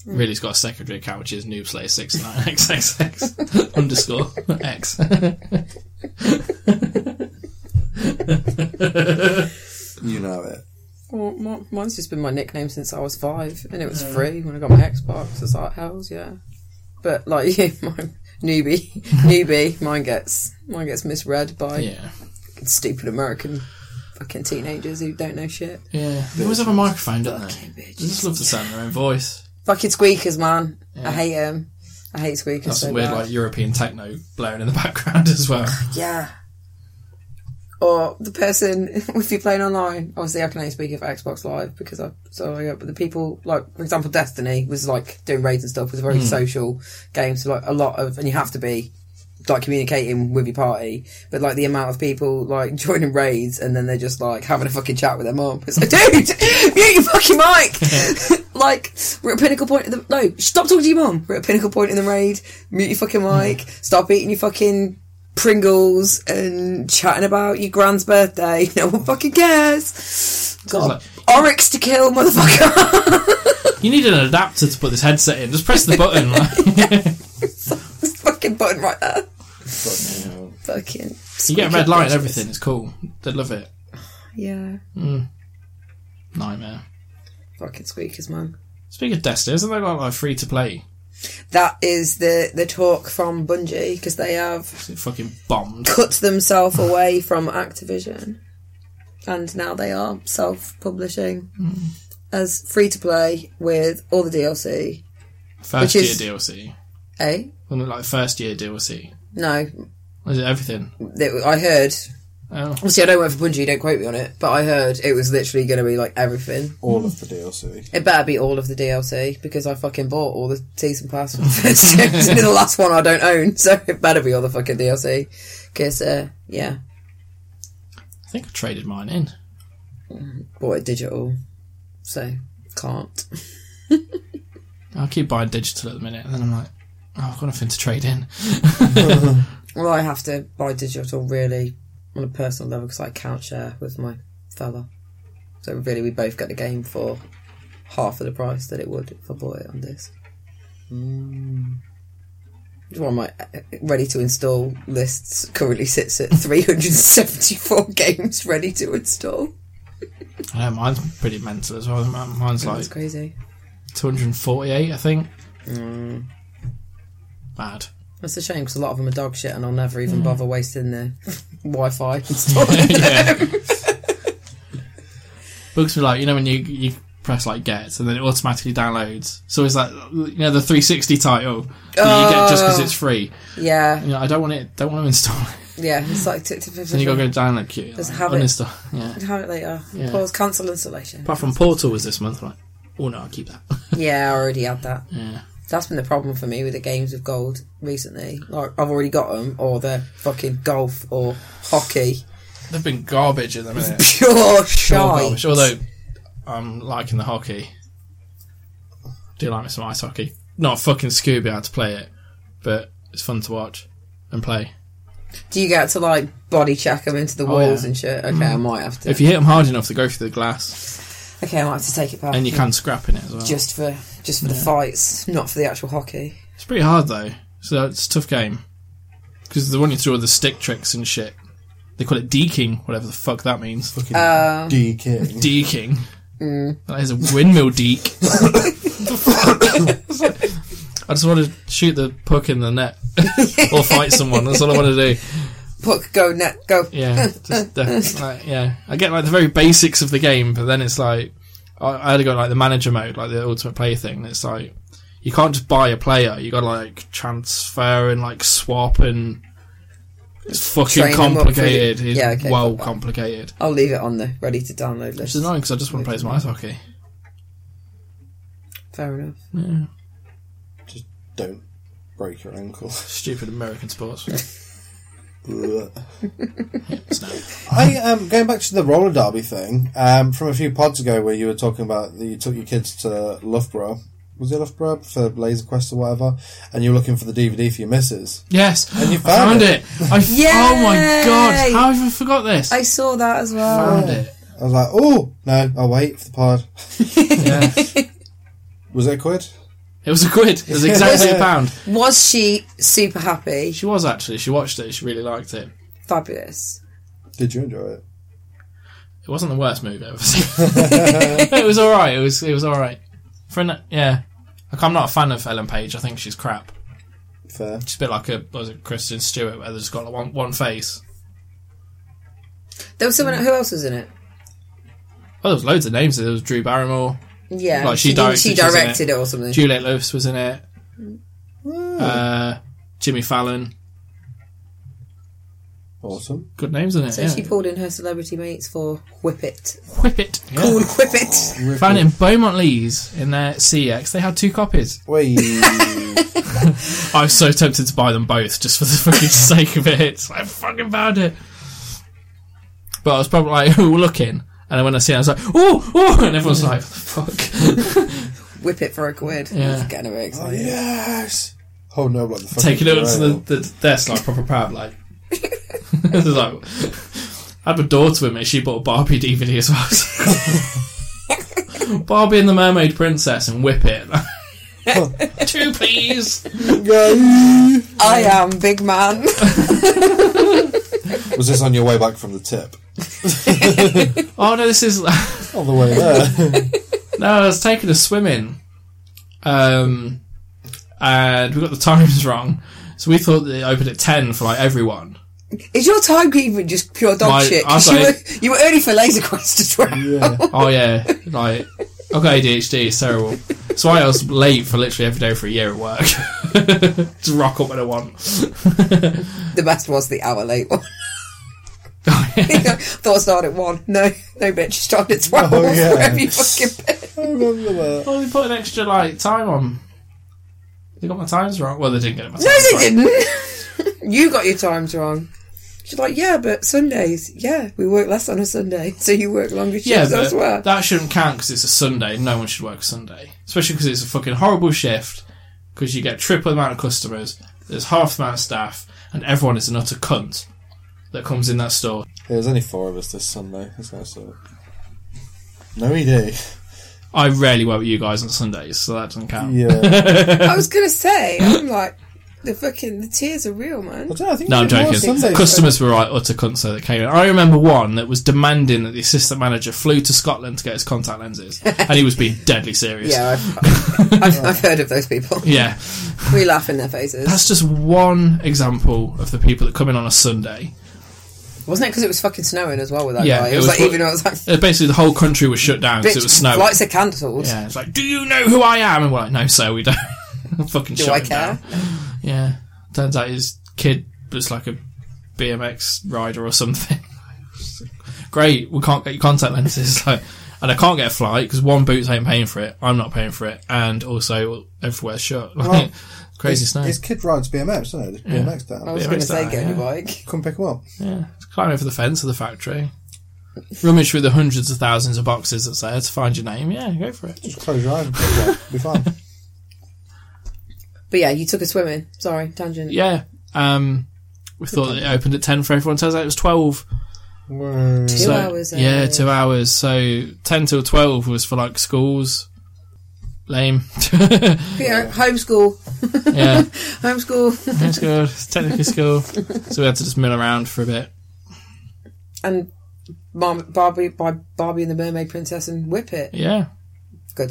[SPEAKER 1] Really, has got a secondary account, which is noobslayer69xxx underscore x.
[SPEAKER 11] You know it.
[SPEAKER 4] Well, mi- mine's just been my nickname since I was five, and it was free when I got my Xbox. It's like hells, yeah. But like you, mine newbie, newbie, mine gets mine gets misread by
[SPEAKER 1] yeah.
[SPEAKER 4] stupid American fucking teenagers who don't know shit.
[SPEAKER 1] Yeah. They always have a microphone, don't they?
[SPEAKER 4] Fucking
[SPEAKER 1] They
[SPEAKER 4] bitches.
[SPEAKER 1] just love to sound their own voice.
[SPEAKER 4] Fucking squeakers, man.
[SPEAKER 1] Yeah.
[SPEAKER 4] I hate them. I hate squeakers.
[SPEAKER 1] That's
[SPEAKER 4] so
[SPEAKER 1] some weird,
[SPEAKER 4] bad.
[SPEAKER 1] like, European techno blaring in the background as well.
[SPEAKER 4] Yeah. Or the person, if you're playing online, obviously I can only speak of Xbox Live because I, so I, but the people, like, for example, Destiny was like doing raids and stuff, was a very social game, so like a lot of, and you have to be like communicating with your party, but like the amount of people like joining raids and then they're just like having a fucking chat with their mum. It's like, dude, mute your fucking mic. like we're at a pinnacle point. Of the, no, stop talking to your mum. We're at a pinnacle point in the raid. Mute your fucking mic. Stop eating your fucking Pringles and chatting about your grand's birthday. No one fucking cares. Got a Oryx to kill, motherfucker.
[SPEAKER 1] You need an adapter to put this headset in. Just press the button. Like,
[SPEAKER 4] This fucking button right there.
[SPEAKER 11] But, you know,
[SPEAKER 4] Fucking.
[SPEAKER 1] you get a red light and everything. It's cool. They love it.
[SPEAKER 4] Yeah.
[SPEAKER 1] Nightmare.
[SPEAKER 4] Fucking squeakers, man.
[SPEAKER 1] Speaking of Destiny, isn't that like, like free to play?
[SPEAKER 4] That is the the talk from Bungie because they have
[SPEAKER 1] It fucking bombed.
[SPEAKER 4] cut themselves away from Activision, and now they are self publishing as free to play with all the DLC.
[SPEAKER 1] First
[SPEAKER 4] Which is-
[SPEAKER 1] year DLC.
[SPEAKER 4] Eh?
[SPEAKER 1] Wasn't it like first year DLC?
[SPEAKER 4] No,
[SPEAKER 1] Was it everything?
[SPEAKER 4] that- I heard.
[SPEAKER 1] Oh.
[SPEAKER 4] Obviously, I don't work for Bungie. Don't quote me on it, but I heard it was literally going to be like everything.
[SPEAKER 11] all of the DLC.
[SPEAKER 4] It better be all of the DLC because I fucking bought all the season pass for the first two. It's only the last one I don't own, so it better be all the fucking DLC. Because, uh, yeah,
[SPEAKER 1] I think I traded mine in.
[SPEAKER 4] bought it digital, so can't.
[SPEAKER 1] I'll keep buying digital at the minute, and then I'm like, oh, I've got nothing to trade in.
[SPEAKER 4] Well, I have to buy digital really on a personal level because I can't share with my fella. So really, we both get the game for half of the price that it would if I bought it on disc. One of my uh, ready to install lists currently sits at 374 games ready to install.
[SPEAKER 1] I know mine's pretty mental as well. Mine- Mine's like
[SPEAKER 4] That's crazy.
[SPEAKER 1] 248, I think. Bad.
[SPEAKER 4] That's a shame because a lot of them are dog shit and I'll never even bother wasting the Wi Fi installing
[SPEAKER 1] yeah. Books me like you know when you you press like get and then it automatically downloads. So it's like you know the 360 title that you get just
[SPEAKER 4] Oh.
[SPEAKER 1] because it's free.
[SPEAKER 4] Yeah,
[SPEAKER 1] You know, I don't want it. Don't want to install it.
[SPEAKER 4] yeah. It's like. T-
[SPEAKER 1] Then you got to go download queue.
[SPEAKER 4] Just
[SPEAKER 1] like,
[SPEAKER 4] have it.
[SPEAKER 1] uninstall. Yeah.
[SPEAKER 4] Have it later.
[SPEAKER 1] Yeah.
[SPEAKER 4] Pause, cancel installation.
[SPEAKER 1] Apart from Portal was this month. I'm like, oh no, I'll keep that.
[SPEAKER 4] Yeah, I already had that.
[SPEAKER 1] yeah.
[SPEAKER 4] That's been the problem for me with the games of gold recently. Like I've already got them, or they're fucking golf or hockey.
[SPEAKER 1] They've been garbage at the minute.
[SPEAKER 4] Pure
[SPEAKER 1] Pure
[SPEAKER 4] shite.
[SPEAKER 1] garbage. Although I'm liking the hockey. Do you like me some ice hockey? Not fucking Scooby how to play it, but it's fun to watch and play.
[SPEAKER 4] Do you get to like body check them into the walls
[SPEAKER 1] Oh, yeah. Mm.
[SPEAKER 4] and shit? Okay, I might have to.
[SPEAKER 1] If you hit them hard enough, they go through the glass,
[SPEAKER 4] okay, I might have to take it back.
[SPEAKER 1] and you can scrap in it as well.
[SPEAKER 4] just for just for the fights, not for the actual hockey.
[SPEAKER 1] It's pretty hard though, so it's a tough game because they want you to do all the stick tricks and shit. They call it deking, whatever the fuck that means.
[SPEAKER 11] Fucking D King.
[SPEAKER 1] Deking.
[SPEAKER 4] Mm.
[SPEAKER 1] That is a windmill deek. I just want to shoot the puck in the net or fight someone. That's all I want to do.
[SPEAKER 4] Puck, go net, go.
[SPEAKER 1] Yeah, just, uh, like, yeah. I get like the very basics of the game, but then it's like I, I had to go like the manager mode, like the ultimate player thing. It's like you can't just buy a player. You got to like transfer and like swap and it's fucking
[SPEAKER 4] Train 'em up
[SPEAKER 1] complicated.
[SPEAKER 4] really-
[SPEAKER 1] It's
[SPEAKER 4] yeah, okay,
[SPEAKER 1] well
[SPEAKER 4] got that.
[SPEAKER 1] complicated.
[SPEAKER 4] I'll leave it on the ready to download
[SPEAKER 1] Which
[SPEAKER 4] list.
[SPEAKER 1] is annoying because I just want to play some ice hockey.
[SPEAKER 4] Fair enough.
[SPEAKER 11] Just don't break your ankle.
[SPEAKER 1] Stupid American sports.
[SPEAKER 2] I um, going back to the roller derby thing um, from a few pods ago, where you were talking about that you took your kids to Loughborough. Was it Loughborough for Laser Quest or whatever? And you were looking for the DVD for your missus.
[SPEAKER 1] Yes,
[SPEAKER 2] And you
[SPEAKER 1] I found
[SPEAKER 2] found
[SPEAKER 1] it.
[SPEAKER 2] it.
[SPEAKER 1] I f- oh my god!
[SPEAKER 4] Yay!
[SPEAKER 1] How have I forgot this?
[SPEAKER 4] I saw that as well.
[SPEAKER 1] found it.
[SPEAKER 2] I was like, oh no, I'll wait for the pod.
[SPEAKER 1] Yeah.
[SPEAKER 2] Was it a quid?
[SPEAKER 1] it was a quid. It was exactly a pound.
[SPEAKER 4] Was she super happy?
[SPEAKER 1] She was actually. She watched it. She really liked it.
[SPEAKER 4] Fabulous.
[SPEAKER 2] Did you enjoy it?
[SPEAKER 1] It wasn't the worst movie I've ever seen. it was all right. It was. It was all right. For an, yeah, like, I'm not a fan of Ellen Page. I think she's crap.
[SPEAKER 2] Fair.
[SPEAKER 1] She's a bit like a was it Kristen Stewart, where there's got like one one face.
[SPEAKER 4] There was
[SPEAKER 1] Mm.
[SPEAKER 4] someone. Who else was in it?
[SPEAKER 1] Well, there was loads of names. There was Drew Barrymore.
[SPEAKER 4] Yeah,
[SPEAKER 1] Like, she
[SPEAKER 4] did-
[SPEAKER 1] directed,
[SPEAKER 4] she
[SPEAKER 1] she's in it.
[SPEAKER 4] directed it or something.
[SPEAKER 1] Juliette Lewis was in it.
[SPEAKER 4] Mm.
[SPEAKER 1] Uh, Jimmy Fallon.
[SPEAKER 2] Awesome.
[SPEAKER 1] Good names, isn't it?
[SPEAKER 4] so
[SPEAKER 1] yeah.
[SPEAKER 4] she pulled in her celebrity mates for Whip It.
[SPEAKER 1] Whip it.
[SPEAKER 4] Cool Whip It.
[SPEAKER 1] Found it in Beaumont Lees in their CX. They had two copies.
[SPEAKER 2] Wait.
[SPEAKER 1] I was so tempted to buy them both just for the fucking sake of it. It's like, I fucking found it. But I was probably like, ooh, looking. And then when I see it, I was like, ooh, ooh. And everyone's like, fuck.
[SPEAKER 4] Whip It for a quid.
[SPEAKER 1] Oh, Yeah.
[SPEAKER 4] Getting a bit excited.
[SPEAKER 2] yes. Oh no! Like the fucking
[SPEAKER 1] Taking it up to
[SPEAKER 2] derail.
[SPEAKER 1] the, the desk, like, proper proud, like. It was like, I had my daughter with me. She bought a Barbie DVD as well. Barbie and the Mermaid Princess and Whip It. two, please.
[SPEAKER 4] I am big man.
[SPEAKER 2] Was this on your way back from the tip?
[SPEAKER 1] Oh, no, this is.
[SPEAKER 2] On the way there.
[SPEAKER 1] No, I was taking a swim in. Um, and we got the times wrong. So we thought that it opened at 10 for like everyone.
[SPEAKER 4] Is your timekeeping just pure dog
[SPEAKER 1] My-
[SPEAKER 4] shit?
[SPEAKER 1] I
[SPEAKER 4] 'Cause you, were,
[SPEAKER 1] say-
[SPEAKER 4] you were early for Laser Quest as well.
[SPEAKER 2] yeah.
[SPEAKER 1] Oh yeah, like, I've got ADHD, it's terrible. So I was late for literally every day for a year at work. Just rock up when I want.
[SPEAKER 4] The best was the hour late one.
[SPEAKER 1] Oh,
[SPEAKER 4] Thought I started at one. No, no, bitch. You started at twelve.
[SPEAKER 2] Oh, yeah.
[SPEAKER 4] Wherever you fucking been.
[SPEAKER 2] I remember that.
[SPEAKER 1] Oh, they put an extra like time on. They got my times wrong. Well, they didn't get my times
[SPEAKER 4] No, they
[SPEAKER 1] wrong.
[SPEAKER 4] didn't. you got your times wrong. She's like, yeah, but Sundays, yeah, we work less on a Sunday, so you work longer shifts
[SPEAKER 1] Yeah, but
[SPEAKER 4] elsewhere.
[SPEAKER 1] that shouldn't count because it's a Sunday. No one should work a Sunday, especially because it's a fucking horrible shift. Because you get triple the amount of customers, there's half the amount of staff, and everyone is an utter cunt that comes in that store.
[SPEAKER 2] There was only four of us this Sunday. That's gonna suck. No ED.
[SPEAKER 1] I rarely work with you guys on Sundays, so that doesn't count.
[SPEAKER 2] Yeah.
[SPEAKER 4] I was gonna say, I'm like, the fucking the tears are real, man.
[SPEAKER 2] I don't know, I think
[SPEAKER 1] No, I'm
[SPEAKER 2] we did more
[SPEAKER 1] joking.
[SPEAKER 2] Sundays.
[SPEAKER 1] Customers were right utter cunts though that came in. I remember one that was demanding that the assistant manager flew to Scotland to get his contact lenses, and he was being deadly serious.
[SPEAKER 4] Yeah, I've, I've, I've heard of those people.
[SPEAKER 1] yeah.
[SPEAKER 4] We laugh in their faces.
[SPEAKER 1] That's just one example of the people that come in on a Sunday
[SPEAKER 4] Wasn't it because it was fucking snowing as well with that
[SPEAKER 1] Yeah,
[SPEAKER 4] guy? It,
[SPEAKER 1] it
[SPEAKER 4] was,
[SPEAKER 1] was
[SPEAKER 4] like
[SPEAKER 1] what-
[SPEAKER 4] even though it was like,
[SPEAKER 1] Uh, basically, the whole country was shut down because
[SPEAKER 4] bitch,
[SPEAKER 1] it was snowing.
[SPEAKER 4] flights are cancelled.
[SPEAKER 1] yeah, it's like, do you know who I am? And we're like, no, sir, we don't. Fucking
[SPEAKER 4] Do
[SPEAKER 1] shut
[SPEAKER 4] I
[SPEAKER 1] him
[SPEAKER 4] care?
[SPEAKER 1] down. Yeah, turns out his kid was like a BMX rider or something. Great, we can't get your contact lenses. Like, and I can't get a flight because one boots ain't paying for it. I'm not paying for it, and also everywhere's shut. Like,
[SPEAKER 2] Well,
[SPEAKER 1] crazy
[SPEAKER 2] His-
[SPEAKER 1] snow.
[SPEAKER 2] His kid rides BMX, doesn't he? There's BMX down.
[SPEAKER 4] I was
[SPEAKER 1] Yeah,
[SPEAKER 4] going to
[SPEAKER 1] it's
[SPEAKER 4] say,
[SPEAKER 1] that,
[SPEAKER 4] get on your
[SPEAKER 1] yeah.
[SPEAKER 4] bike.
[SPEAKER 2] Come pick him up.
[SPEAKER 1] Yeah, climb over the fence of the factory. Rummage through the hundreds of thousands of boxes that's there to find your name. Yeah, go for it.
[SPEAKER 2] Just close your eyes and pick him up. Be fine.
[SPEAKER 4] But yeah, you took a swimming. Sorry, tangent.
[SPEAKER 1] Yeah. Um, we thought it opened at 10 for everyone. Turns out it was 12.
[SPEAKER 2] Word.
[SPEAKER 4] Two
[SPEAKER 1] so,
[SPEAKER 4] hours. uh,
[SPEAKER 1] Yeah,
[SPEAKER 4] early.
[SPEAKER 1] two hours. So 10 till 12 was for like schools. Lame.
[SPEAKER 4] Yeah, homeschool,
[SPEAKER 1] yeah,
[SPEAKER 4] homeschool,
[SPEAKER 1] that's good. It's technically school. So we had to just mill around for a bit.
[SPEAKER 4] and Mar- Barbie by Barbie and the Mermaid Princess and Whip It.
[SPEAKER 1] Yeah,
[SPEAKER 4] Good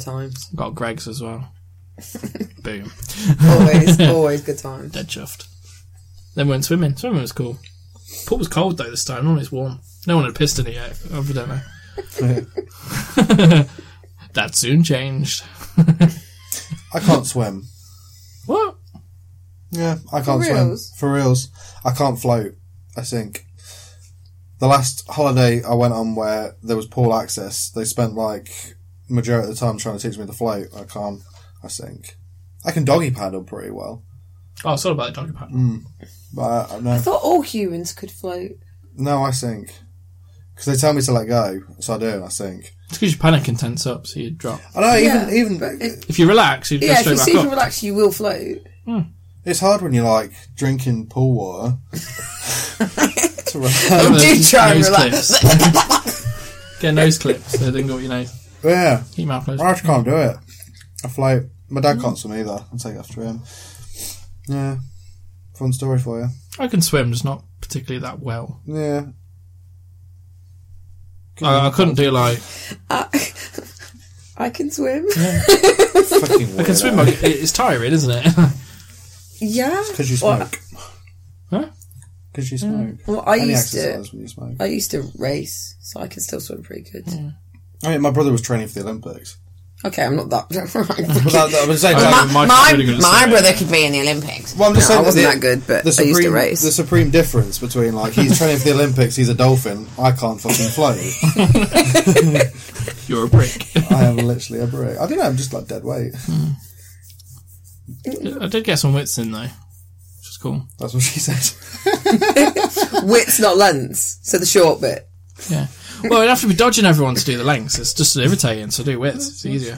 [SPEAKER 4] times.
[SPEAKER 1] got Greg's as well. Boom.
[SPEAKER 4] Always, always good times.
[SPEAKER 1] Dead chuffed. Then went swimming. Swimming was cool. Pool was cold though this time. Normally it's warm. No one had pissed in it yet, Oh, evidently. that soon changed.
[SPEAKER 2] I can't swim.
[SPEAKER 1] What?
[SPEAKER 2] Yeah, I can't
[SPEAKER 4] reals?
[SPEAKER 2] swim. For reals. I can't float. I sink. The last holiday I went on where there was pool access, they spent like majority of the time trying to teach me to float. I can't. I sink. I can doggy paddle pretty well.
[SPEAKER 1] Oh, it's all about the doggy paddle.
[SPEAKER 2] But I, I know.
[SPEAKER 4] I thought all humans could float.
[SPEAKER 2] no, I sink. Because they tell me to let go, so I do. I sink.
[SPEAKER 1] It's because your panic intense up, so you drop.
[SPEAKER 2] I know.
[SPEAKER 4] Yeah,
[SPEAKER 2] even even
[SPEAKER 4] but it-
[SPEAKER 1] If you relax, you go
[SPEAKER 4] Yeah, if
[SPEAKER 1] straight
[SPEAKER 4] you
[SPEAKER 1] back
[SPEAKER 4] super
[SPEAKER 1] up.
[SPEAKER 4] relax, you will float.
[SPEAKER 2] it's hard when you're like drinking pool water. to relax.
[SPEAKER 1] Have a
[SPEAKER 4] do try and
[SPEAKER 1] nose
[SPEAKER 4] relax.
[SPEAKER 1] clips. Get nose clips so it doesn't go up your nose.
[SPEAKER 2] yeah,
[SPEAKER 1] Keep your mouth closed.
[SPEAKER 2] I just can't do it. I float. My dad can't swim either. I'll take after him. Yeah, fun story for you.
[SPEAKER 1] I can swim, just not particularly that well.
[SPEAKER 2] Yeah,
[SPEAKER 1] I, I couldn't do like
[SPEAKER 4] I can swim.
[SPEAKER 2] fucking.
[SPEAKER 1] I can swim. But it- it's tiring, isn't it?
[SPEAKER 4] Yeah.
[SPEAKER 2] Because you
[SPEAKER 4] Well,
[SPEAKER 2] smoke.
[SPEAKER 1] Huh?
[SPEAKER 2] Because you smoke.
[SPEAKER 4] Well, I
[SPEAKER 2] Any
[SPEAKER 4] used to.
[SPEAKER 2] exercise when you smoke.
[SPEAKER 4] I used to race, so I can still swim pretty good.
[SPEAKER 2] I mean, my brother was training for the Olympics.
[SPEAKER 4] Okay, I'm not
[SPEAKER 2] But
[SPEAKER 4] that.
[SPEAKER 2] that, that- I was saying,
[SPEAKER 1] I
[SPEAKER 2] like,
[SPEAKER 1] don't know, Mike's really good at swimming.
[SPEAKER 4] could be in the Olympics.
[SPEAKER 2] well, I'm just
[SPEAKER 4] No,
[SPEAKER 2] saying
[SPEAKER 4] I wasn't
[SPEAKER 2] the-
[SPEAKER 4] that good, but
[SPEAKER 2] the
[SPEAKER 4] I
[SPEAKER 2] supreme,
[SPEAKER 4] used to race.
[SPEAKER 2] The supreme difference between like he's training for the Olympics, he's a dolphin. I can't fucking float.
[SPEAKER 1] You're a brick.
[SPEAKER 2] I am literally a brick. I don't know. I'm just like dead weight.
[SPEAKER 1] I did get some wits in though, which was cool.
[SPEAKER 2] That's what she said.
[SPEAKER 4] Wits, not lengths. So the short bit.
[SPEAKER 1] Yeah. Well, I'd have to be dodging everyone to do the lengths. It's just irritating. So do wits. It's easier.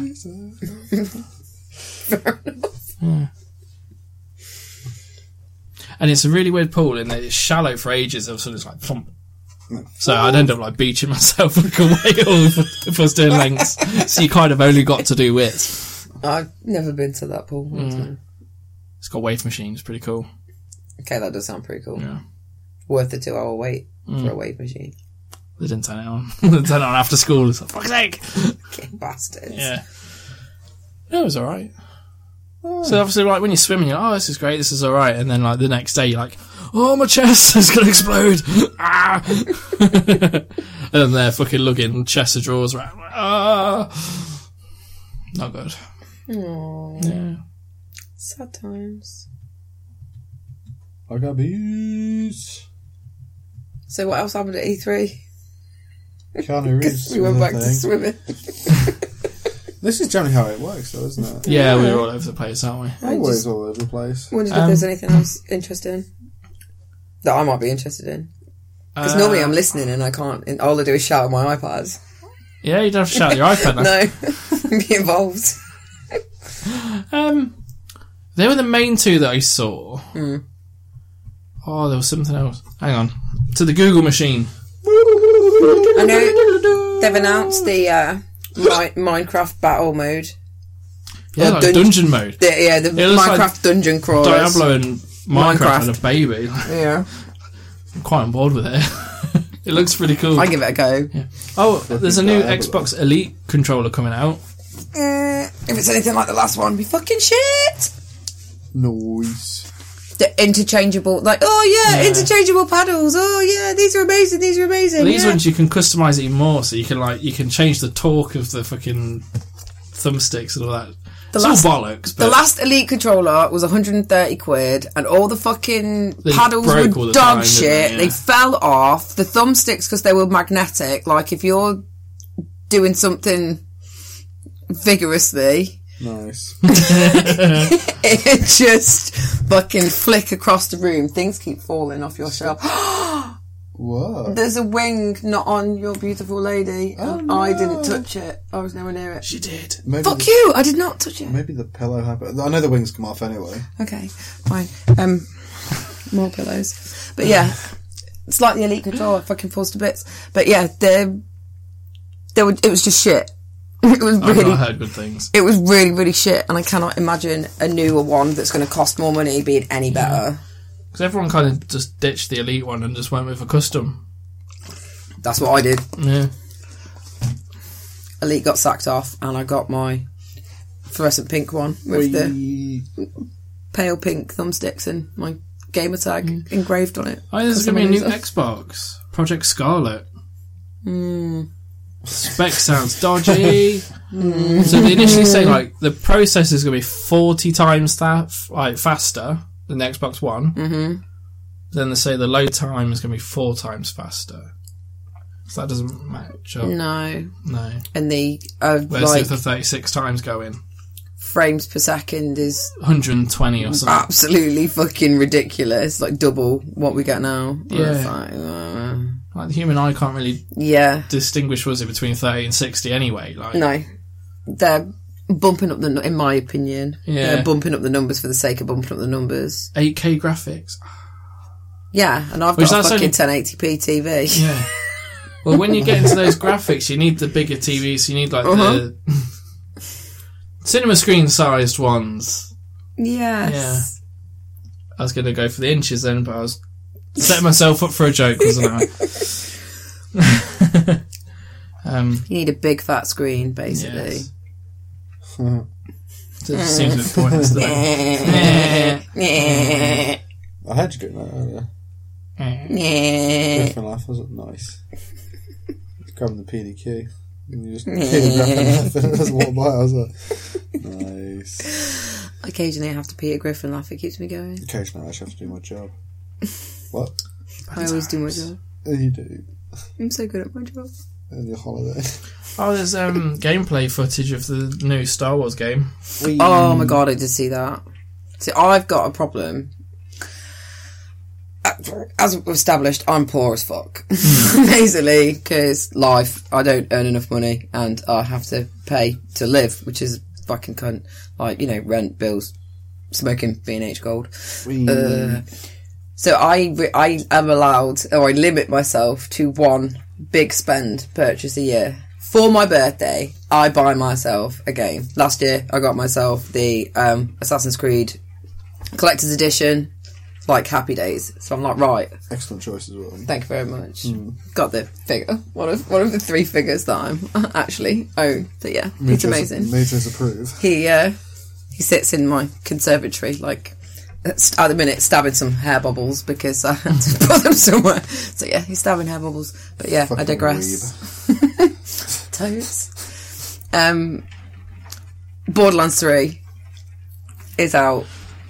[SPEAKER 1] Yeah. And it's a really weird pool, and it's shallow for ages. All of a sudden, it's like thump. So I'd end up like beaching myself like a whale if, if I was doing lengths. So you kind of only got to do wits.
[SPEAKER 4] I've never been to that pool.
[SPEAKER 1] Mm.
[SPEAKER 4] one time.
[SPEAKER 1] It's got wave machines, pretty cool.
[SPEAKER 4] Okay, that does sound pretty cool.
[SPEAKER 1] Yeah. Mm.
[SPEAKER 4] Worth the two hour wait for a wave machine.
[SPEAKER 1] They didn't turn it on. they didn't turn it on after school. It's like fuck's sake.
[SPEAKER 4] Fucking bastards.
[SPEAKER 1] Yeah. No, it was alright. So obviously, like when you're swimming, you're like, "Oh, this is great, this is alright," and then like the next day, you're like, "Oh, my chest is gonna explode!" ah! and then they're fucking looking chest of drawers around. like, Ah, not good. Yeah.
[SPEAKER 4] Sad times.
[SPEAKER 2] I got bees.
[SPEAKER 4] So what else happened at E3?
[SPEAKER 2] Keanu Reeves.
[SPEAKER 4] We went
[SPEAKER 2] was a
[SPEAKER 4] back to
[SPEAKER 2] thing.
[SPEAKER 4] swimming.
[SPEAKER 2] This is generally how it works, though, isn't it?
[SPEAKER 1] yeah, we were all over the place, aren't we?
[SPEAKER 2] Always all over the place.
[SPEAKER 4] Wondered
[SPEAKER 1] Um,
[SPEAKER 4] if there's anything else interesting that I might be interested in. Because normally
[SPEAKER 1] Uh,
[SPEAKER 4] I'm listening and I can't. And all I do is shout at my iPads.
[SPEAKER 1] Uh, Yeah, you don't have to shout at your iPad. now.
[SPEAKER 4] No, be involved.
[SPEAKER 1] Um, they were the main two that I saw. Oh, there was something else. Hang on. To the Google machine.
[SPEAKER 4] I know they've announced the uh, Mi- Minecraft battle mode.
[SPEAKER 1] Yeah,
[SPEAKER 4] Uh,
[SPEAKER 1] like
[SPEAKER 4] dun-
[SPEAKER 1] dungeon mode.
[SPEAKER 4] The, yeah, the
[SPEAKER 1] It looks
[SPEAKER 4] Minecraft
[SPEAKER 1] like
[SPEAKER 4] dungeon crawlers.
[SPEAKER 1] Diablo and Minecraft,
[SPEAKER 4] Minecraft.
[SPEAKER 1] and a baby. I'm
[SPEAKER 4] Yeah,
[SPEAKER 1] quite on board with it. it looks pretty cool.
[SPEAKER 4] I give it a go.
[SPEAKER 1] oh, there's a new
[SPEAKER 2] Diablo.
[SPEAKER 1] Xbox Elite controller coming out.
[SPEAKER 4] Eh, if it's anything like the last one, be fucking shit.
[SPEAKER 2] Noise.
[SPEAKER 4] The interchangeable, like oh yeah,
[SPEAKER 1] Yeah.
[SPEAKER 4] interchangeable paddles. Oh yeah, these are amazing. These are amazing.
[SPEAKER 1] These
[SPEAKER 4] yeah.
[SPEAKER 1] ones you can customize even more, so you can like you can change the torque of the fucking thumbsticks and all that. it's
[SPEAKER 4] last-
[SPEAKER 1] all bollocks. But
[SPEAKER 4] The last Elite controller was 130 quid, and all the fucking
[SPEAKER 1] They
[SPEAKER 4] paddles
[SPEAKER 1] broke all
[SPEAKER 4] were
[SPEAKER 1] the
[SPEAKER 4] dog
[SPEAKER 1] time, didn't
[SPEAKER 4] shit.
[SPEAKER 1] they?
[SPEAKER 4] They,
[SPEAKER 1] Yeah.
[SPEAKER 4] fell off. The thumbsticks, because they were magnetic, like if you're doing something vigorously,
[SPEAKER 2] Nice.
[SPEAKER 4] it just fucking flick across the room. Things keep falling off your shelf.
[SPEAKER 2] Whoa.
[SPEAKER 4] There's a wing not on your beautiful lady. and I didn't touch it. I was nowhere near it. Mm.
[SPEAKER 1] she did.
[SPEAKER 2] Maybe
[SPEAKER 4] Oh, Fuck
[SPEAKER 2] the,
[SPEAKER 4] you! I did not touch it.
[SPEAKER 2] Maybe the pillow happened. I know the wings come off anyway.
[SPEAKER 4] Okay, fine. Um, more pillows. But yeah, it's like the elite control. I fucking falls to bits. But yeah, they they were. It was just shit. It was
[SPEAKER 1] I've
[SPEAKER 4] really.
[SPEAKER 1] not heard good things.
[SPEAKER 4] It was really, really shit, and I cannot imagine a newer one that's going to cost more money being any better.
[SPEAKER 1] Because everyone kind of just ditched the Elite one and just went with a custom.
[SPEAKER 4] That's what I did.
[SPEAKER 1] Yeah.
[SPEAKER 4] Elite got sacked off, and I got my fluorescent pink one with the pale pink thumbsticks and my gamer tag engraved on it.
[SPEAKER 1] Oh, there's
[SPEAKER 4] Cause
[SPEAKER 1] going to be a
[SPEAKER 4] I'm
[SPEAKER 1] new
[SPEAKER 4] a loser.
[SPEAKER 1] Xbox Project Scarlet. Spec sounds dodgy. So they initially say like the processor is going to be forty times that like faster than the Xbox One. Mm-hmm. Then they say the load time is going to be four times faster. So that doesn't match up.
[SPEAKER 4] No,
[SPEAKER 1] No.
[SPEAKER 4] and the uh,
[SPEAKER 1] Whereas
[SPEAKER 4] like
[SPEAKER 1] if the thirty-six times going,
[SPEAKER 4] frames per second is
[SPEAKER 1] 120 or something.
[SPEAKER 4] absolutely fucking ridiculous. Like double what we get now.
[SPEAKER 1] Yeah.
[SPEAKER 4] It's like, uh,
[SPEAKER 1] Like the human eye can't really
[SPEAKER 4] yeah.
[SPEAKER 1] distinguish was it between 30 and 60 anyway. Like
[SPEAKER 4] No, they're bumping up the. nu- In my opinion,
[SPEAKER 1] Yeah.
[SPEAKER 4] they're bumping up the numbers for the sake of bumping up the numbers.
[SPEAKER 1] 8K graphics.
[SPEAKER 4] Yeah, and I've
[SPEAKER 1] Which
[SPEAKER 4] got a
[SPEAKER 1] that's
[SPEAKER 4] fucking
[SPEAKER 1] only-
[SPEAKER 4] 1080p TV.
[SPEAKER 1] Yeah. well, when you get into those graphics, you need the bigger TVs. You need like the cinema screen sized ones.
[SPEAKER 4] Yes.
[SPEAKER 1] I was going to go for the inches then, but I was setting myself up for a joke, wasn't I? um,
[SPEAKER 4] You need a big fat screen, basically.
[SPEAKER 1] yes. It just seems a bit pointless. Though.
[SPEAKER 11] I had you doing that earlier.
[SPEAKER 4] Yeah.
[SPEAKER 11] Different life wasn't nice. Grabbing the PDQ. And you just
[SPEAKER 4] Eh.
[SPEAKER 11] keep grabbing it. That's what by. I was like, nice.
[SPEAKER 4] Occasionally, I have to pee at Griffin laugh. It keeps me going.
[SPEAKER 11] Occasionally, I actually have to do my job. What?
[SPEAKER 4] I always do my job.
[SPEAKER 11] You do.
[SPEAKER 4] I'm so good at my job.
[SPEAKER 11] And your holiday.
[SPEAKER 1] oh, there's um, gameplay footage of the new Star Wars game.
[SPEAKER 4] Oh my god, I did see that. See, I've got a problem. Uh, As we've established, I'm poor as fuck. Basically, because life, I don't earn enough money and I have to pay to live, which is fucking cunt. Like, you know, rent, bills, smoking B&H Gold. Uh, so I, re- I am allowed, or I limit myself to one big spend purchase a year. For my birthday, I buy myself a game. Last year, I got myself the um, Assassin's Creed Collector's Edition, like Happy Days. So I'm like, right,
[SPEAKER 11] Excellent choice as well.
[SPEAKER 4] thank you very much. Got the figure, one of one of the three figures that I'm actually own. So yeah, it's amazing
[SPEAKER 11] Meters approve.
[SPEAKER 4] he uh, he sits in my conservatory like st- at the minute stabbing some hair bubbles because I had to put them somewhere. So yeah, he's stabbing hair bubbles. But yeah, I
[SPEAKER 11] Fucking
[SPEAKER 4] digress. Toads. Um, Borderlands Three is out.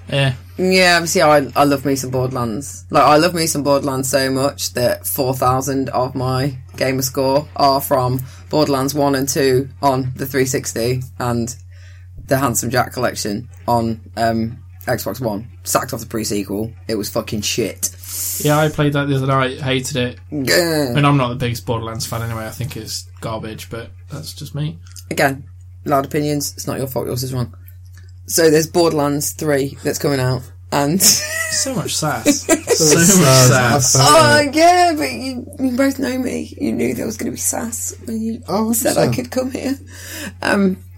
[SPEAKER 1] Yeah.
[SPEAKER 4] Yeah, obviously I I love me some Borderlands. Like I love me some Borderlands so much that four thousand of my gamer score are from Borderlands one and two on the three sixty and the Handsome Jack collection on um Xbox One. Sacked off the pre sequel. It was fucking shit.
[SPEAKER 1] Yeah, I played that the other night, hated it.
[SPEAKER 4] Gah.
[SPEAKER 1] And I'm not the biggest Borderlands fan anyway. I think it's garbage, but that's just me.
[SPEAKER 4] Again, loud opinions, it's not your fault, yours is wrong. So there's Borderlands three that's coming out and
[SPEAKER 1] So much sass. so much sass.
[SPEAKER 4] Oh yeah, but you, you both know me. You knew there was going to be sass when you
[SPEAKER 11] Oh,
[SPEAKER 4] said I
[SPEAKER 11] 100%.
[SPEAKER 4] could come here.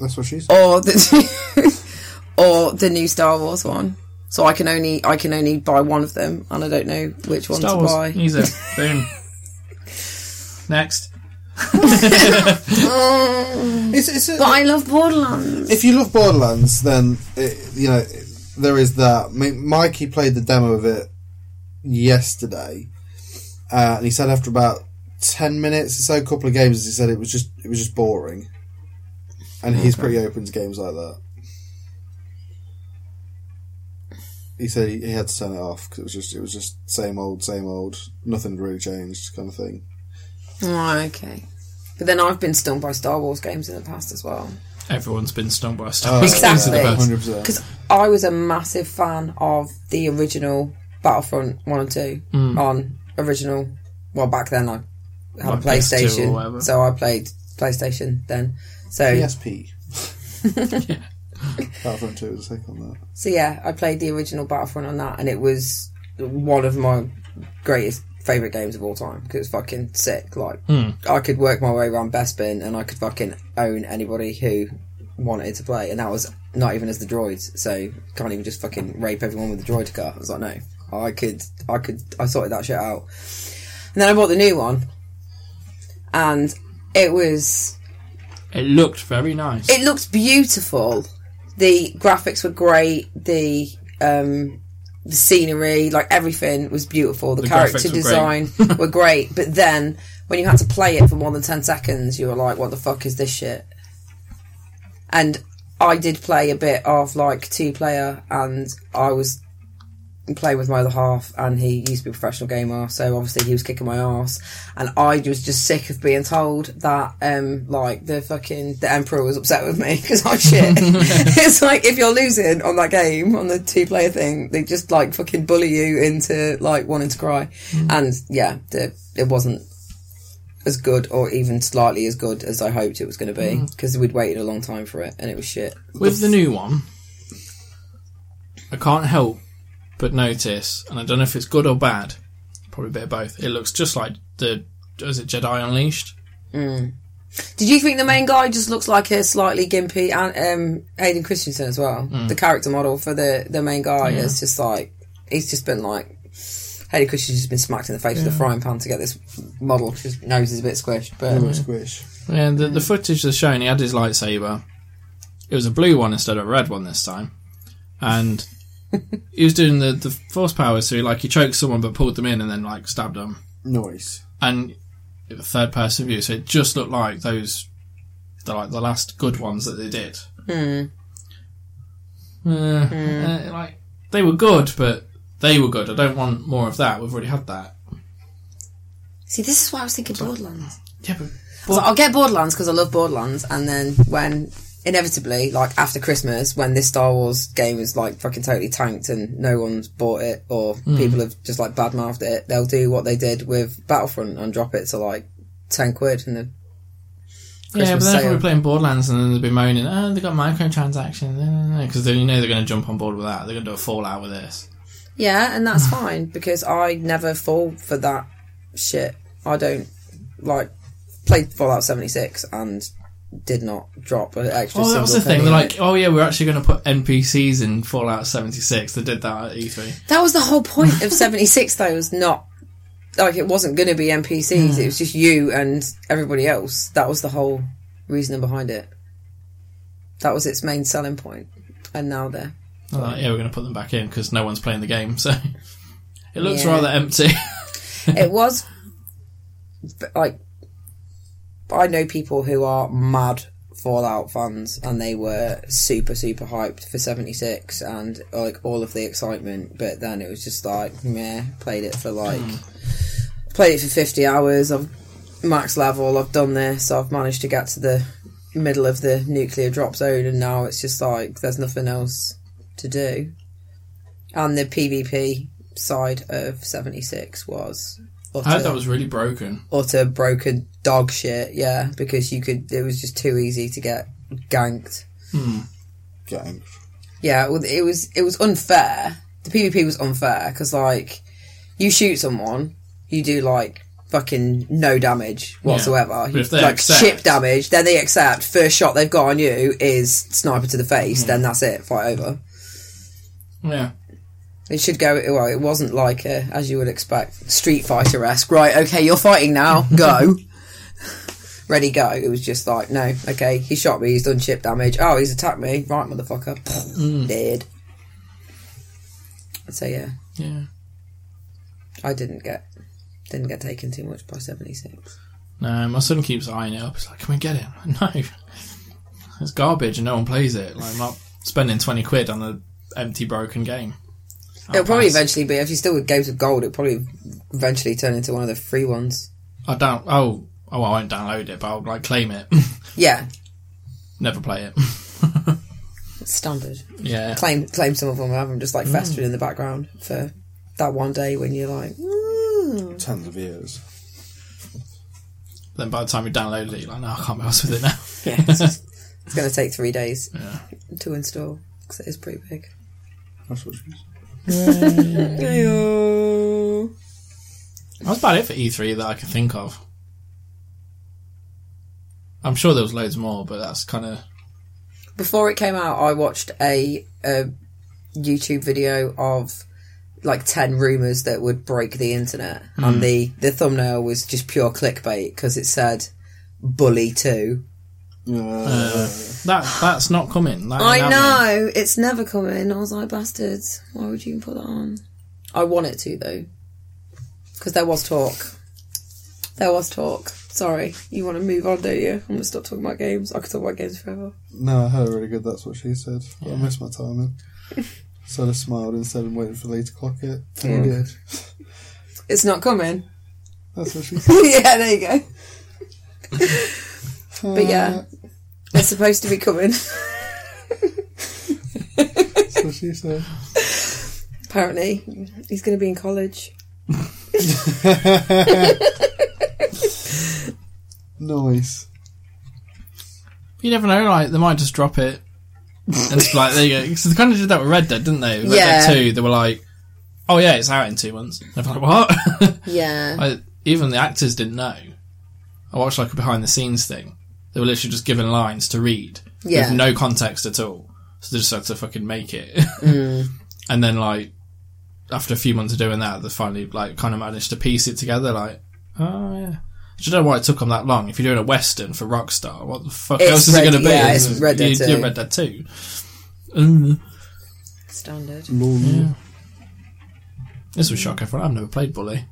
[SPEAKER 11] That's what she said.
[SPEAKER 4] Or the or the new Star Wars one. So I can only I can only buy one of them, and I don't know which one
[SPEAKER 1] Star
[SPEAKER 4] to buy.
[SPEAKER 1] Wars. Easy. Boom. Next. Mm.
[SPEAKER 11] It's, it's a-
[SPEAKER 4] But I love Borderlands.
[SPEAKER 11] if you love Borderlands, then it, you know it- there is that. Mi- Mikey played the demo of it yesterday, uh, and he said after about ten minutes, he said a couple of games, he said it was just it was just boring, and he's pretty open to games like that. He said he, he had to turn it off because it was just it was just same old, same old. Nothing had really changed, kind of thing.
[SPEAKER 4] Oh, okay. But then I've been stung by Star Wars games in the past as well.
[SPEAKER 1] Everyone's been stung by a Star Wars.
[SPEAKER 4] Exactly.
[SPEAKER 1] These are the best.
[SPEAKER 11] Hundred percent.
[SPEAKER 4] Because I was a massive fan of the original Battlefront 1 and 2
[SPEAKER 1] Hmm.
[SPEAKER 4] on original. Well, back then I
[SPEAKER 1] Like PS2
[SPEAKER 4] had a
[SPEAKER 1] or
[SPEAKER 4] PlayStation,
[SPEAKER 1] whatever.
[SPEAKER 4] so I played PlayStation then. So,
[SPEAKER 11] PSP. Battlefront Two was the second on that.
[SPEAKER 4] so yeah, I played the original Battlefront on that, and it was one of my greatest favorite games of all time because it's fucking sick. Like, I could work my way around Best Bin, and I could fucking own anybody who wanted to play, and that was not even as the droids. So can't even just fucking rape everyone with the droid car. I was like, no, I could, I could, I sorted that shit out. And then I bought the new one, and it was
[SPEAKER 1] It looked very nice.
[SPEAKER 4] it looked beautiful. The graphics were great. The um, the scenery, like everything, was beautiful. The,
[SPEAKER 1] The
[SPEAKER 4] character
[SPEAKER 1] graphics were
[SPEAKER 4] design were great. But then, when you had to play it for more than ten seconds, you were like, "What the fuck is this shit?" And I did play a bit of like two player, and I was playing with my other half, and he used to be a professional gamer, so obviously he was kicking my ass, and I was just sick of being told that, um, like the fucking the emperor was upset with me because I'm shit. it's like if you're losing on that game on the two player thing, they just like fucking bully you into like wanting to cry, and yeah, the, it wasn't as good or even slightly as good as I hoped it was going to be because we'd waited a long time for it and it was shit.
[SPEAKER 1] With the new one, I can't help but notice, and I don't know if it's good or bad, probably a bit of both. It looks just like the is it Jedi Unleashed?
[SPEAKER 4] Did you think the main guy just looks like a slightly gimpy and um, Hayden Christensen as well? The character model for the the main guy is just like he's just been like Hayden Christensen's just been smacked in the face with a frying pan to get this model. His nose is a bit squished, but
[SPEAKER 11] Squish.
[SPEAKER 1] And the, the footage that's shown, he had his lightsaber. It was a blue one instead of a red one this time, and he was doing the the force powers. So he, like he choked someone but pulled them in and then like stabbed them.
[SPEAKER 11] Noise.
[SPEAKER 1] and it was third person view, so it just looked like those, the, like the last good ones that they did. Uh, uh, like they were good, but they were good. I don't want more of that. We've already had that.
[SPEAKER 4] see, this is why I was thinking Borderlands.
[SPEAKER 1] Yeah, but
[SPEAKER 4] So I'll get Borderlands because I love Borderlands, and then when inevitably, like after Christmas, when this Star Wars game is like fucking totally tanked and no one's bought it or people have just like badmouthed it, they'll do what they did with Battlefront and drop it to like ten quid and then
[SPEAKER 1] yeah, but
[SPEAKER 4] Christmas
[SPEAKER 1] then if we
[SPEAKER 4] sale.
[SPEAKER 1] were playing Borderlands and then they'd be moaning, "Oh, they got microtransactions," because then you know they're going to jump on board with that. They're going to do a Fallout with this.
[SPEAKER 4] yeah, and that's fine because I never fall for that shit. I don't like played Fallout seventy six and did not drop an extra.
[SPEAKER 1] Oh, that was the
[SPEAKER 4] single
[SPEAKER 1] thing.
[SPEAKER 4] penny
[SPEAKER 1] They're
[SPEAKER 4] in it.
[SPEAKER 1] like, "Oh yeah, we're actually going to put NPCs in Fallout 76." They did that at E E3.
[SPEAKER 4] That was the whole point of 76, though, was not. Like, it wasn't going to be NPCs, it was just you and everybody else. That was the whole reasoning behind it. That was its main selling point. And now they're.
[SPEAKER 1] They're like, yeah, we're going to put them back in because no one's playing the game, so it looks
[SPEAKER 4] Yeah.
[SPEAKER 1] rather empty.
[SPEAKER 4] it was. but, Like, I know people who are mad Fallout fans, and they were super, super hyped for 76 and, like, all of the excitement, but then it was just like, meh, played it for, like. played it for 50 hours. I've max level. I've done this. I've managed to get to the middle of the nuclear drop zone, and now it's just like there's nothing else to do. And the PvP side of 76 was utter,
[SPEAKER 1] I heard that was really broken.
[SPEAKER 4] utter broken dog shit. Yeah, because you could. It was just too easy to get ganked.
[SPEAKER 11] Gang.
[SPEAKER 4] Yeah, well, it was it was unfair. The PvP was unfair because like you shoot someone, you do like fucking no damage whatsoever.
[SPEAKER 1] But if they
[SPEAKER 4] like
[SPEAKER 1] accept-
[SPEAKER 4] chip damage, then they accept. First shot they've got on you is sniper to the face.
[SPEAKER 1] Mm-hmm.
[SPEAKER 4] Then that's it. Fight over.
[SPEAKER 1] Yeah.
[SPEAKER 4] It should go well. It wasn't like a, as you would expect, Street Fighter esque. Right, okay, you're fighting now. Go, ready, go. It was just like, no, okay, he shot me. He's done chip damage. Oh, he's attacked me. Right, motherfucker, dead. So yeah,
[SPEAKER 1] Yeah.
[SPEAKER 4] I didn't get didn't get taken too much by seventy six.
[SPEAKER 1] No, my son keeps eyeing it up. He's like, can we get it? I'm like, no. It's garbage and no one plays it. Like, I'm not spending 20 quid on an empty, broken game. I'll
[SPEAKER 4] It'll probably
[SPEAKER 1] pass.
[SPEAKER 4] eventually be if you still with games of gold. It'll probably eventually turn into one of the free ones.
[SPEAKER 1] I don't. Oh, oh, I won't download it, but I'll, like, claim it.
[SPEAKER 4] Yeah,
[SPEAKER 1] Never play it.
[SPEAKER 4] it's standard. Mm.
[SPEAKER 1] yeah.
[SPEAKER 4] claim claim some of them and have them just like festering in the background for that one day when you're like "Mm."
[SPEAKER 11] Tens of years.
[SPEAKER 1] Then by the time you download it, you're like, no, I can't be arsed with it now.
[SPEAKER 4] yeah it's, just- it's gonna take three days
[SPEAKER 1] Yeah.
[SPEAKER 4] to install because it is pretty big
[SPEAKER 11] That's what she was.
[SPEAKER 1] That was about it for E3 that I can think of. I'm sure there was loads more, but that's kind of
[SPEAKER 4] before it came out I watched a, a YouTube video of like 10 rumors that would break the internet and the the thumbnail was just pure clickbait because it said bully 2
[SPEAKER 1] uh, that. That's not coming. That ain't
[SPEAKER 4] I
[SPEAKER 1] happening.
[SPEAKER 4] know it's never coming. I was like, bastards, why would you even put that on? I want it to though, because there was talk. There was talk. Sorry, you want to move on, don't you? I'm gonna stop talking about games. I could talk about games forever.
[SPEAKER 11] No, I heard really good. That's what she said. But I missed my timing. Sort of smiled and said, I'm waiting for the eight o'clock yet. And he did.
[SPEAKER 4] It's not coming.
[SPEAKER 11] That's what she said.
[SPEAKER 4] yeah, there you go. but yeah, it's supposed to be coming.
[SPEAKER 11] That's what she said.
[SPEAKER 4] Apparently, he's going to be in college.
[SPEAKER 11] Nice.
[SPEAKER 1] You never know, like, they might just drop it. and it's like, there you go. 'Cause they kind of did that with Red Dead, didn't they? Red
[SPEAKER 4] Yeah.
[SPEAKER 1] Dead 2, they were like, oh yeah, it's out in two months. And they're like, what?
[SPEAKER 4] Yeah.
[SPEAKER 1] I, even the actors didn't know. I watched like a behind the scenes thing. They were literally just given lines to read
[SPEAKER 4] Yeah.
[SPEAKER 1] with no context at all. So they just had to fucking make it.
[SPEAKER 4] Mm.
[SPEAKER 1] and then like after a few months of doing that, they finally like kind of managed to piece it together. Like, oh yeah. Which I don't know why it took them that long. If you're doing a western for Rockstar, what the fuck
[SPEAKER 4] It's
[SPEAKER 1] else is
[SPEAKER 4] Red-
[SPEAKER 1] it going to be?
[SPEAKER 4] yeah, it's Red Dead
[SPEAKER 1] You-
[SPEAKER 4] 2.
[SPEAKER 1] You're Red Dead Two. Mm.
[SPEAKER 4] Standard.
[SPEAKER 1] This was shocking for I've never played Bully.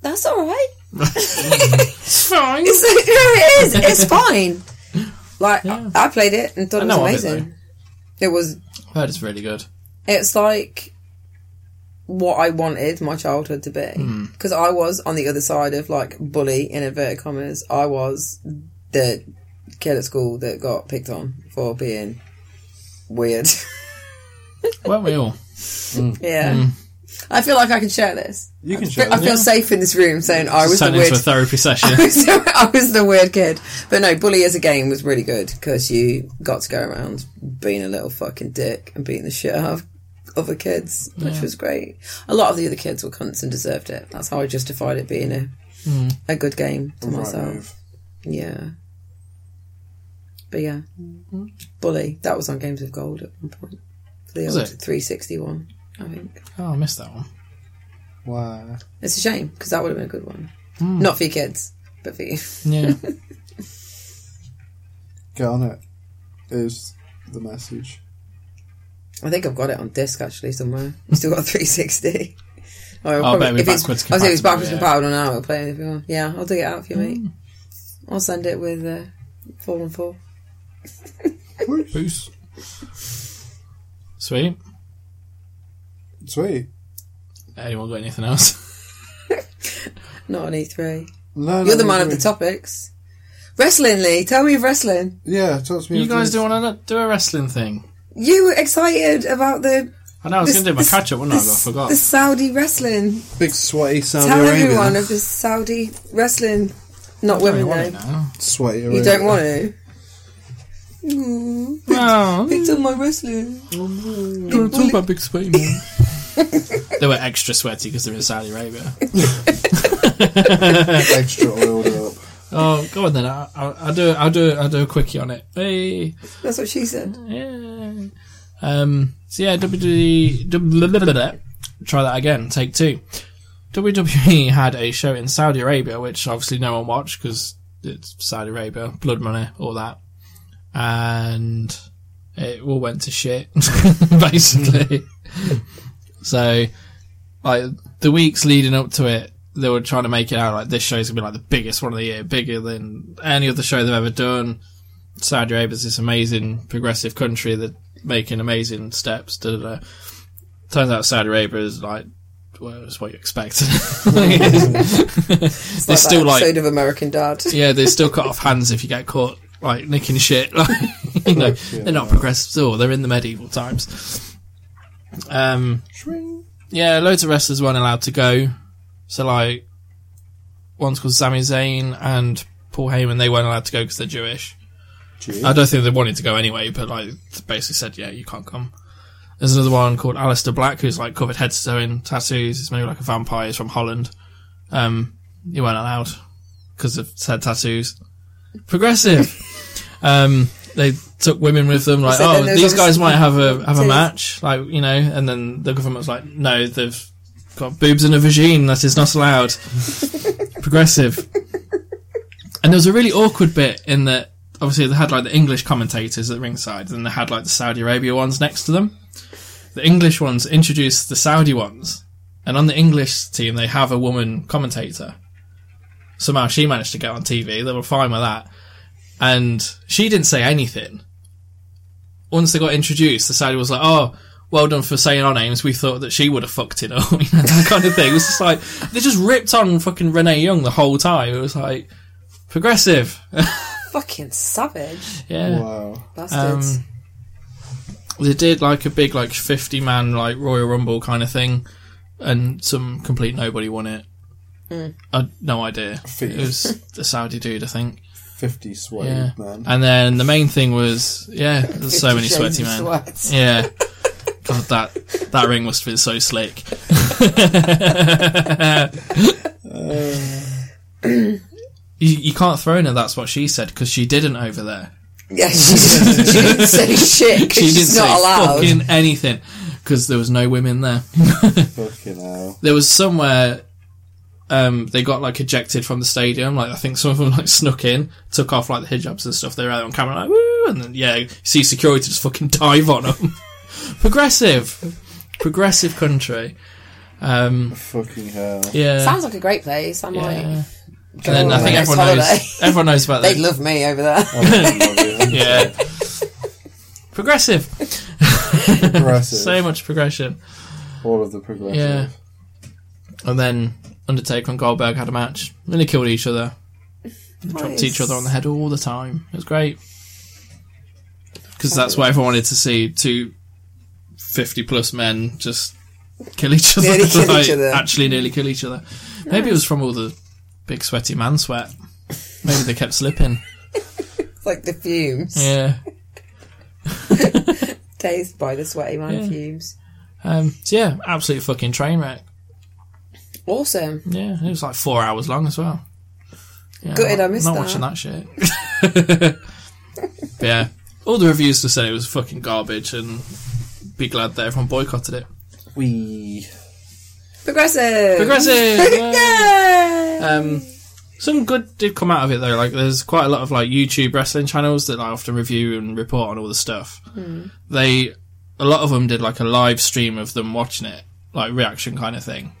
[SPEAKER 4] That's all right.
[SPEAKER 1] It's fine.
[SPEAKER 4] It's, it is. It's fine. Like
[SPEAKER 1] Yeah.
[SPEAKER 4] I, I played it and thought
[SPEAKER 1] I
[SPEAKER 4] it was
[SPEAKER 1] know of it,
[SPEAKER 4] amazing. It was.
[SPEAKER 1] I heard it's really good.
[SPEAKER 4] It's like what I wanted my childhood to be
[SPEAKER 1] Hmm.
[SPEAKER 4] because I was on the other side of like bully in inverted commas. I was the kid at school that got picked on for being weird.
[SPEAKER 1] Weren't we all?
[SPEAKER 4] yeah.
[SPEAKER 1] Hmm.
[SPEAKER 4] I feel like I can share this.
[SPEAKER 11] You can share
[SPEAKER 4] I feel safe in this room saying I was the
[SPEAKER 1] Turned into
[SPEAKER 4] weird
[SPEAKER 1] a therapy session.
[SPEAKER 4] I was, the, I was the weird kid. But no, Bully as a game was really good because you got to go around being a little fucking dick and beating the shit out of other kids, which was great. A lot of the other kids were cunts and deserved it. That's how I justified it being a
[SPEAKER 1] Hmm.
[SPEAKER 4] a good game to myself. Yeah. But yeah,
[SPEAKER 1] Mm-hmm.
[SPEAKER 4] Bully that was on Games of Gold at one point. For the
[SPEAKER 1] Was
[SPEAKER 4] old
[SPEAKER 1] it?
[SPEAKER 4] 360 one, I think.
[SPEAKER 1] Oh, I missed that one.
[SPEAKER 11] Wow.
[SPEAKER 4] It's a shame because that would have been a good one.
[SPEAKER 1] Hmm.
[SPEAKER 4] Not for your kids, but for you.
[SPEAKER 1] Yeah.
[SPEAKER 11] Get on it. Is the message.
[SPEAKER 4] I think I've got it on disc actually somewhere. I've still got a 360. Or
[SPEAKER 1] Oh, maybe
[SPEAKER 4] if it's,
[SPEAKER 1] backwards
[SPEAKER 4] I was it's backwards
[SPEAKER 1] compatible, yeah. Hmm.
[SPEAKER 4] compatible now. I'll play it if you want. Yeah, I'll dig it out for you, mate. I'll send it with uh, four and four.
[SPEAKER 1] Boost. Sweet.
[SPEAKER 11] Sweet.
[SPEAKER 1] Anyone got anything else?
[SPEAKER 4] Not an E3.
[SPEAKER 11] No, no,
[SPEAKER 4] You're the
[SPEAKER 11] no,
[SPEAKER 4] man
[SPEAKER 11] no.
[SPEAKER 4] of the topics. Wrestling, Lee. Tell me of wrestling.
[SPEAKER 11] Yeah, talk to me.
[SPEAKER 1] you
[SPEAKER 11] after
[SPEAKER 1] guys
[SPEAKER 11] this.
[SPEAKER 1] do want to do a wrestling thing?
[SPEAKER 4] You were excited about the
[SPEAKER 1] I know I was
[SPEAKER 4] This-
[SPEAKER 1] going to do my
[SPEAKER 4] this-
[SPEAKER 1] catch up, wasn't I? But I
[SPEAKER 4] the-
[SPEAKER 1] forgot.
[SPEAKER 4] the Saudi wrestling.
[SPEAKER 11] Big sweaty Saudi
[SPEAKER 4] Tell
[SPEAKER 11] Arabia.
[SPEAKER 4] everyone of the Saudi wrestling. Not
[SPEAKER 1] I
[SPEAKER 4] women
[SPEAKER 1] want it
[SPEAKER 4] though.
[SPEAKER 1] now.
[SPEAKER 11] Sweaty Arabia.
[SPEAKER 4] You don't want to.
[SPEAKER 1] Well,
[SPEAKER 4] It's on my wrestling.
[SPEAKER 1] don't talk about big sweaty man. they were extra sweaty because they're in Saudi Arabia.
[SPEAKER 11] extra oiled up.
[SPEAKER 1] Oh, go on then. I, I, I'll do. I'll do. I'll do a quickie on it. Hey.
[SPEAKER 4] That's what she said.
[SPEAKER 1] Yeah. Um, so yeah, E, WWE. blah, blah, blah, blah. Try that again. Take two. WWE had a show in Saudi Arabia, which obviously no one watched because it's Saudi Arabia, blood money, all that, and it all went to shit basically. so, like the weeks leading up to it, they were trying to make it out like this show's gonna be like the biggest one of the year, bigger than any other show they've ever done. Saudi Arabia's this amazing progressive country that making amazing steps. Da, da, da. Turns out Saudi Arabia is like well, it's what you expect.
[SPEAKER 4] It's
[SPEAKER 1] They're
[SPEAKER 4] like
[SPEAKER 1] still
[SPEAKER 4] that
[SPEAKER 1] like-
[SPEAKER 4] episode of American Dad.
[SPEAKER 1] yeah, they still cut off hands if you get caught like nicking shit. Like, you know, they're not progressive at all. They're in the medieval times. Um, yeah, loads of wrestlers weren't allowed to go. So like, one's called Sami Zayn and Paul Heyman. They weren't allowed to go because they're Jewish.
[SPEAKER 11] Jeez.
[SPEAKER 1] I don't think they wanted to go anyway, but like they basically said, yeah, you can't come. There's another one called Alistair Black who's like covered head to toe in tattoos. He's maybe like a vampire. He's from Holland. Um, he weren't allowed because of said tattoos. Progressive. um, they took women with them. Like,
[SPEAKER 4] So then
[SPEAKER 1] oh,
[SPEAKER 4] there's
[SPEAKER 1] these guys
[SPEAKER 4] obviously-
[SPEAKER 1] might have a have a
[SPEAKER 4] Tattoos.
[SPEAKER 1] match. Like, you know, and then the government's like, no, they've got boobs and a vagine. That is not allowed. Progressive. And there was a really awkward bit in that obviously they had like the English commentators at ringside, and they had like the Saudi Arabia ones next to them. The English ones introduced the Saudi ones, and on the English team they have a woman commentator. Somehow she managed to get on TV. They were fine with that, and she didn't say anything. once they got introduced, the side was like, oh, well done for saying our names. We thought that she would have fucked it up, you know, that kind of thing. It was just like they just ripped on fucking Renee Young the whole time. It was like progressive.
[SPEAKER 4] Fucking savage.
[SPEAKER 1] Yeah.
[SPEAKER 11] Wow.
[SPEAKER 4] Bastards.
[SPEAKER 1] Um, they did like a big like 50 man like Royal Rumble kind of thing and some complete nobody won it.
[SPEAKER 4] Hmm.
[SPEAKER 1] I no idea.
[SPEAKER 11] Thief.
[SPEAKER 1] It was the Saudi dude, I think.
[SPEAKER 11] 50 sway,
[SPEAKER 1] Yeah.
[SPEAKER 11] man.
[SPEAKER 1] And then the main thing was yeah, there's so many
[SPEAKER 4] Shades
[SPEAKER 1] sweaty
[SPEAKER 4] of
[SPEAKER 1] men.
[SPEAKER 4] sweat.
[SPEAKER 1] Yeah. God, that that ring must have been so slick. you, you can't throw her. That's what she said because she didn't over there.
[SPEAKER 4] Yeah, she didn't, she didn't say shit 'cause
[SPEAKER 1] She
[SPEAKER 4] she's
[SPEAKER 1] didn't
[SPEAKER 4] not
[SPEAKER 1] say
[SPEAKER 4] allowed.
[SPEAKER 1] fucking anything because there was no women there.
[SPEAKER 11] Fucking hell.
[SPEAKER 1] there was somewhere um, they got like ejected from the stadium. Like I think some of them like snuck in, took off like the hijabs and stuff. They were out on camera like woo, and then yeah, you see security just fucking dive on them. progressive, progressive country. Um,
[SPEAKER 11] Fucking hell.
[SPEAKER 1] yeah.
[SPEAKER 4] Sounds like a great place. I might.
[SPEAKER 1] uh, yeah.
[SPEAKER 4] go
[SPEAKER 1] And then I
[SPEAKER 4] on
[SPEAKER 1] think
[SPEAKER 4] my next
[SPEAKER 1] everyone
[SPEAKER 4] holiday.
[SPEAKER 1] knows. Everyone knows about
[SPEAKER 4] They'd
[SPEAKER 1] that.
[SPEAKER 4] love me over there.
[SPEAKER 11] Oh,
[SPEAKER 1] Yeah. progressive.
[SPEAKER 11] Progressive.
[SPEAKER 1] So much progression.
[SPEAKER 11] All of the progressive.
[SPEAKER 1] Yeah. And then Undertaker and Goldberg had a match, and they killed each other. dropped each other on the head all the time. It was great. Because that's what everyone wanted to see two 50 plus men just kill each other.
[SPEAKER 4] Nearly kill each
[SPEAKER 1] like,
[SPEAKER 4] other.
[SPEAKER 1] Actually, nearly kill each other. Maybe it was from all the big sweaty man sweat. Maybe they kept slipping.
[SPEAKER 4] like the fumes.
[SPEAKER 1] Yeah.
[SPEAKER 4] Dazed by the sweaty man
[SPEAKER 1] Yeah.
[SPEAKER 4] fumes.
[SPEAKER 1] Um, so, yeah, absolute fucking train wreck.
[SPEAKER 4] Awesome.
[SPEAKER 1] Yeah, it was like four hours long as well. Yeah,
[SPEAKER 4] Gutted
[SPEAKER 1] not-
[SPEAKER 4] I missed
[SPEAKER 1] Not
[SPEAKER 4] that.
[SPEAKER 1] watching that shit. But yeah. All the reviews just said it was fucking garbage and be glad that everyone boycotted it.
[SPEAKER 11] We.
[SPEAKER 4] Progressive.
[SPEAKER 1] Progressive. yeah.
[SPEAKER 4] Yay!
[SPEAKER 1] Um, some good did come out of it though. Like, there's quite a lot of like YouTube wrestling channels that I often review and report on all the stuff.
[SPEAKER 4] Hmm.
[SPEAKER 1] They, a lot of them did like a live stream of them watching it, like reaction kind of thing.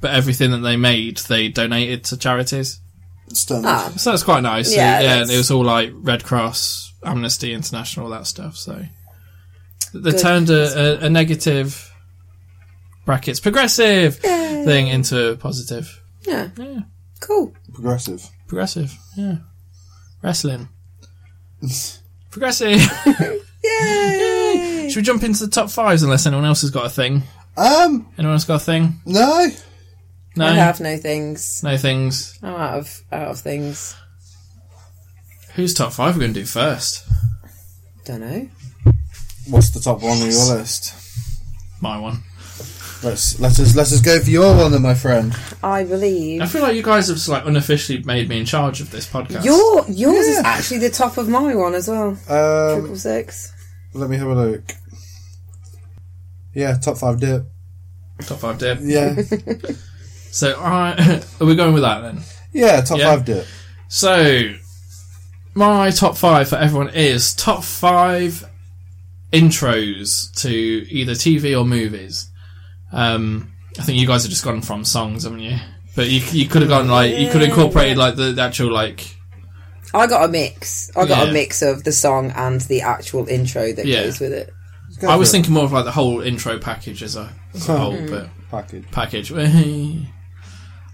[SPEAKER 1] But everything that they made, they donated to charities.
[SPEAKER 11] Stunned.
[SPEAKER 4] Ah.
[SPEAKER 1] So that's quite nice. Yeah,
[SPEAKER 4] Yeah,
[SPEAKER 1] and
[SPEAKER 4] that's-
[SPEAKER 1] it was all like Red Cross, Amnesty International, all that stuff. So they turned a, a, a negative brackets progressive thing into a positive.
[SPEAKER 4] Yeah.
[SPEAKER 1] Yeah.
[SPEAKER 4] Cool.
[SPEAKER 11] Progressive.
[SPEAKER 1] Progressive, yeah. Wrestling. Progressive. Yay! Should we jump into the top fives unless anyone else has got a thing?
[SPEAKER 11] Um,
[SPEAKER 1] Anyone else got a thing?
[SPEAKER 11] no.
[SPEAKER 1] No.
[SPEAKER 4] I have no things.
[SPEAKER 1] No things.
[SPEAKER 4] I'm out of out of things.
[SPEAKER 1] Who's top five we're going to do first?
[SPEAKER 4] Don't know.
[SPEAKER 11] What's the top one on your list?
[SPEAKER 1] My one.
[SPEAKER 11] Let's let us let us go for your one, then, my friend.
[SPEAKER 4] I believe
[SPEAKER 1] I feel like you guys have just, like unofficially made me in charge of this podcast.
[SPEAKER 4] your yours is
[SPEAKER 11] Yeah.
[SPEAKER 4] actually the top of my one as well.
[SPEAKER 11] Um,
[SPEAKER 4] Triple six.
[SPEAKER 11] let me have a look. Yeah, top five dip.
[SPEAKER 1] top five dip.
[SPEAKER 11] Yeah,
[SPEAKER 1] So I are we going with that then?
[SPEAKER 11] yeah, top
[SPEAKER 1] Yeah.
[SPEAKER 11] five dip.
[SPEAKER 1] So my top five for everyone is top five intros to either TV or movies. Um, I think you guys have just gone from songs, haven't you? But you, you could have gone like you could have incorporated like the, the actual like
[SPEAKER 4] I got a mix. I got
[SPEAKER 1] Yeah.
[SPEAKER 4] a mix of the song and the actual intro that
[SPEAKER 1] Yeah.
[SPEAKER 4] goes with it.
[SPEAKER 11] Go
[SPEAKER 1] I
[SPEAKER 11] for
[SPEAKER 1] was
[SPEAKER 11] it.
[SPEAKER 1] thinking more of like the whole intro package as a, as a whole, but
[SPEAKER 11] package.
[SPEAKER 1] package.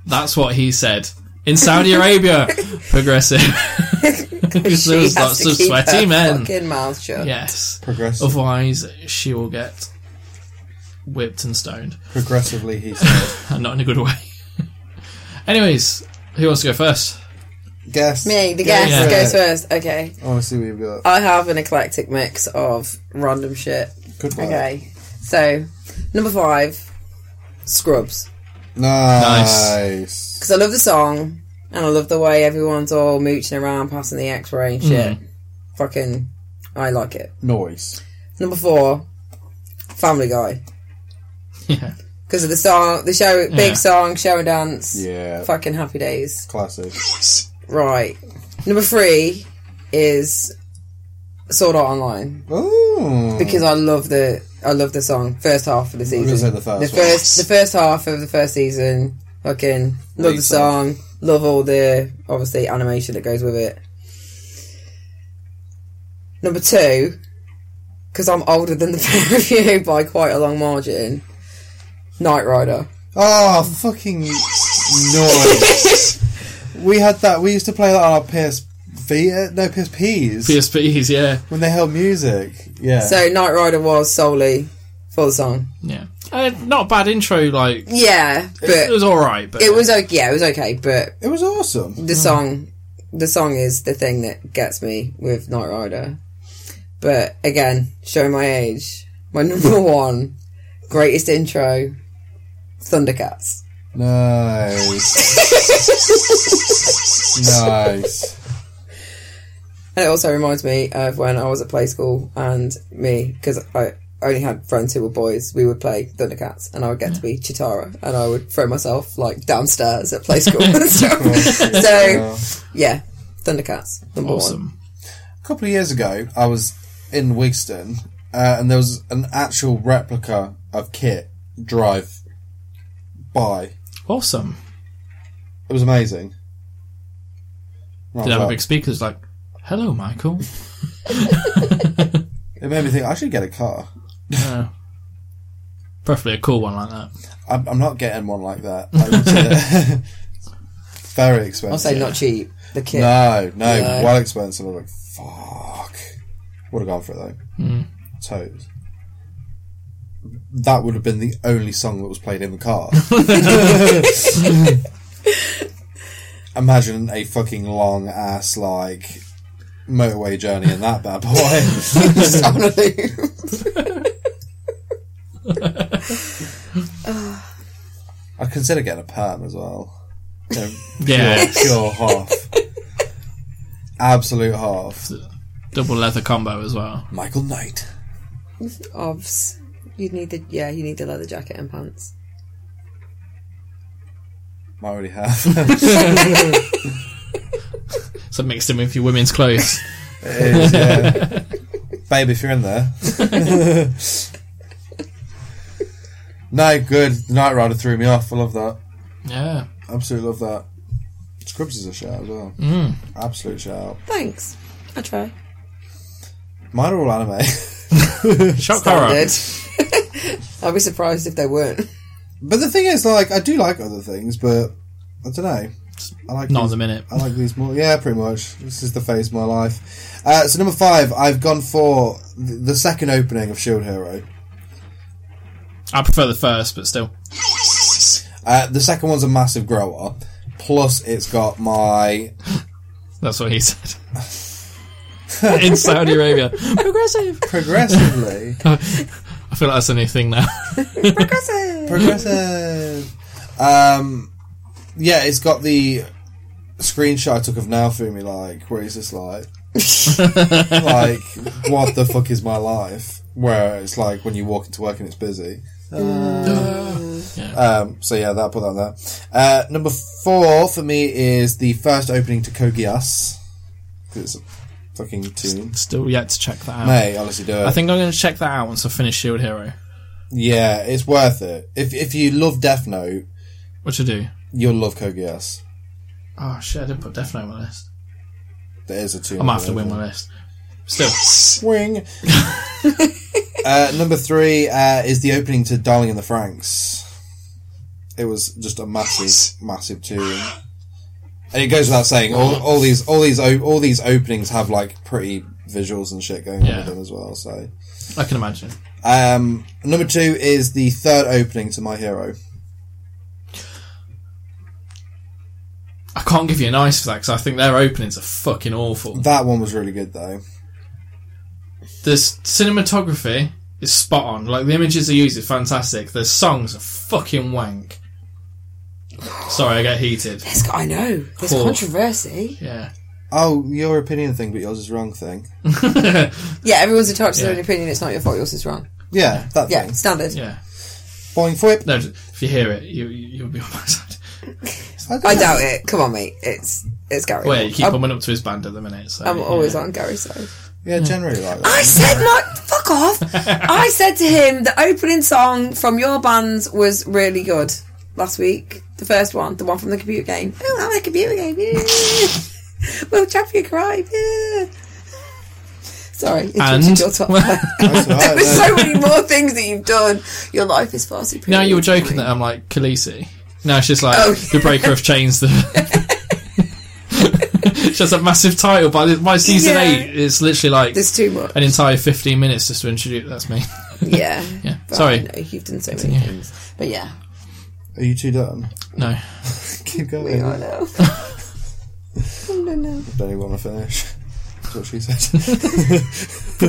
[SPEAKER 1] That's what he said in Saudi Arabia. Progressive. Because there was lots of sweaty
[SPEAKER 4] her
[SPEAKER 1] men.
[SPEAKER 4] fucking mouth shut.
[SPEAKER 1] Yes.
[SPEAKER 11] Progressive.
[SPEAKER 1] Otherwise, she will get whipped and stoned,
[SPEAKER 11] Progressively, he said.
[SPEAKER 1] and Uh, not in a good way. Anyways, who wants to go first?
[SPEAKER 11] Guess.
[SPEAKER 4] Me, the guest
[SPEAKER 1] Yeah.
[SPEAKER 4] goes first. Okay.
[SPEAKER 11] I want to see what you've got.
[SPEAKER 4] I have an eclectic mix of random shit.
[SPEAKER 11] Good one.
[SPEAKER 4] Okay. So, number five, Scrubs.
[SPEAKER 11] Nice.
[SPEAKER 4] Because I love the song and I love the way everyone's all mooching around, passing the x
[SPEAKER 1] Mm.
[SPEAKER 4] ray and shit.
[SPEAKER 1] Hmm.
[SPEAKER 4] Fucking, I like it.
[SPEAKER 11] Noise.
[SPEAKER 4] Number four, Family Guy.
[SPEAKER 1] Yeah.
[SPEAKER 4] Because of the song, the show,
[SPEAKER 1] Yeah.
[SPEAKER 4] big song, show and dance.
[SPEAKER 11] Yeah.
[SPEAKER 4] Fucking happy days.
[SPEAKER 11] Classic.
[SPEAKER 5] Noise.
[SPEAKER 4] Right. Number three is Sword Art Online.
[SPEAKER 11] Ooh.
[SPEAKER 4] because I love the I love the song first half of the
[SPEAKER 11] gonna
[SPEAKER 4] season.
[SPEAKER 11] say the first
[SPEAKER 4] the
[SPEAKER 11] one.
[SPEAKER 4] first, the first half of the first season. Fucking love the
[SPEAKER 11] Great
[SPEAKER 4] song. Love all the obviously animation that goes with it. Number two because I'm older than the pair of you by quite a long margin. Knight Rider.
[SPEAKER 2] Oh, fucking noise. we had that. We used to play that on our PS Vita, uh, no PSPs
[SPEAKER 1] PSPs, yeah,
[SPEAKER 2] when they held music. Yeah.
[SPEAKER 4] So Knight Rider was solely for the song.
[SPEAKER 1] yeah. Uh, not a bad intro, like
[SPEAKER 4] Yeah,
[SPEAKER 1] it
[SPEAKER 4] but
[SPEAKER 1] was all right, but
[SPEAKER 4] it was okay. Yeah, it was okay, but
[SPEAKER 2] it was awesome.
[SPEAKER 4] the song, the song is the thing that gets me with Knight Rider. But again, showing my age, my number one greatest intro, Thundercats.
[SPEAKER 2] Nice. nice.
[SPEAKER 4] And it also reminds me of when I was at play school and me, because I only had friends who were boys, we would play Thundercats and I would get to be Chitara and I would throw myself like downstairs at play school and stuff. so, yeah, Thundercats, number one.
[SPEAKER 1] awesome.
[SPEAKER 2] A couple of years ago, I was in Wigston, uh, and there was an actual replica of Kit Drive by.
[SPEAKER 1] Awesome.
[SPEAKER 2] It was amazing. Right,
[SPEAKER 1] Did have a
[SPEAKER 2] well,
[SPEAKER 1] big speaker that's like, "Hello, Michael."
[SPEAKER 2] it made me think I should get a car.
[SPEAKER 1] Uh, preferably a cool one like that.
[SPEAKER 2] I'm, I'm not getting one like that. I would, uh, very expensive.
[SPEAKER 4] I'll say not cheap, the kid.
[SPEAKER 2] No, no,
[SPEAKER 4] No.
[SPEAKER 2] well expensive. I'm like, fuck. Would have gone for it though.
[SPEAKER 1] Hmm.
[SPEAKER 2] Toes. That would have been the only song that was played in the car. Imagine a fucking long ass like motorway journey in that bad boy.
[SPEAKER 4] Just on a loop.
[SPEAKER 2] I consider getting a perm as well. You know,
[SPEAKER 1] Yeah,
[SPEAKER 2] pure, pure half. Absolute half.
[SPEAKER 1] double leather combo as well.
[SPEAKER 2] Michael Knight.
[SPEAKER 4] Obs. You'd need the, yeah, you need the leather jacket and pants.
[SPEAKER 2] I already have.
[SPEAKER 1] So mixed in with your women's clothes.
[SPEAKER 2] It is, yeah. Babe, if you're in there. no, good. Night Rider threw me off. I love that.
[SPEAKER 1] yeah,
[SPEAKER 2] Absolutely love that. Scrubs is a shout as well.
[SPEAKER 1] Mm.
[SPEAKER 2] Absolute shout.
[SPEAKER 4] Thanks. I try.
[SPEAKER 2] Mine are all anime.
[SPEAKER 1] shock horror.
[SPEAKER 4] Standard. I'd be surprised if they weren't.
[SPEAKER 2] but the thing is, like, I do like other things, but I don't know. I like
[SPEAKER 1] Not at
[SPEAKER 2] these-
[SPEAKER 1] the minute.
[SPEAKER 2] I like these more. Yeah, pretty much. This is the phase of my life. Uh, so number five, I've gone for th- the second opening of Shield Hero.
[SPEAKER 1] I prefer the first, but still.
[SPEAKER 2] Uh, the second one's a massive grower. Plus, it's got my
[SPEAKER 1] That's what he said. in Saudi Arabia. Progressive.
[SPEAKER 2] progressively
[SPEAKER 1] I feel like that's a new thing now.
[SPEAKER 2] progressive. Um, yeah, it's got the screenshot I took of Naofumi, like where he's just like, like what the fuck is my life? Where it's like when you walk into work and it's busy.
[SPEAKER 1] Uh,
[SPEAKER 2] Um, so yeah, that put that on there. Uh, number four for me is the first opening to Kogias. 'Cause It's a fucking tune.
[SPEAKER 1] Still yet to check that out.
[SPEAKER 2] Mate, honestly, do it.
[SPEAKER 1] I think I'm going to check that out once I finish Shield Hero.
[SPEAKER 2] Yeah, it's worth it. If if you love Death Note,
[SPEAKER 1] What should I do?
[SPEAKER 2] you'll love Kogias.
[SPEAKER 1] Oh shit, I didn't put Death Note on my list.
[SPEAKER 2] There is a two.
[SPEAKER 1] I might have to win my list. Still.
[SPEAKER 2] Swing. uh, number three uh, is the opening to "Darling in the Franks." It was just a massive, massive tune, and it goes without saying. All, all these, all these, o- all these openings have like pretty visuals and shit going on
[SPEAKER 1] Yeah.
[SPEAKER 2] with them as well. So,
[SPEAKER 1] I can imagine.
[SPEAKER 2] um, number two is the third opening to My Hero.
[SPEAKER 1] I can't give you an ice for that because I think their openings are fucking awful.
[SPEAKER 2] That one was really good though.
[SPEAKER 1] The s- cinematography is spot on. Like the images they use is fantastic. The songs are fucking wank. Sorry, I get heated.
[SPEAKER 4] This guy, I know. There's
[SPEAKER 1] Cool.
[SPEAKER 4] controversy.
[SPEAKER 1] Yeah.
[SPEAKER 2] Oh, your opinion thing, but yours is wrong thing.
[SPEAKER 4] Yeah, everyone's entitled to their
[SPEAKER 1] Yeah.
[SPEAKER 4] own opinion. It's not your fault. Yours is wrong.
[SPEAKER 2] Yeah, that
[SPEAKER 4] Yeah,
[SPEAKER 2] thing.
[SPEAKER 4] standard.
[SPEAKER 1] Yeah.
[SPEAKER 2] Boing flip.
[SPEAKER 1] No, just- if you hear it, you you- you'll be on my side.
[SPEAKER 4] I doubt it. Come on, mate. It's it's Gary.
[SPEAKER 1] Well, yeah, you keep
[SPEAKER 4] I'm,
[SPEAKER 1] coming up to his band at the minute. So,
[SPEAKER 4] I'm always
[SPEAKER 1] yeah.
[SPEAKER 4] on Gary's side.
[SPEAKER 2] Yeah, generally like that.
[SPEAKER 4] I said my fuck off. I said to him the opening song from your band was really good last week. The first one, the one from the computer game. Oh, I'm a computer game. Yeah. we'll chop your cry. Yeah. Sorry, it's
[SPEAKER 1] And- Oh,
[SPEAKER 4] Richard, your top player.
[SPEAKER 2] That's all right,
[SPEAKER 4] There's
[SPEAKER 2] then.
[SPEAKER 4] so many more things that you've done. Your life is far superior.
[SPEAKER 1] Now you were
[SPEAKER 4] to
[SPEAKER 1] joking
[SPEAKER 4] mine.
[SPEAKER 1] that I'm like Khaleesi. Now it's just like
[SPEAKER 4] Oh.
[SPEAKER 1] the breaker of chains. The just a massive title. By the- by season
[SPEAKER 4] Yeah.
[SPEAKER 1] eight, it's literally like
[SPEAKER 4] There's too much.
[SPEAKER 1] an entire 15 minutes just to introduce. That's me.
[SPEAKER 4] Yeah.
[SPEAKER 1] Yeah.
[SPEAKER 4] But
[SPEAKER 1] Sorry.
[SPEAKER 4] No, you've done so many things. But yeah,
[SPEAKER 2] Are you two done?
[SPEAKER 1] No.
[SPEAKER 2] Keep
[SPEAKER 4] we
[SPEAKER 2] going.
[SPEAKER 4] are
[SPEAKER 2] I
[SPEAKER 4] now. no, no.
[SPEAKER 2] don't even want to finish. That's what she said.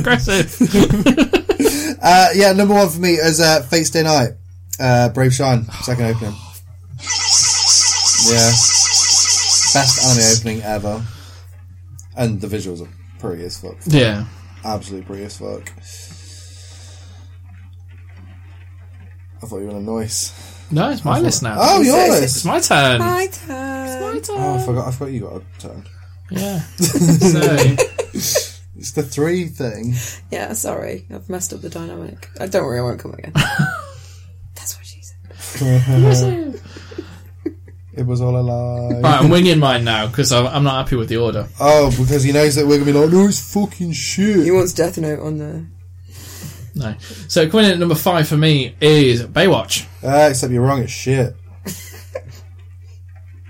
[SPEAKER 1] Progressive.
[SPEAKER 2] uh, yeah, number one for me is uh, Fate's Day Night. Uh, Brave Shine, second opening. Yeah. Best anime opening ever. And the visuals are pretty as fuck.
[SPEAKER 1] Yeah.
[SPEAKER 2] Absolutely pretty as fuck. I thought you were on a noise.
[SPEAKER 1] No, it's my list now.
[SPEAKER 2] Oh,
[SPEAKER 1] It's
[SPEAKER 2] yours!
[SPEAKER 1] my turn.
[SPEAKER 4] My turn.
[SPEAKER 2] Oh, I forgot. I forgot you got a turn.
[SPEAKER 1] Yeah. so,
[SPEAKER 2] It's the three thing.
[SPEAKER 4] Yeah, sorry. I've messed up the dynamic. Uh, don't worry, I won't come again. That's what she said.
[SPEAKER 2] It was all a lie.
[SPEAKER 1] right, I'm winging mine now because I'm, I'm not happy with the order.
[SPEAKER 2] Oh, because he knows that we're gonna be like, no, it's fucking shit.
[SPEAKER 4] He wants Death Note on there.
[SPEAKER 1] No. So coming in at number five for me is Baywatch.
[SPEAKER 2] Ah, except you're wrong as shit.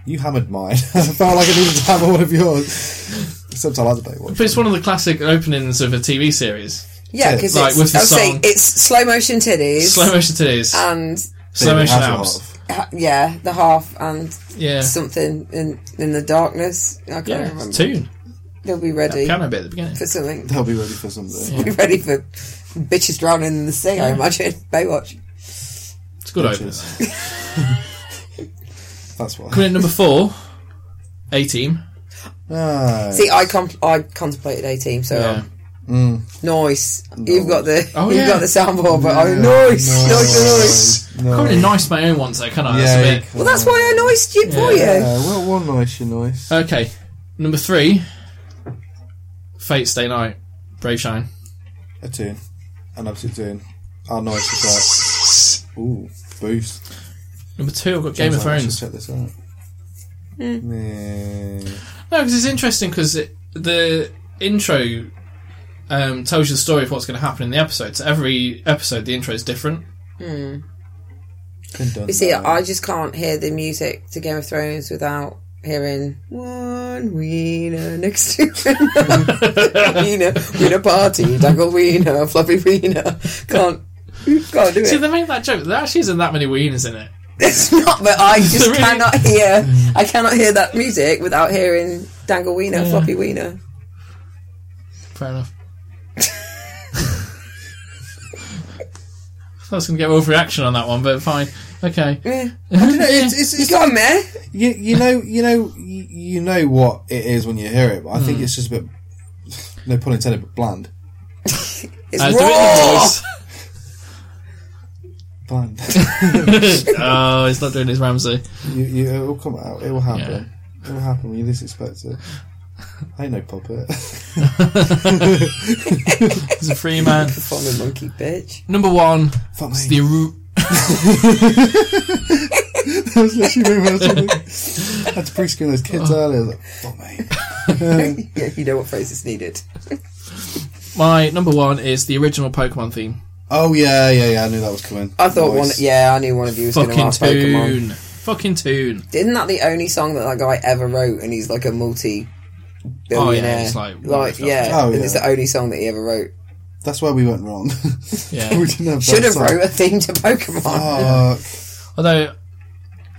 [SPEAKER 2] you hammered mine. I felt like I needed to hammer one of yours. Except I like the Baywatch.
[SPEAKER 1] But it's one of the classic openings of a TV series.
[SPEAKER 4] Yeah, because
[SPEAKER 1] Like,
[SPEAKER 4] it's,
[SPEAKER 1] with the
[SPEAKER 4] I would say
[SPEAKER 1] song.
[SPEAKER 4] it's slow motion titties
[SPEAKER 1] Slow motion today's.
[SPEAKER 4] and
[SPEAKER 1] slow motion
[SPEAKER 2] Hasselhoff.
[SPEAKER 1] hours.
[SPEAKER 4] ha- yeah, the half and
[SPEAKER 1] Yeah.
[SPEAKER 4] something in in the darkness. I can't
[SPEAKER 1] Yeah.
[SPEAKER 4] remember.
[SPEAKER 1] It's a tune.
[SPEAKER 4] They'll be ready
[SPEAKER 1] Piano bit at the beginning.
[SPEAKER 4] for something.
[SPEAKER 2] They'll be ready for something.
[SPEAKER 4] They'll be ready for bitches drowning in the sea. I imagine Baywatch.
[SPEAKER 1] It's a good opener.
[SPEAKER 2] Bitches. That's why.
[SPEAKER 1] Coming in at number four, A Team.
[SPEAKER 2] Nice.
[SPEAKER 4] See, oh, I com- I contemplated eighteen, so
[SPEAKER 1] Yeah.
[SPEAKER 4] um, nice. You've got the
[SPEAKER 1] Oh,
[SPEAKER 4] you've
[SPEAKER 1] yeah.
[SPEAKER 4] got the soundboard, but I
[SPEAKER 2] Yeah,
[SPEAKER 4] nice, nice, nice.
[SPEAKER 2] nice. nice.
[SPEAKER 1] Can't really nice my own one, though, can I? That's a
[SPEAKER 2] Yeah,
[SPEAKER 1] bit-
[SPEAKER 4] Well, that's why I noiced you for
[SPEAKER 1] Yeah.
[SPEAKER 4] you.
[SPEAKER 2] yeah, well, one nice, you nice.
[SPEAKER 1] Okay. Number three, Fate's Day Night, Brave Shine.
[SPEAKER 2] A tune. An absolute tune. Our nice is that. Ooh, boost.
[SPEAKER 1] Number two, I've got Game of
[SPEAKER 2] Sounds like I
[SPEAKER 1] Thrones.
[SPEAKER 2] should Check this out.
[SPEAKER 4] Mm.
[SPEAKER 2] Yeah.
[SPEAKER 1] No, because it's interesting because it, the intro um, tells you the story of what's going to happen in the episode. So every episode, the intro is different.
[SPEAKER 2] Been done
[SPEAKER 4] You see,
[SPEAKER 2] now.
[SPEAKER 4] I just can't hear the music to Game of Thrones without hearing one wiener next to another wiener, wiener party, dangle wiener, fluffy wiener. Can't, can't do
[SPEAKER 1] See,
[SPEAKER 4] it.
[SPEAKER 1] they make that joke. There actually isn't that many wieners in it.
[SPEAKER 4] It's not, but I just
[SPEAKER 1] There is.
[SPEAKER 4] cannot hear. I cannot hear that music without hearing dangle wiener, floppy wiener.
[SPEAKER 1] Fair enough. I was going to get overreaction on that one, but fine. Okay.
[SPEAKER 4] Yeah.
[SPEAKER 2] No, it's, it's,
[SPEAKER 4] You
[SPEAKER 2] it's,
[SPEAKER 4] got me.
[SPEAKER 2] you, you know, you know, you you know what it is when you hear it. But I think it's just a bit, no pun intended, but bland,
[SPEAKER 4] It's
[SPEAKER 1] Uh, do
[SPEAKER 4] raw.
[SPEAKER 1] it
[SPEAKER 2] bland.
[SPEAKER 1] in the voice. oh, he's not doing his Ramsey.
[SPEAKER 2] you, you, it will come out. It will happen. It will happen when you least expect it. I ain't no puppet.
[SPEAKER 1] He's a free man.
[SPEAKER 4] Performing monkey bitch.
[SPEAKER 1] Number one,
[SPEAKER 2] Fuck
[SPEAKER 1] it's
[SPEAKER 2] me.
[SPEAKER 1] the Eru-
[SPEAKER 2] I was literally moving on something. I had to pre-screen those kids earlier. I was like, fuck me.
[SPEAKER 4] yeah, you know what phrase is needed.
[SPEAKER 1] my number one is the original Pokemon theme.
[SPEAKER 2] Oh yeah, yeah, yeah. I knew that was coming.
[SPEAKER 4] I thought
[SPEAKER 2] Nice.
[SPEAKER 4] one. Yeah, I knew one of you was going to
[SPEAKER 1] Fucking
[SPEAKER 4] ask Pokemon.
[SPEAKER 1] tune. Fucking tune.
[SPEAKER 4] Isn't that the only song that that guy ever wrote? And he's like a multi
[SPEAKER 1] Oh,
[SPEAKER 4] billionaire.
[SPEAKER 1] yeah, he's like-
[SPEAKER 4] yeah,
[SPEAKER 2] Oh,
[SPEAKER 4] and it's
[SPEAKER 2] yeah.
[SPEAKER 4] the only song that he ever wrote.
[SPEAKER 2] That's where we went wrong. we
[SPEAKER 1] Yeah.
[SPEAKER 2] didn't have
[SPEAKER 4] Should
[SPEAKER 2] that
[SPEAKER 4] have
[SPEAKER 2] song.
[SPEAKER 4] wrote a theme to Pokemon.
[SPEAKER 2] Fuck.
[SPEAKER 1] Although,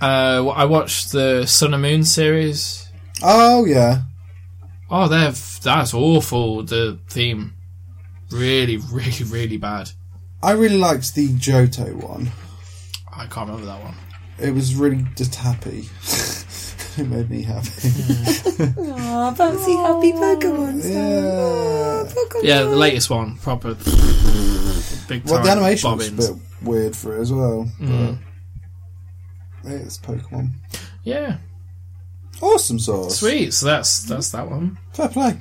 [SPEAKER 1] uh, I watched the Sun and Moon series.
[SPEAKER 2] Oh yeah.
[SPEAKER 1] Oh, they're f- that's awful. The theme, really, really, really bad.
[SPEAKER 2] I really liked the Johto one.
[SPEAKER 1] I can't remember that one.
[SPEAKER 2] It was really just happy. it made me happy.
[SPEAKER 4] Oh, bouncy happy Pokemon.
[SPEAKER 2] Oh, Yeah.
[SPEAKER 4] Pokemon.
[SPEAKER 1] Yeah, the latest one, proper big time.
[SPEAKER 2] Well, the animation was a
[SPEAKER 1] bobbins.
[SPEAKER 2] bit weird for it as well. but- Hey, it's Pokemon.
[SPEAKER 1] Yeah,
[SPEAKER 2] Awesome sauce.
[SPEAKER 1] sweet. So that's that's that one.
[SPEAKER 2] Fair play.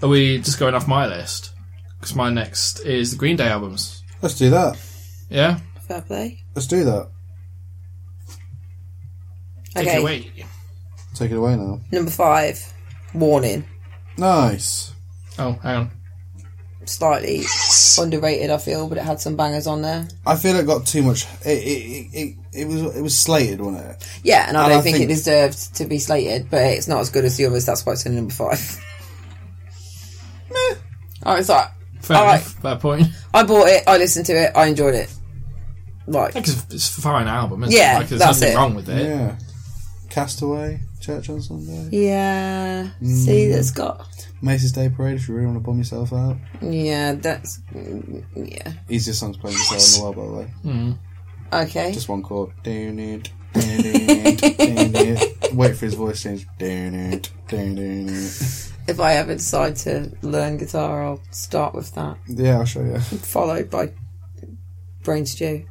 [SPEAKER 1] Are we just going off my list? Because my next is the Green Day albums.
[SPEAKER 2] Let's do that.
[SPEAKER 1] Yeah,
[SPEAKER 4] Fair play.
[SPEAKER 2] Let's do that.
[SPEAKER 1] take
[SPEAKER 4] Okay.
[SPEAKER 1] it away.
[SPEAKER 2] Take it away now.
[SPEAKER 4] Number five. Warning.
[SPEAKER 2] Nice.
[SPEAKER 1] Oh, hang on.
[SPEAKER 4] slightly underrated. I feel, but it had some bangers on there.
[SPEAKER 2] I feel it got too much. It it, it, it, it was it was slated, wasn't it?
[SPEAKER 4] Yeah, and I
[SPEAKER 2] And
[SPEAKER 4] don't
[SPEAKER 2] I
[SPEAKER 4] think,
[SPEAKER 2] think-
[SPEAKER 4] it deserved to be slated, but it's not as good as the others. That's why it's only number five. Meh. I was like,
[SPEAKER 1] Fair
[SPEAKER 4] All
[SPEAKER 1] enough. Fair point.
[SPEAKER 4] I bought it, I listened to it, I enjoyed it. Like,
[SPEAKER 1] Because it's a fine album, isn't
[SPEAKER 4] Yeah,
[SPEAKER 1] it? Like, there's
[SPEAKER 4] that's
[SPEAKER 1] nothing
[SPEAKER 4] it.
[SPEAKER 1] wrong with it.
[SPEAKER 2] Yeah. Castaway, Church on Sunday,
[SPEAKER 4] yeah. See, that's got.
[SPEAKER 2] Macy's Day Parade. If you really want to bum yourself out,
[SPEAKER 4] Yeah, that's. mm, Yeah.
[SPEAKER 2] easiest song's playing guitar in the world, by the way.
[SPEAKER 4] Okay.
[SPEAKER 2] Just one chord. Down it, down it, down it. Wait for his voice change. Down it, down it.
[SPEAKER 4] if I ever decide to learn guitar, I'll start with that,
[SPEAKER 2] Yeah, I'll show you.
[SPEAKER 4] followed by Brain Stew.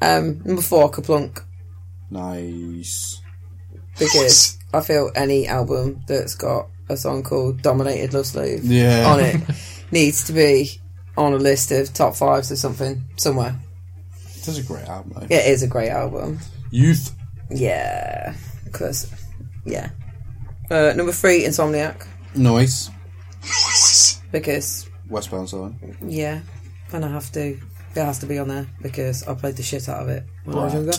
[SPEAKER 4] Um, number four, Kaplunk,
[SPEAKER 2] Nice.
[SPEAKER 4] because I feel any album that's got a song called Dominated Love Slave
[SPEAKER 2] Yeah.
[SPEAKER 4] on it needs to be on a list of top fives or something, somewhere.
[SPEAKER 2] That's a great album. Though.
[SPEAKER 4] It is a great album.
[SPEAKER 2] Youth.
[SPEAKER 4] Yeah, because yeah. Uh, number three, Insomniac,
[SPEAKER 2] Noise.
[SPEAKER 4] because
[SPEAKER 2] Westbound Zone.
[SPEAKER 4] yeah, and I have to. It has to be on there because I played the shit out of it when I was younger.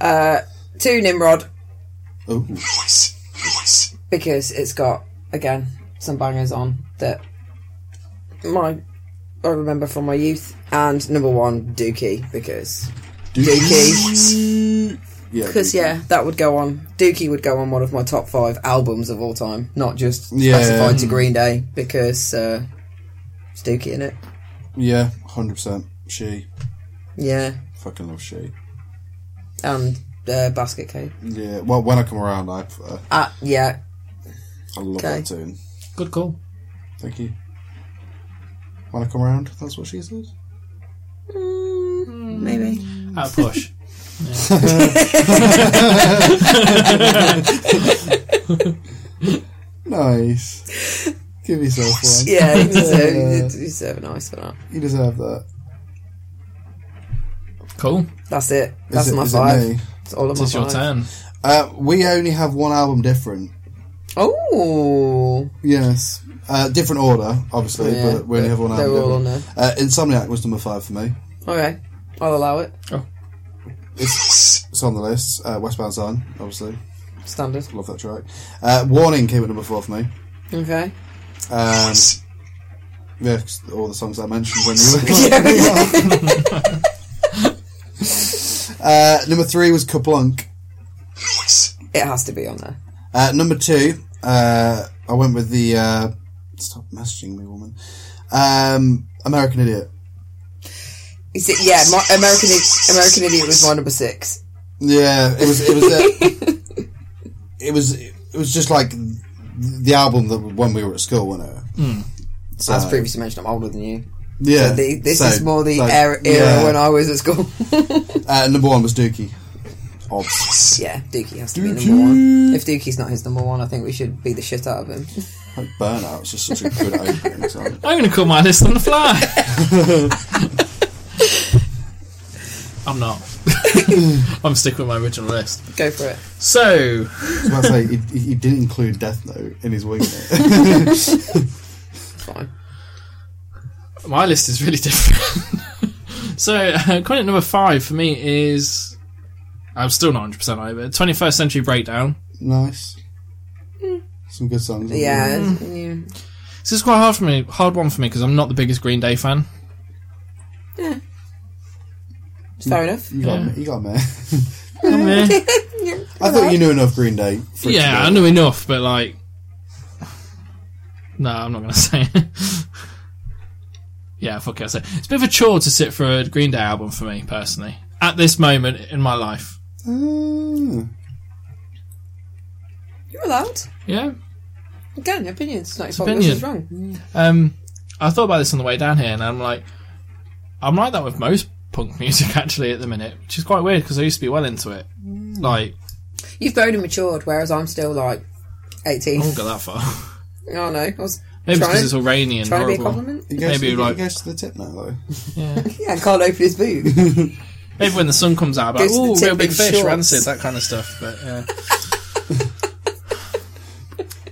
[SPEAKER 4] Uh, two Nimrod
[SPEAKER 2] Ooh.
[SPEAKER 4] because it's got again some bangers on that my I remember from my youth, and number one Dookie because Dookie
[SPEAKER 2] Yeah.
[SPEAKER 4] because yeah that would go on Dookie would go on one of my top five albums of all time, not just
[SPEAKER 2] Yeah.
[SPEAKER 4] specified to Green Day because uh, it's Dookie in it.
[SPEAKER 2] Yeah, 100%. She.
[SPEAKER 4] Yeah,
[SPEAKER 2] Fucking love she.
[SPEAKER 4] and uh, Basket Case.
[SPEAKER 2] Yeah. Well, when I come around, I, uh,
[SPEAKER 4] Uh, yeah,
[SPEAKER 2] I love
[SPEAKER 4] Okay.
[SPEAKER 2] that tune.
[SPEAKER 1] Good call.
[SPEAKER 2] Thank you. When I come around, that's what she said.
[SPEAKER 1] Mm.
[SPEAKER 4] maybe.
[SPEAKER 1] Out of push.
[SPEAKER 2] Nice. Give yourself one.
[SPEAKER 4] Yeah, you deserve, you deserve an ice for that.
[SPEAKER 2] You deserve that.
[SPEAKER 1] cool.
[SPEAKER 4] That's it.
[SPEAKER 2] Is
[SPEAKER 4] That's
[SPEAKER 2] it-
[SPEAKER 4] my
[SPEAKER 2] is it
[SPEAKER 4] five.
[SPEAKER 2] me?
[SPEAKER 4] It's all of my
[SPEAKER 1] It's your
[SPEAKER 4] five.
[SPEAKER 1] turn.
[SPEAKER 2] Uh, we only have one album different.
[SPEAKER 4] Oh,
[SPEAKER 2] Yes. Uh, different order, obviously,
[SPEAKER 4] Yeah,
[SPEAKER 2] but we only have one
[SPEAKER 4] they're
[SPEAKER 2] album.
[SPEAKER 4] all on
[SPEAKER 2] different. Uh, Insomniac was number five for me.
[SPEAKER 4] okay. I'll allow it.
[SPEAKER 2] It's, it's on the list. Uh, Westbound Zone, obviously.
[SPEAKER 4] Standard.
[SPEAKER 2] Love that track. Uh, Warning came at number four for me.
[SPEAKER 4] Okay.
[SPEAKER 2] Um, yeah, 'cause all the songs I mentioned when you were. uh, number three was Kablunk.
[SPEAKER 4] It has to be on there.
[SPEAKER 2] Uh, number two, uh, I went with the. Uh, stop messaging me, woman. Um, American Idiot.
[SPEAKER 4] Is it? Yeah, my, American I- American Idiot was my number six.
[SPEAKER 2] Yeah, it was. It was. uh, it was. It was just like the album that when we were at school, wasn't it?
[SPEAKER 4] Hmm.
[SPEAKER 2] So,
[SPEAKER 4] As previously mentioned, I'm older than you.
[SPEAKER 2] yeah.
[SPEAKER 4] The, this
[SPEAKER 2] so,
[SPEAKER 4] is more the
[SPEAKER 2] like,
[SPEAKER 4] era, era
[SPEAKER 2] yeah.
[SPEAKER 4] when I was at school.
[SPEAKER 2] Uh, number one was Dookie. Obs.
[SPEAKER 4] yeah, Dookie has to be number one. If Dookie's not his number one, I think we should beat the shit out of him.
[SPEAKER 2] Like Burnout's just such a good opening song.
[SPEAKER 1] I'm going to call my list on the fly. I'm not. I'm sticking with my original list.
[SPEAKER 4] Go for it.
[SPEAKER 1] So,
[SPEAKER 2] I was about to say, he, he- he did include Death Note in his wingnut.
[SPEAKER 4] Fine.
[SPEAKER 1] my list is really different. so, uh, credit number five for me is. I'm still not 100% over. 21st Century Breakdown.
[SPEAKER 2] nice. Some good songs. on
[SPEAKER 4] Hmm. Yeah.
[SPEAKER 2] Mm.
[SPEAKER 4] yeah.
[SPEAKER 1] This is quite hard for me, hard one for me because I'm not the biggest Green Day fan.
[SPEAKER 4] Fair enough.
[SPEAKER 2] there. You got me. You got me.
[SPEAKER 1] Meh.
[SPEAKER 2] I thought you knew enough Green Day. For it to
[SPEAKER 1] yeah,
[SPEAKER 2] be-
[SPEAKER 1] I know enough, but like, no, I'm not gonna say. it. yeah, fuck it. I say it's a bit of a chore to sit for a Green Day album for me personally at this moment in my life.
[SPEAKER 2] Mm.
[SPEAKER 4] You're allowed.
[SPEAKER 1] Yeah.
[SPEAKER 4] Again, opinions. It's not your
[SPEAKER 1] It's
[SPEAKER 4] fault.
[SPEAKER 1] opinion.
[SPEAKER 4] Yours is wrong.
[SPEAKER 1] Um, I thought about this on the way down here, and I'm like, I'm like that with most punk music actually at the minute, which is quite weird because I used to be well into it.
[SPEAKER 4] Mm.
[SPEAKER 1] Like,
[SPEAKER 4] You've grown and matured, whereas I'm still like 18.
[SPEAKER 1] I won't go that far.
[SPEAKER 4] Oh no, I was
[SPEAKER 1] Maybe
[SPEAKER 4] Trying-
[SPEAKER 1] because it's all rainy and
[SPEAKER 4] trying to be a
[SPEAKER 1] horrible.
[SPEAKER 4] compliment.
[SPEAKER 2] He goes,
[SPEAKER 1] Maybe,
[SPEAKER 2] Maybe he
[SPEAKER 1] like-
[SPEAKER 2] goes to the tip now though.
[SPEAKER 1] Yeah.
[SPEAKER 4] Yeah, I can't open his boot.
[SPEAKER 1] Maybe when the sun comes out, I'll be
[SPEAKER 4] Goes to the
[SPEAKER 1] like, ooh,
[SPEAKER 4] tip
[SPEAKER 1] real big
[SPEAKER 4] in
[SPEAKER 1] fish,
[SPEAKER 4] shorts."
[SPEAKER 1] rancid, that kind of stuff. But yeah.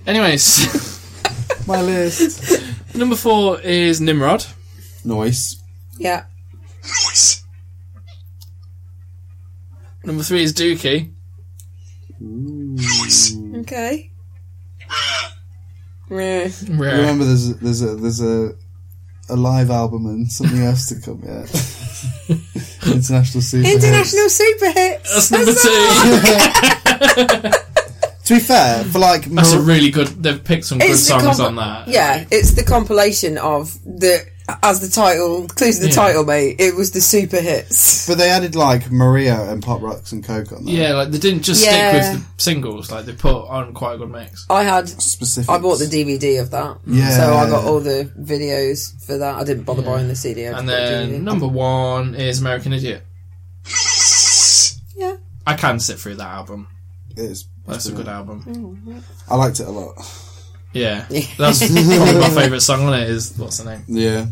[SPEAKER 1] Anyways,
[SPEAKER 2] My list.
[SPEAKER 1] Number four is Nimrod.
[SPEAKER 11] Noise.
[SPEAKER 4] Yeah.
[SPEAKER 5] Noise.
[SPEAKER 1] Number three is Dookie.
[SPEAKER 5] Noise.
[SPEAKER 4] Okay.
[SPEAKER 5] Bruh.
[SPEAKER 4] Yeah.
[SPEAKER 1] Rare.
[SPEAKER 11] Remember, there's a, there's a there's a a live album and something else to come yet. International super.
[SPEAKER 4] International super hits.
[SPEAKER 1] That's number two.
[SPEAKER 11] To be fair, for like
[SPEAKER 1] That's a
[SPEAKER 11] Mar-
[SPEAKER 1] really good. They've picked some good
[SPEAKER 4] It's the
[SPEAKER 1] songs
[SPEAKER 4] comp-
[SPEAKER 1] on that.
[SPEAKER 4] Yeah, it's the compilation of the as the title clues the
[SPEAKER 1] Yeah.
[SPEAKER 4] title, mate. It was the super hits.
[SPEAKER 11] but they added like Maria and Pop Rocks and Coke on there.
[SPEAKER 1] Yeah, like they didn't just
[SPEAKER 4] Yeah.
[SPEAKER 1] stick with the singles. Like they put on quite a good mix.
[SPEAKER 4] I had
[SPEAKER 11] Specific.
[SPEAKER 4] I bought the DVD of that.
[SPEAKER 11] Yeah.
[SPEAKER 4] So I got all the videos for that. I didn't bother buying the CD. I just
[SPEAKER 1] And
[SPEAKER 4] bought
[SPEAKER 1] then
[SPEAKER 4] DVD.
[SPEAKER 1] number one is American Idiot.
[SPEAKER 5] Noise.
[SPEAKER 4] yeah,
[SPEAKER 1] I can sit through that album.
[SPEAKER 11] It's,
[SPEAKER 1] That's a good album.
[SPEAKER 11] I liked it a lot.
[SPEAKER 1] Yeah, that's probably my favourite song on it. Is what's the name?
[SPEAKER 11] Yeah.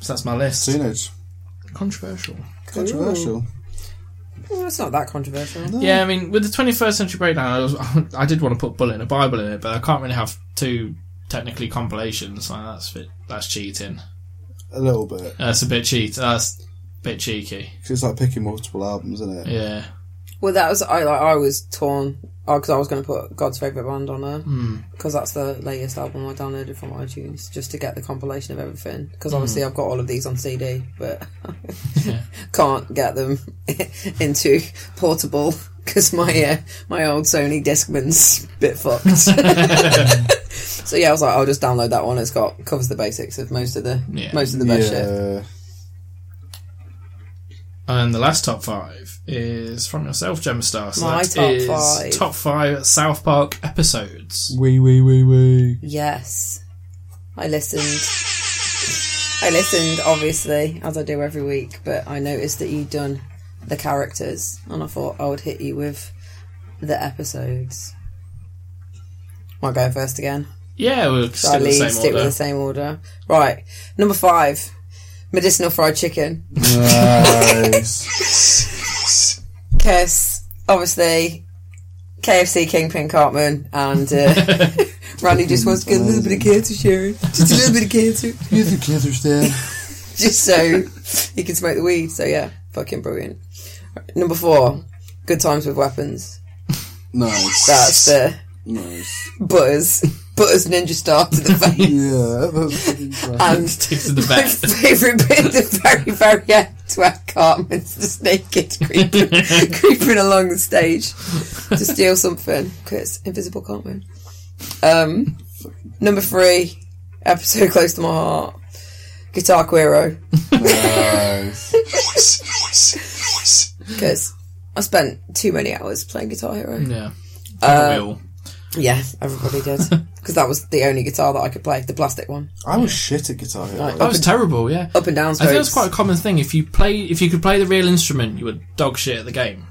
[SPEAKER 1] So that's my list.
[SPEAKER 11] Teenage.
[SPEAKER 1] Controversial.
[SPEAKER 11] Controversial.
[SPEAKER 4] well, it's not that controversial.
[SPEAKER 1] Yeah, I mean, with the 21st Century Breakdown, I, was, I did want to put Bullet in a Bible in it, but I can't really have two technically compilations. Like that's fit, that's cheating.
[SPEAKER 11] A little bit.
[SPEAKER 1] That's a bit cheat. That's a bit cheeky.
[SPEAKER 11] 'Cause it's like picking multiple albums, isn't it?
[SPEAKER 1] Yeah.
[SPEAKER 4] Well, that was I like I was torn because I was going to put God's favorite band on there because that's the latest album I downloaded from iTunes just to get the compilation of everything because obviously I've got all of these on CD but can't get them into portable because my uh, my old Sony Discman's a bit fucked. so yeah, I was like, I'll just download that one. It's got covers the basics of most of the
[SPEAKER 1] Yeah.
[SPEAKER 4] most of the best shit.
[SPEAKER 11] Yeah.
[SPEAKER 1] And the last top five is from yourself, Gemma Star. So
[SPEAKER 4] My
[SPEAKER 1] that
[SPEAKER 4] top
[SPEAKER 1] is
[SPEAKER 4] five.
[SPEAKER 1] top five South Park episodes.
[SPEAKER 11] Wee wee wee wee.
[SPEAKER 4] Yes. I listened. I listened, obviously, as I do every week, but I noticed that you'd done the characters, and I thought I would hit you with the episodes. Am I going first again?
[SPEAKER 1] Yeah, we'll stick
[SPEAKER 4] I
[SPEAKER 1] with the
[SPEAKER 4] leave,
[SPEAKER 1] same
[SPEAKER 4] stick with
[SPEAKER 1] order.
[SPEAKER 4] the same order. Right. Number five medicinal fried chicken.
[SPEAKER 11] Nice.
[SPEAKER 4] Kiss, obviously, KFC Kingpin Cartman, and uh, Randy just wants to get a little bit of cancer, Sharon. Just a little bit of cancer.
[SPEAKER 11] you think kids are dead?
[SPEAKER 4] just so he can smoke the weed. So yeah, fucking brilliant. Number four, good times with weapons.
[SPEAKER 11] Nice.
[SPEAKER 4] That's the
[SPEAKER 11] Nice.
[SPEAKER 4] butters, butters ninja star to the face.
[SPEAKER 11] Yeah. That's fucking great.
[SPEAKER 4] And
[SPEAKER 1] Stick to the
[SPEAKER 4] my
[SPEAKER 1] best.
[SPEAKER 4] favourite bit, at the very, very end, where Cartman's just naked creeping, creeping along the stage to steal something. Chris, invisible Cartman. Um, number three, episode close to my heart, guitar quero.
[SPEAKER 11] nice.
[SPEAKER 5] Noise. Noise.
[SPEAKER 4] because I spent too many hours playing Guitar Hero. Uh,
[SPEAKER 1] Yeah. Probably all.
[SPEAKER 4] Yeah, everybody did. Because that was the only guitar that I could play, the plastic one.
[SPEAKER 11] I was shit at guitar. Hero.
[SPEAKER 4] Like,
[SPEAKER 1] That
[SPEAKER 4] up,
[SPEAKER 1] was
[SPEAKER 4] and,
[SPEAKER 1] terrible, yeah.
[SPEAKER 4] up and down
[SPEAKER 1] I
[SPEAKER 4] strokes.
[SPEAKER 1] think it's quite a common thing. If you play, if you could play the real instrument, you were dog shit at the game.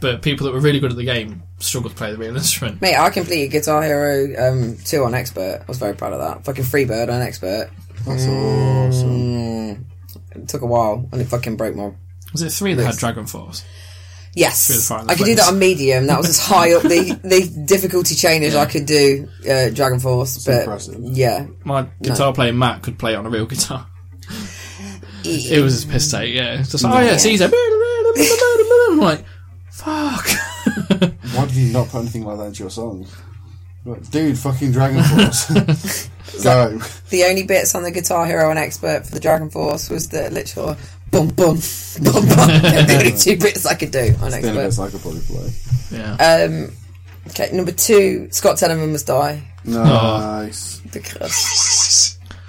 [SPEAKER 1] But people that were really good at the game struggled to play the real instrument.
[SPEAKER 4] Mate, I completed Guitar Hero um, 2 on Expert. I was very proud of that. Fucking Freebird on Expert.
[SPEAKER 11] That's awesome.
[SPEAKER 4] Mm, it took a while, and it fucking broke my...
[SPEAKER 1] Was it three that had Dragon Force? Through the
[SPEAKER 4] Yes,
[SPEAKER 1] fire and
[SPEAKER 4] I could do
[SPEAKER 1] flames.
[SPEAKER 4] that on medium. That was as high up the, the difficulty chain as I could do uh, Dragon Force. but
[SPEAKER 11] impressive.
[SPEAKER 4] yeah,
[SPEAKER 1] My guitar playing Matt could play it on a real guitar.
[SPEAKER 4] E-
[SPEAKER 1] It was his piss take, yeah. It's just like, oh yeah, it's easy. I'm like, fuck.
[SPEAKER 11] Why did you not put anything like that into your song? Like, Dude, fucking Dragon Force. Go.
[SPEAKER 4] the only bits on the Guitar Hero and Expert for the Dragon Force was the literal bum bum bum bum. the only two bits I could do on
[SPEAKER 11] Then it's
[SPEAKER 4] Expert.
[SPEAKER 11] like a probably play.
[SPEAKER 1] yeah.
[SPEAKER 4] Um, okay, number two, Scott Tenorman must die
[SPEAKER 11] Nice.
[SPEAKER 4] because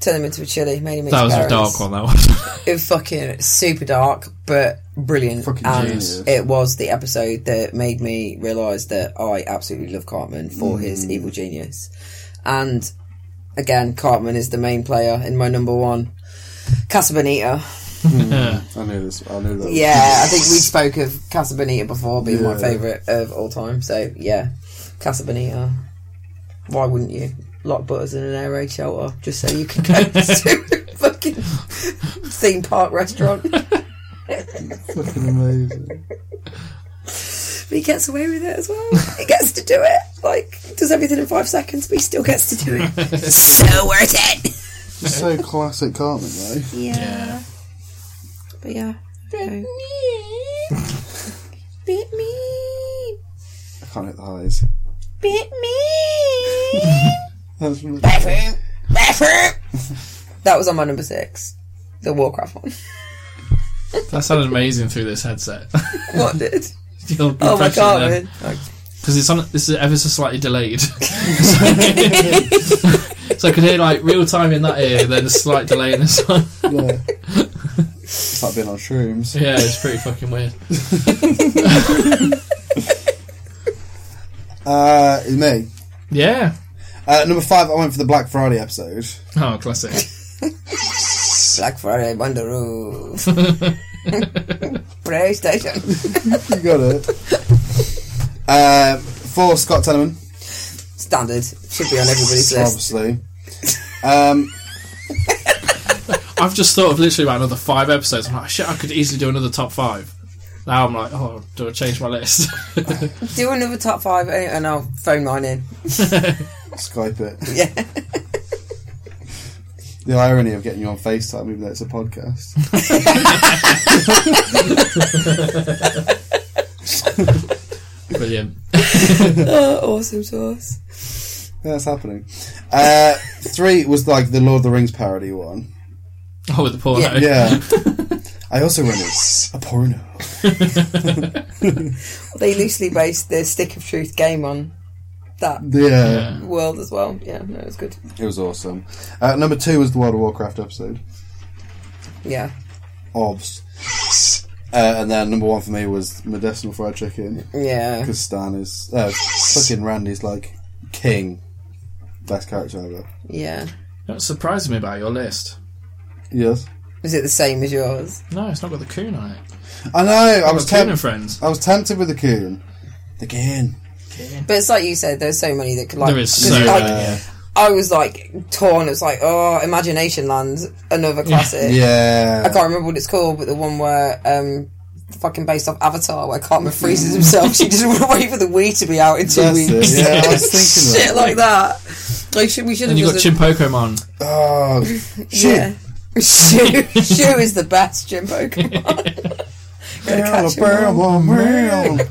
[SPEAKER 4] turn him into a chili. Made him
[SPEAKER 1] that was a dark one, that was.
[SPEAKER 4] It was fucking super dark, but brilliant.
[SPEAKER 11] Fucking
[SPEAKER 4] and
[SPEAKER 11] genius.
[SPEAKER 4] it was the episode that made me realise that I absolutely love Cartman for
[SPEAKER 11] Hmm.
[SPEAKER 4] his evil genius. And again, Cartman is the main player in my number one. Casa Bonita.
[SPEAKER 11] I knew this. I knew that.
[SPEAKER 4] Yeah, I think we spoke of Casa Bonita before being my
[SPEAKER 11] Yeah.
[SPEAKER 4] favourite of all time. So yeah, Casa Bonita. Why wouldn't you? Lock butters in an air raid shelter just so you can go to a fucking theme park restaurant.
[SPEAKER 11] Fucking amazing.
[SPEAKER 4] but he gets away with it as well. he gets to do it. Like does everything in five seconds, but he still gets to do it. so worth it.
[SPEAKER 2] It's so classic Cartman, though.
[SPEAKER 4] Yeah. But yeah. Bit me. Bit me.
[SPEAKER 2] I can't hit the highs.
[SPEAKER 4] Bit me.
[SPEAKER 2] That's really-
[SPEAKER 4] that was on my number six. The Warcraft one.
[SPEAKER 1] That sounded amazing through this headset.
[SPEAKER 4] what did? Oh my god, man. Like,
[SPEAKER 1] Because it's on. This is ever so slightly delayed. so I could hear like real time in that ear, then a slight delay in this one.
[SPEAKER 2] yeah. It's like being on shrooms.
[SPEAKER 1] Yeah, it's pretty fucking weird.
[SPEAKER 2] Uh, it's me.
[SPEAKER 1] Yeah.
[SPEAKER 2] Uh, number five, I went for the Black Friday episode.
[SPEAKER 1] Oh, classic.
[SPEAKER 4] Black Friday, Wonder Roof. PlayStation.
[SPEAKER 2] You got it. uh, for Scott Teneman,
[SPEAKER 4] Standard. Should be on everybody's list.
[SPEAKER 2] obviously. Um,
[SPEAKER 1] I've just thought of literally about another five episodes. I'm like, shit, I could easily do another top five. Now I'm like, oh, do I change my list?
[SPEAKER 4] Do another top five eh, and I'll phone mine in.
[SPEAKER 2] Skype it.
[SPEAKER 4] Yeah.
[SPEAKER 2] The irony of getting you on FaceTime, even though it's a podcast.
[SPEAKER 1] Brilliant.
[SPEAKER 4] Oh, awesome sauce.
[SPEAKER 2] Yeah, that's happening. Uh, three was like the Lord of the Rings parody one.
[SPEAKER 1] Oh, with the porno.
[SPEAKER 4] Yeah.
[SPEAKER 2] Yeah. I also went as a porno.
[SPEAKER 4] They loosely based the Stick of Truth game on that
[SPEAKER 2] Yeah.
[SPEAKER 4] world as well. Yeah, no, it was good.
[SPEAKER 2] It was awesome. Uh, number two was the World of Warcraft episode.
[SPEAKER 4] Yeah.
[SPEAKER 2] Obs. Uh, and then number one for me was medicinal fried chicken
[SPEAKER 4] Yeah.
[SPEAKER 2] because Stan is uh, fucking Randy's like king, best character ever.
[SPEAKER 4] Yeah.
[SPEAKER 1] What's surprising me about your list?
[SPEAKER 2] Yes,
[SPEAKER 4] Was it the same as yours?
[SPEAKER 1] No, it's not got the coon on it.
[SPEAKER 2] I know. I
[SPEAKER 1] I
[SPEAKER 2] was
[SPEAKER 1] was Coon and
[SPEAKER 2] tempted.
[SPEAKER 1] Friends.
[SPEAKER 2] I was tempted with the coon. The coon.
[SPEAKER 4] But it's like you said, there's so many that could like.
[SPEAKER 1] There is
[SPEAKER 4] 'cause
[SPEAKER 1] so
[SPEAKER 4] it's like,
[SPEAKER 1] many,
[SPEAKER 2] yeah.
[SPEAKER 4] I was like torn. It was like, oh, Imagination Land, another classic.
[SPEAKER 2] Yeah.
[SPEAKER 4] I can't remember what it's called, but the one where um, fucking based off Avatar, where Cartman freezes himself. she doesn't want to wait for the Wii to be out in two
[SPEAKER 2] That's
[SPEAKER 4] weeks.
[SPEAKER 2] it. Yeah, I was thinking that.
[SPEAKER 4] Shit like that. Like should, we should have.
[SPEAKER 1] And you've got
[SPEAKER 4] just-
[SPEAKER 1] Chim Pokemon.
[SPEAKER 2] Oh, shit.
[SPEAKER 4] Yeah. Shoe, Shoe is the best gym Pokemon. Gotta catch 'em all.
[SPEAKER 2] Alabama.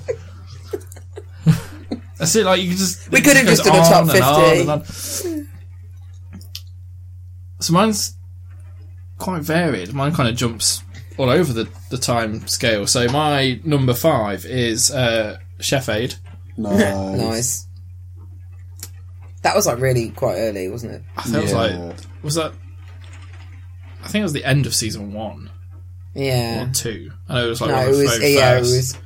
[SPEAKER 1] That's it, like, you could just.
[SPEAKER 4] We
[SPEAKER 1] it
[SPEAKER 4] could have
[SPEAKER 1] goes
[SPEAKER 4] just done a top
[SPEAKER 1] on and on
[SPEAKER 4] 50.
[SPEAKER 1] and on. So mine's quite varied. Mine kind of jumps all over the, the time scale. So my number five is uh, Chef Aid.
[SPEAKER 2] Nice.
[SPEAKER 4] Nice. That was like really quite early, wasn't it?
[SPEAKER 1] I think it was
[SPEAKER 2] Yeah.
[SPEAKER 1] like. Was that. I think it was the end of season one
[SPEAKER 4] Yeah.
[SPEAKER 1] or two. I know it was like
[SPEAKER 4] No,
[SPEAKER 1] one
[SPEAKER 4] it
[SPEAKER 1] of the
[SPEAKER 4] was.
[SPEAKER 1] very
[SPEAKER 4] Yeah, it
[SPEAKER 1] first.
[SPEAKER 4] was.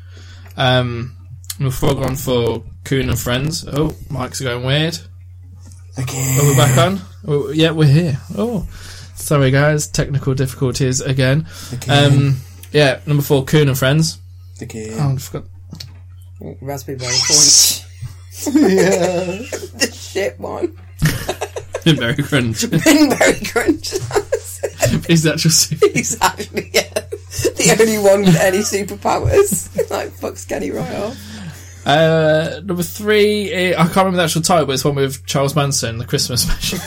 [SPEAKER 1] Um, number four gone for Coon and Friends. Oh, mics are going weird.
[SPEAKER 2] Again.
[SPEAKER 1] Are we back on? Oh, yeah, we're here. Oh, sorry guys, technical difficulties again. Um, yeah, number four, Coon and Friends.
[SPEAKER 2] Again.
[SPEAKER 1] Oh, I forgot.
[SPEAKER 4] Raspberry Berry Crunch.
[SPEAKER 2] yeah.
[SPEAKER 4] the shit one.
[SPEAKER 1] Very cringe.
[SPEAKER 4] Berry Crunch.
[SPEAKER 1] Is that just?
[SPEAKER 4] He's actually yeah, the only one with any superpowers. like, fucks Kenny right off.
[SPEAKER 1] Uh, number three, eh, I can't remember the actual title, but it's one with Charles Manson, the Christmas special.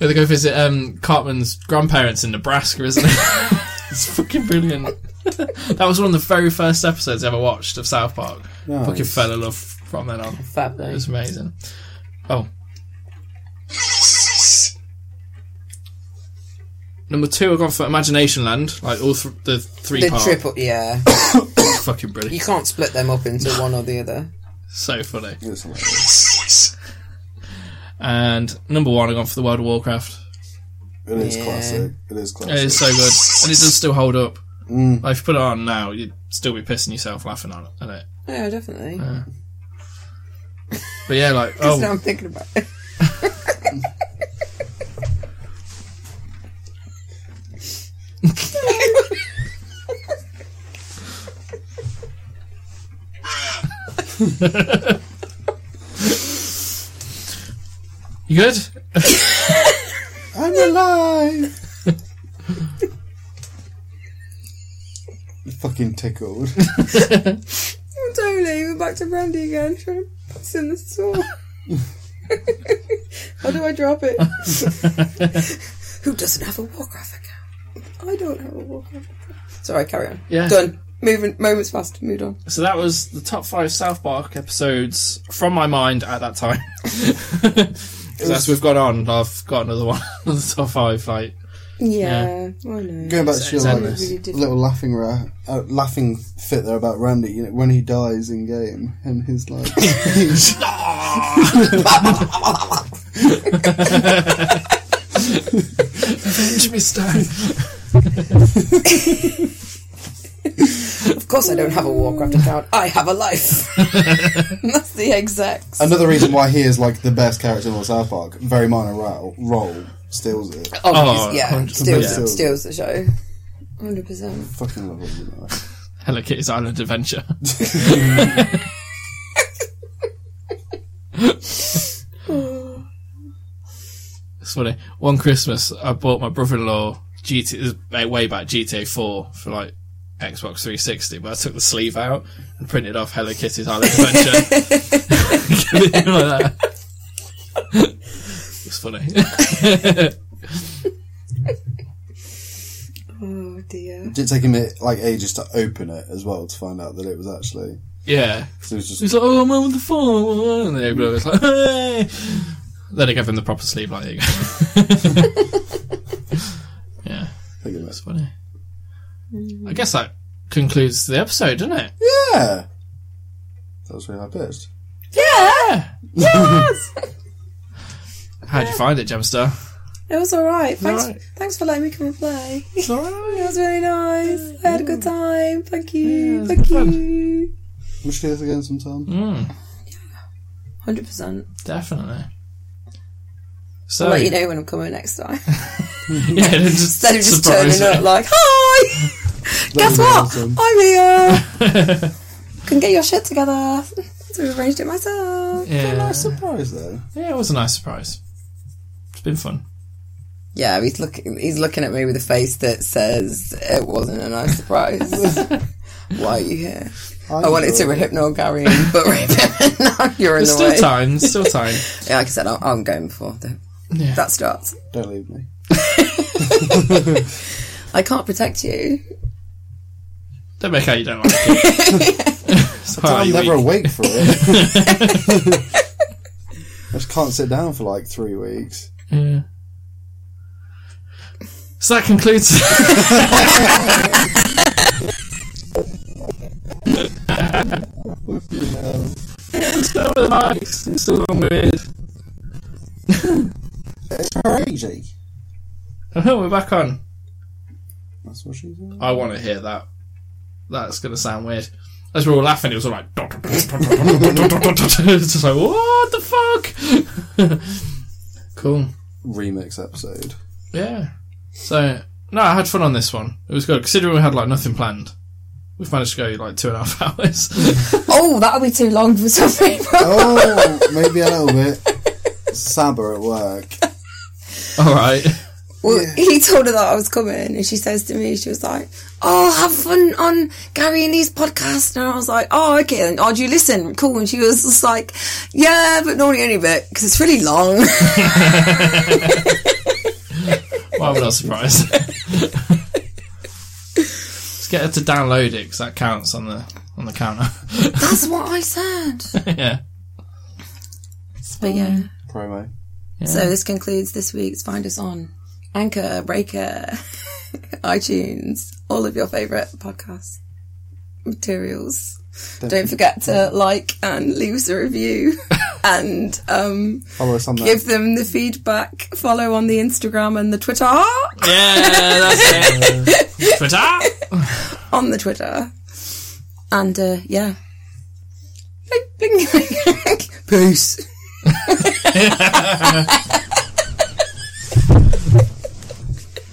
[SPEAKER 1] Yeah, they go visit um, Cartman's grandparents in Nebraska, isn't it? it's fucking brilliant. that was one of the very first episodes I ever watched of South Park. Fucking
[SPEAKER 2] Nice.
[SPEAKER 1] fell in love from then on.
[SPEAKER 4] Fab
[SPEAKER 1] It
[SPEAKER 4] though.
[SPEAKER 1] was amazing. Oh. Number two, I've gone for Imagination Land, like all th- the three
[SPEAKER 4] The
[SPEAKER 1] part.
[SPEAKER 4] triple, yeah.
[SPEAKER 1] Fucking brilliant.
[SPEAKER 4] You can't split them up into one or the other.
[SPEAKER 1] So funny.
[SPEAKER 2] It's hilarious.
[SPEAKER 1] And number one, I've gone for the World of Warcraft.
[SPEAKER 2] It is
[SPEAKER 4] Yeah.
[SPEAKER 2] classic. It is classic.
[SPEAKER 1] It is so good, and it does still hold up. Like, if you put it on now, you'd still be pissing yourself laughing on it, at it.
[SPEAKER 4] Yeah, definitely.
[SPEAKER 1] But yeah, like
[SPEAKER 4] That's what
[SPEAKER 1] oh,
[SPEAKER 4] I'm thinking about. it.
[SPEAKER 1] you good?
[SPEAKER 2] I'm alive. fucking tickled.
[SPEAKER 4] I'm totally. We're back to Brandy again. Trying to put in the store. How do I drop it? Who doesn't have a Warcraft account? I don't have a Warcraft account. Sorry, carry on.
[SPEAKER 1] Yeah.
[SPEAKER 4] Done. Moving moments fast. Moved on.
[SPEAKER 1] So that was the top five South Park episodes from my mind at that time. 'Cause as we've gone on, I've got another one on the top five. Like,
[SPEAKER 4] Yeah, I know.
[SPEAKER 2] Going back to your
[SPEAKER 1] so-
[SPEAKER 2] like,
[SPEAKER 4] Really different.
[SPEAKER 2] little laughing ra- uh, laughing fit there about Randy, you know, when he dies in game and his like
[SPEAKER 1] pinch me stone.
[SPEAKER 4] Of course, I don't have a Warcraft account. I have a life. That's the exact.
[SPEAKER 2] Another reason why he is like the best character in all South Park, very minor role, role steals it.
[SPEAKER 4] Oh,
[SPEAKER 1] Oh,
[SPEAKER 4] yeah,
[SPEAKER 1] 100%,
[SPEAKER 4] steals,
[SPEAKER 2] yeah.
[SPEAKER 4] steals the show. Hundred percent.
[SPEAKER 2] Fucking love him. You know.
[SPEAKER 1] Hello Kitty's Island Adventure. it's funny. One Christmas, I bought my brother-in-law GT this is way back GTA 4 for like Xbox 360, but I took the sleeve out and printed off Hello Kitty's Island Adventure. Give it like that. it's funny.
[SPEAKER 4] Oh dear.
[SPEAKER 2] Did it take him like ages to open it as well to find out that it was actually?
[SPEAKER 1] yeah.
[SPEAKER 2] 'cause it was just
[SPEAKER 1] He's like, oh, I'm on the phone. And then everybody was like, hey. Then I gave him the proper sleep, like, there you go. yeah,
[SPEAKER 2] thinking
[SPEAKER 1] it's
[SPEAKER 2] about.
[SPEAKER 1] funny. I guess that concludes the episode, doesn't it?
[SPEAKER 2] Yeah, that was really high pitched.
[SPEAKER 1] Yeah! Yes! How'd you find it, Gemstar?
[SPEAKER 4] It was all right. Thanks.
[SPEAKER 1] Alright.
[SPEAKER 4] Thanks for letting me come and play. It was really nice. I had a good time. Thank you.
[SPEAKER 1] it's
[SPEAKER 4] Thank
[SPEAKER 1] been
[SPEAKER 4] you.
[SPEAKER 2] We should do this again sometime.
[SPEAKER 1] Mm,
[SPEAKER 4] Hundred percent.
[SPEAKER 1] definitely. So,
[SPEAKER 4] I'll let you know when I'm coming next time.
[SPEAKER 1] yeah, just
[SPEAKER 4] Instead of just
[SPEAKER 1] surprise
[SPEAKER 4] turning up
[SPEAKER 1] me.
[SPEAKER 4] like, "Hi, guess
[SPEAKER 2] be
[SPEAKER 4] what?
[SPEAKER 2] awesome.
[SPEAKER 4] I'm here. Couldn't get your shit together, so I arranged it myself."
[SPEAKER 1] yeah.
[SPEAKER 2] Surprise though.
[SPEAKER 1] yeah, it was a nice surprise. It's been fun.
[SPEAKER 4] Yeah, he's looking. He's looking at me with a face that says it wasn't a nice surprise. Why are you here? I wanted to rip Noel Gary, in, but rip him, and now you're in
[SPEAKER 1] There's
[SPEAKER 4] the
[SPEAKER 1] still
[SPEAKER 4] way.
[SPEAKER 1] time, there's still time.
[SPEAKER 4] Yeah, like I said, I'm, I'm going before the,
[SPEAKER 1] Yeah.
[SPEAKER 4] that starts.
[SPEAKER 2] Don't leave me.
[SPEAKER 4] I can't protect you.
[SPEAKER 1] Don't make out you don't like it. It's quite
[SPEAKER 2] I'm
[SPEAKER 1] a
[SPEAKER 2] never
[SPEAKER 1] week.
[SPEAKER 2] awake for it. I just can't sit down for like three weeks.
[SPEAKER 1] Yeah. So that concludes. Still the mics, it's still on weird.
[SPEAKER 2] Crazy.
[SPEAKER 1] Oh, We're back on.
[SPEAKER 2] That's what she's doing.
[SPEAKER 1] I want to hear that. That's going to sound weird. As we were laughing, it was all like. it's just like, what the fuck? cool.
[SPEAKER 2] Remix episode.
[SPEAKER 1] Yeah. So no, I had fun on this one. It was good considering we had like nothing planned. We've managed to go like two and a half hours.
[SPEAKER 4] Oh, that'll be too long for some people.
[SPEAKER 2] Oh, maybe a little bit. Sabber at work.
[SPEAKER 1] All right.
[SPEAKER 4] Well, he told her that I was coming, and she says to me, she was like, "Oh, have fun on Gary and Lee's podcast." And I was like, "Oh, okay." And oh, do you listen? Cool. And she was just like, "Yeah, but not only a bit because it's really long."
[SPEAKER 1] Why would I surprise? Let's get her to download it because that counts on the on the counter.
[SPEAKER 4] That's what I said.
[SPEAKER 1] yeah.
[SPEAKER 4] But yeah.
[SPEAKER 2] Promo.
[SPEAKER 4] So this concludes this week's. Find us on Anchor, Breaker, iTunes, all of your favourite podcast materials. Don't forget to like and leave us a review and um,
[SPEAKER 2] Follow us on there.
[SPEAKER 4] give them the feedback. Follow on the Instagram and the Twitter.
[SPEAKER 1] Yeah, that's it. Twitter.
[SPEAKER 4] On the Twitter. And uh, yeah. Bling, bling, bling, bling. Peace.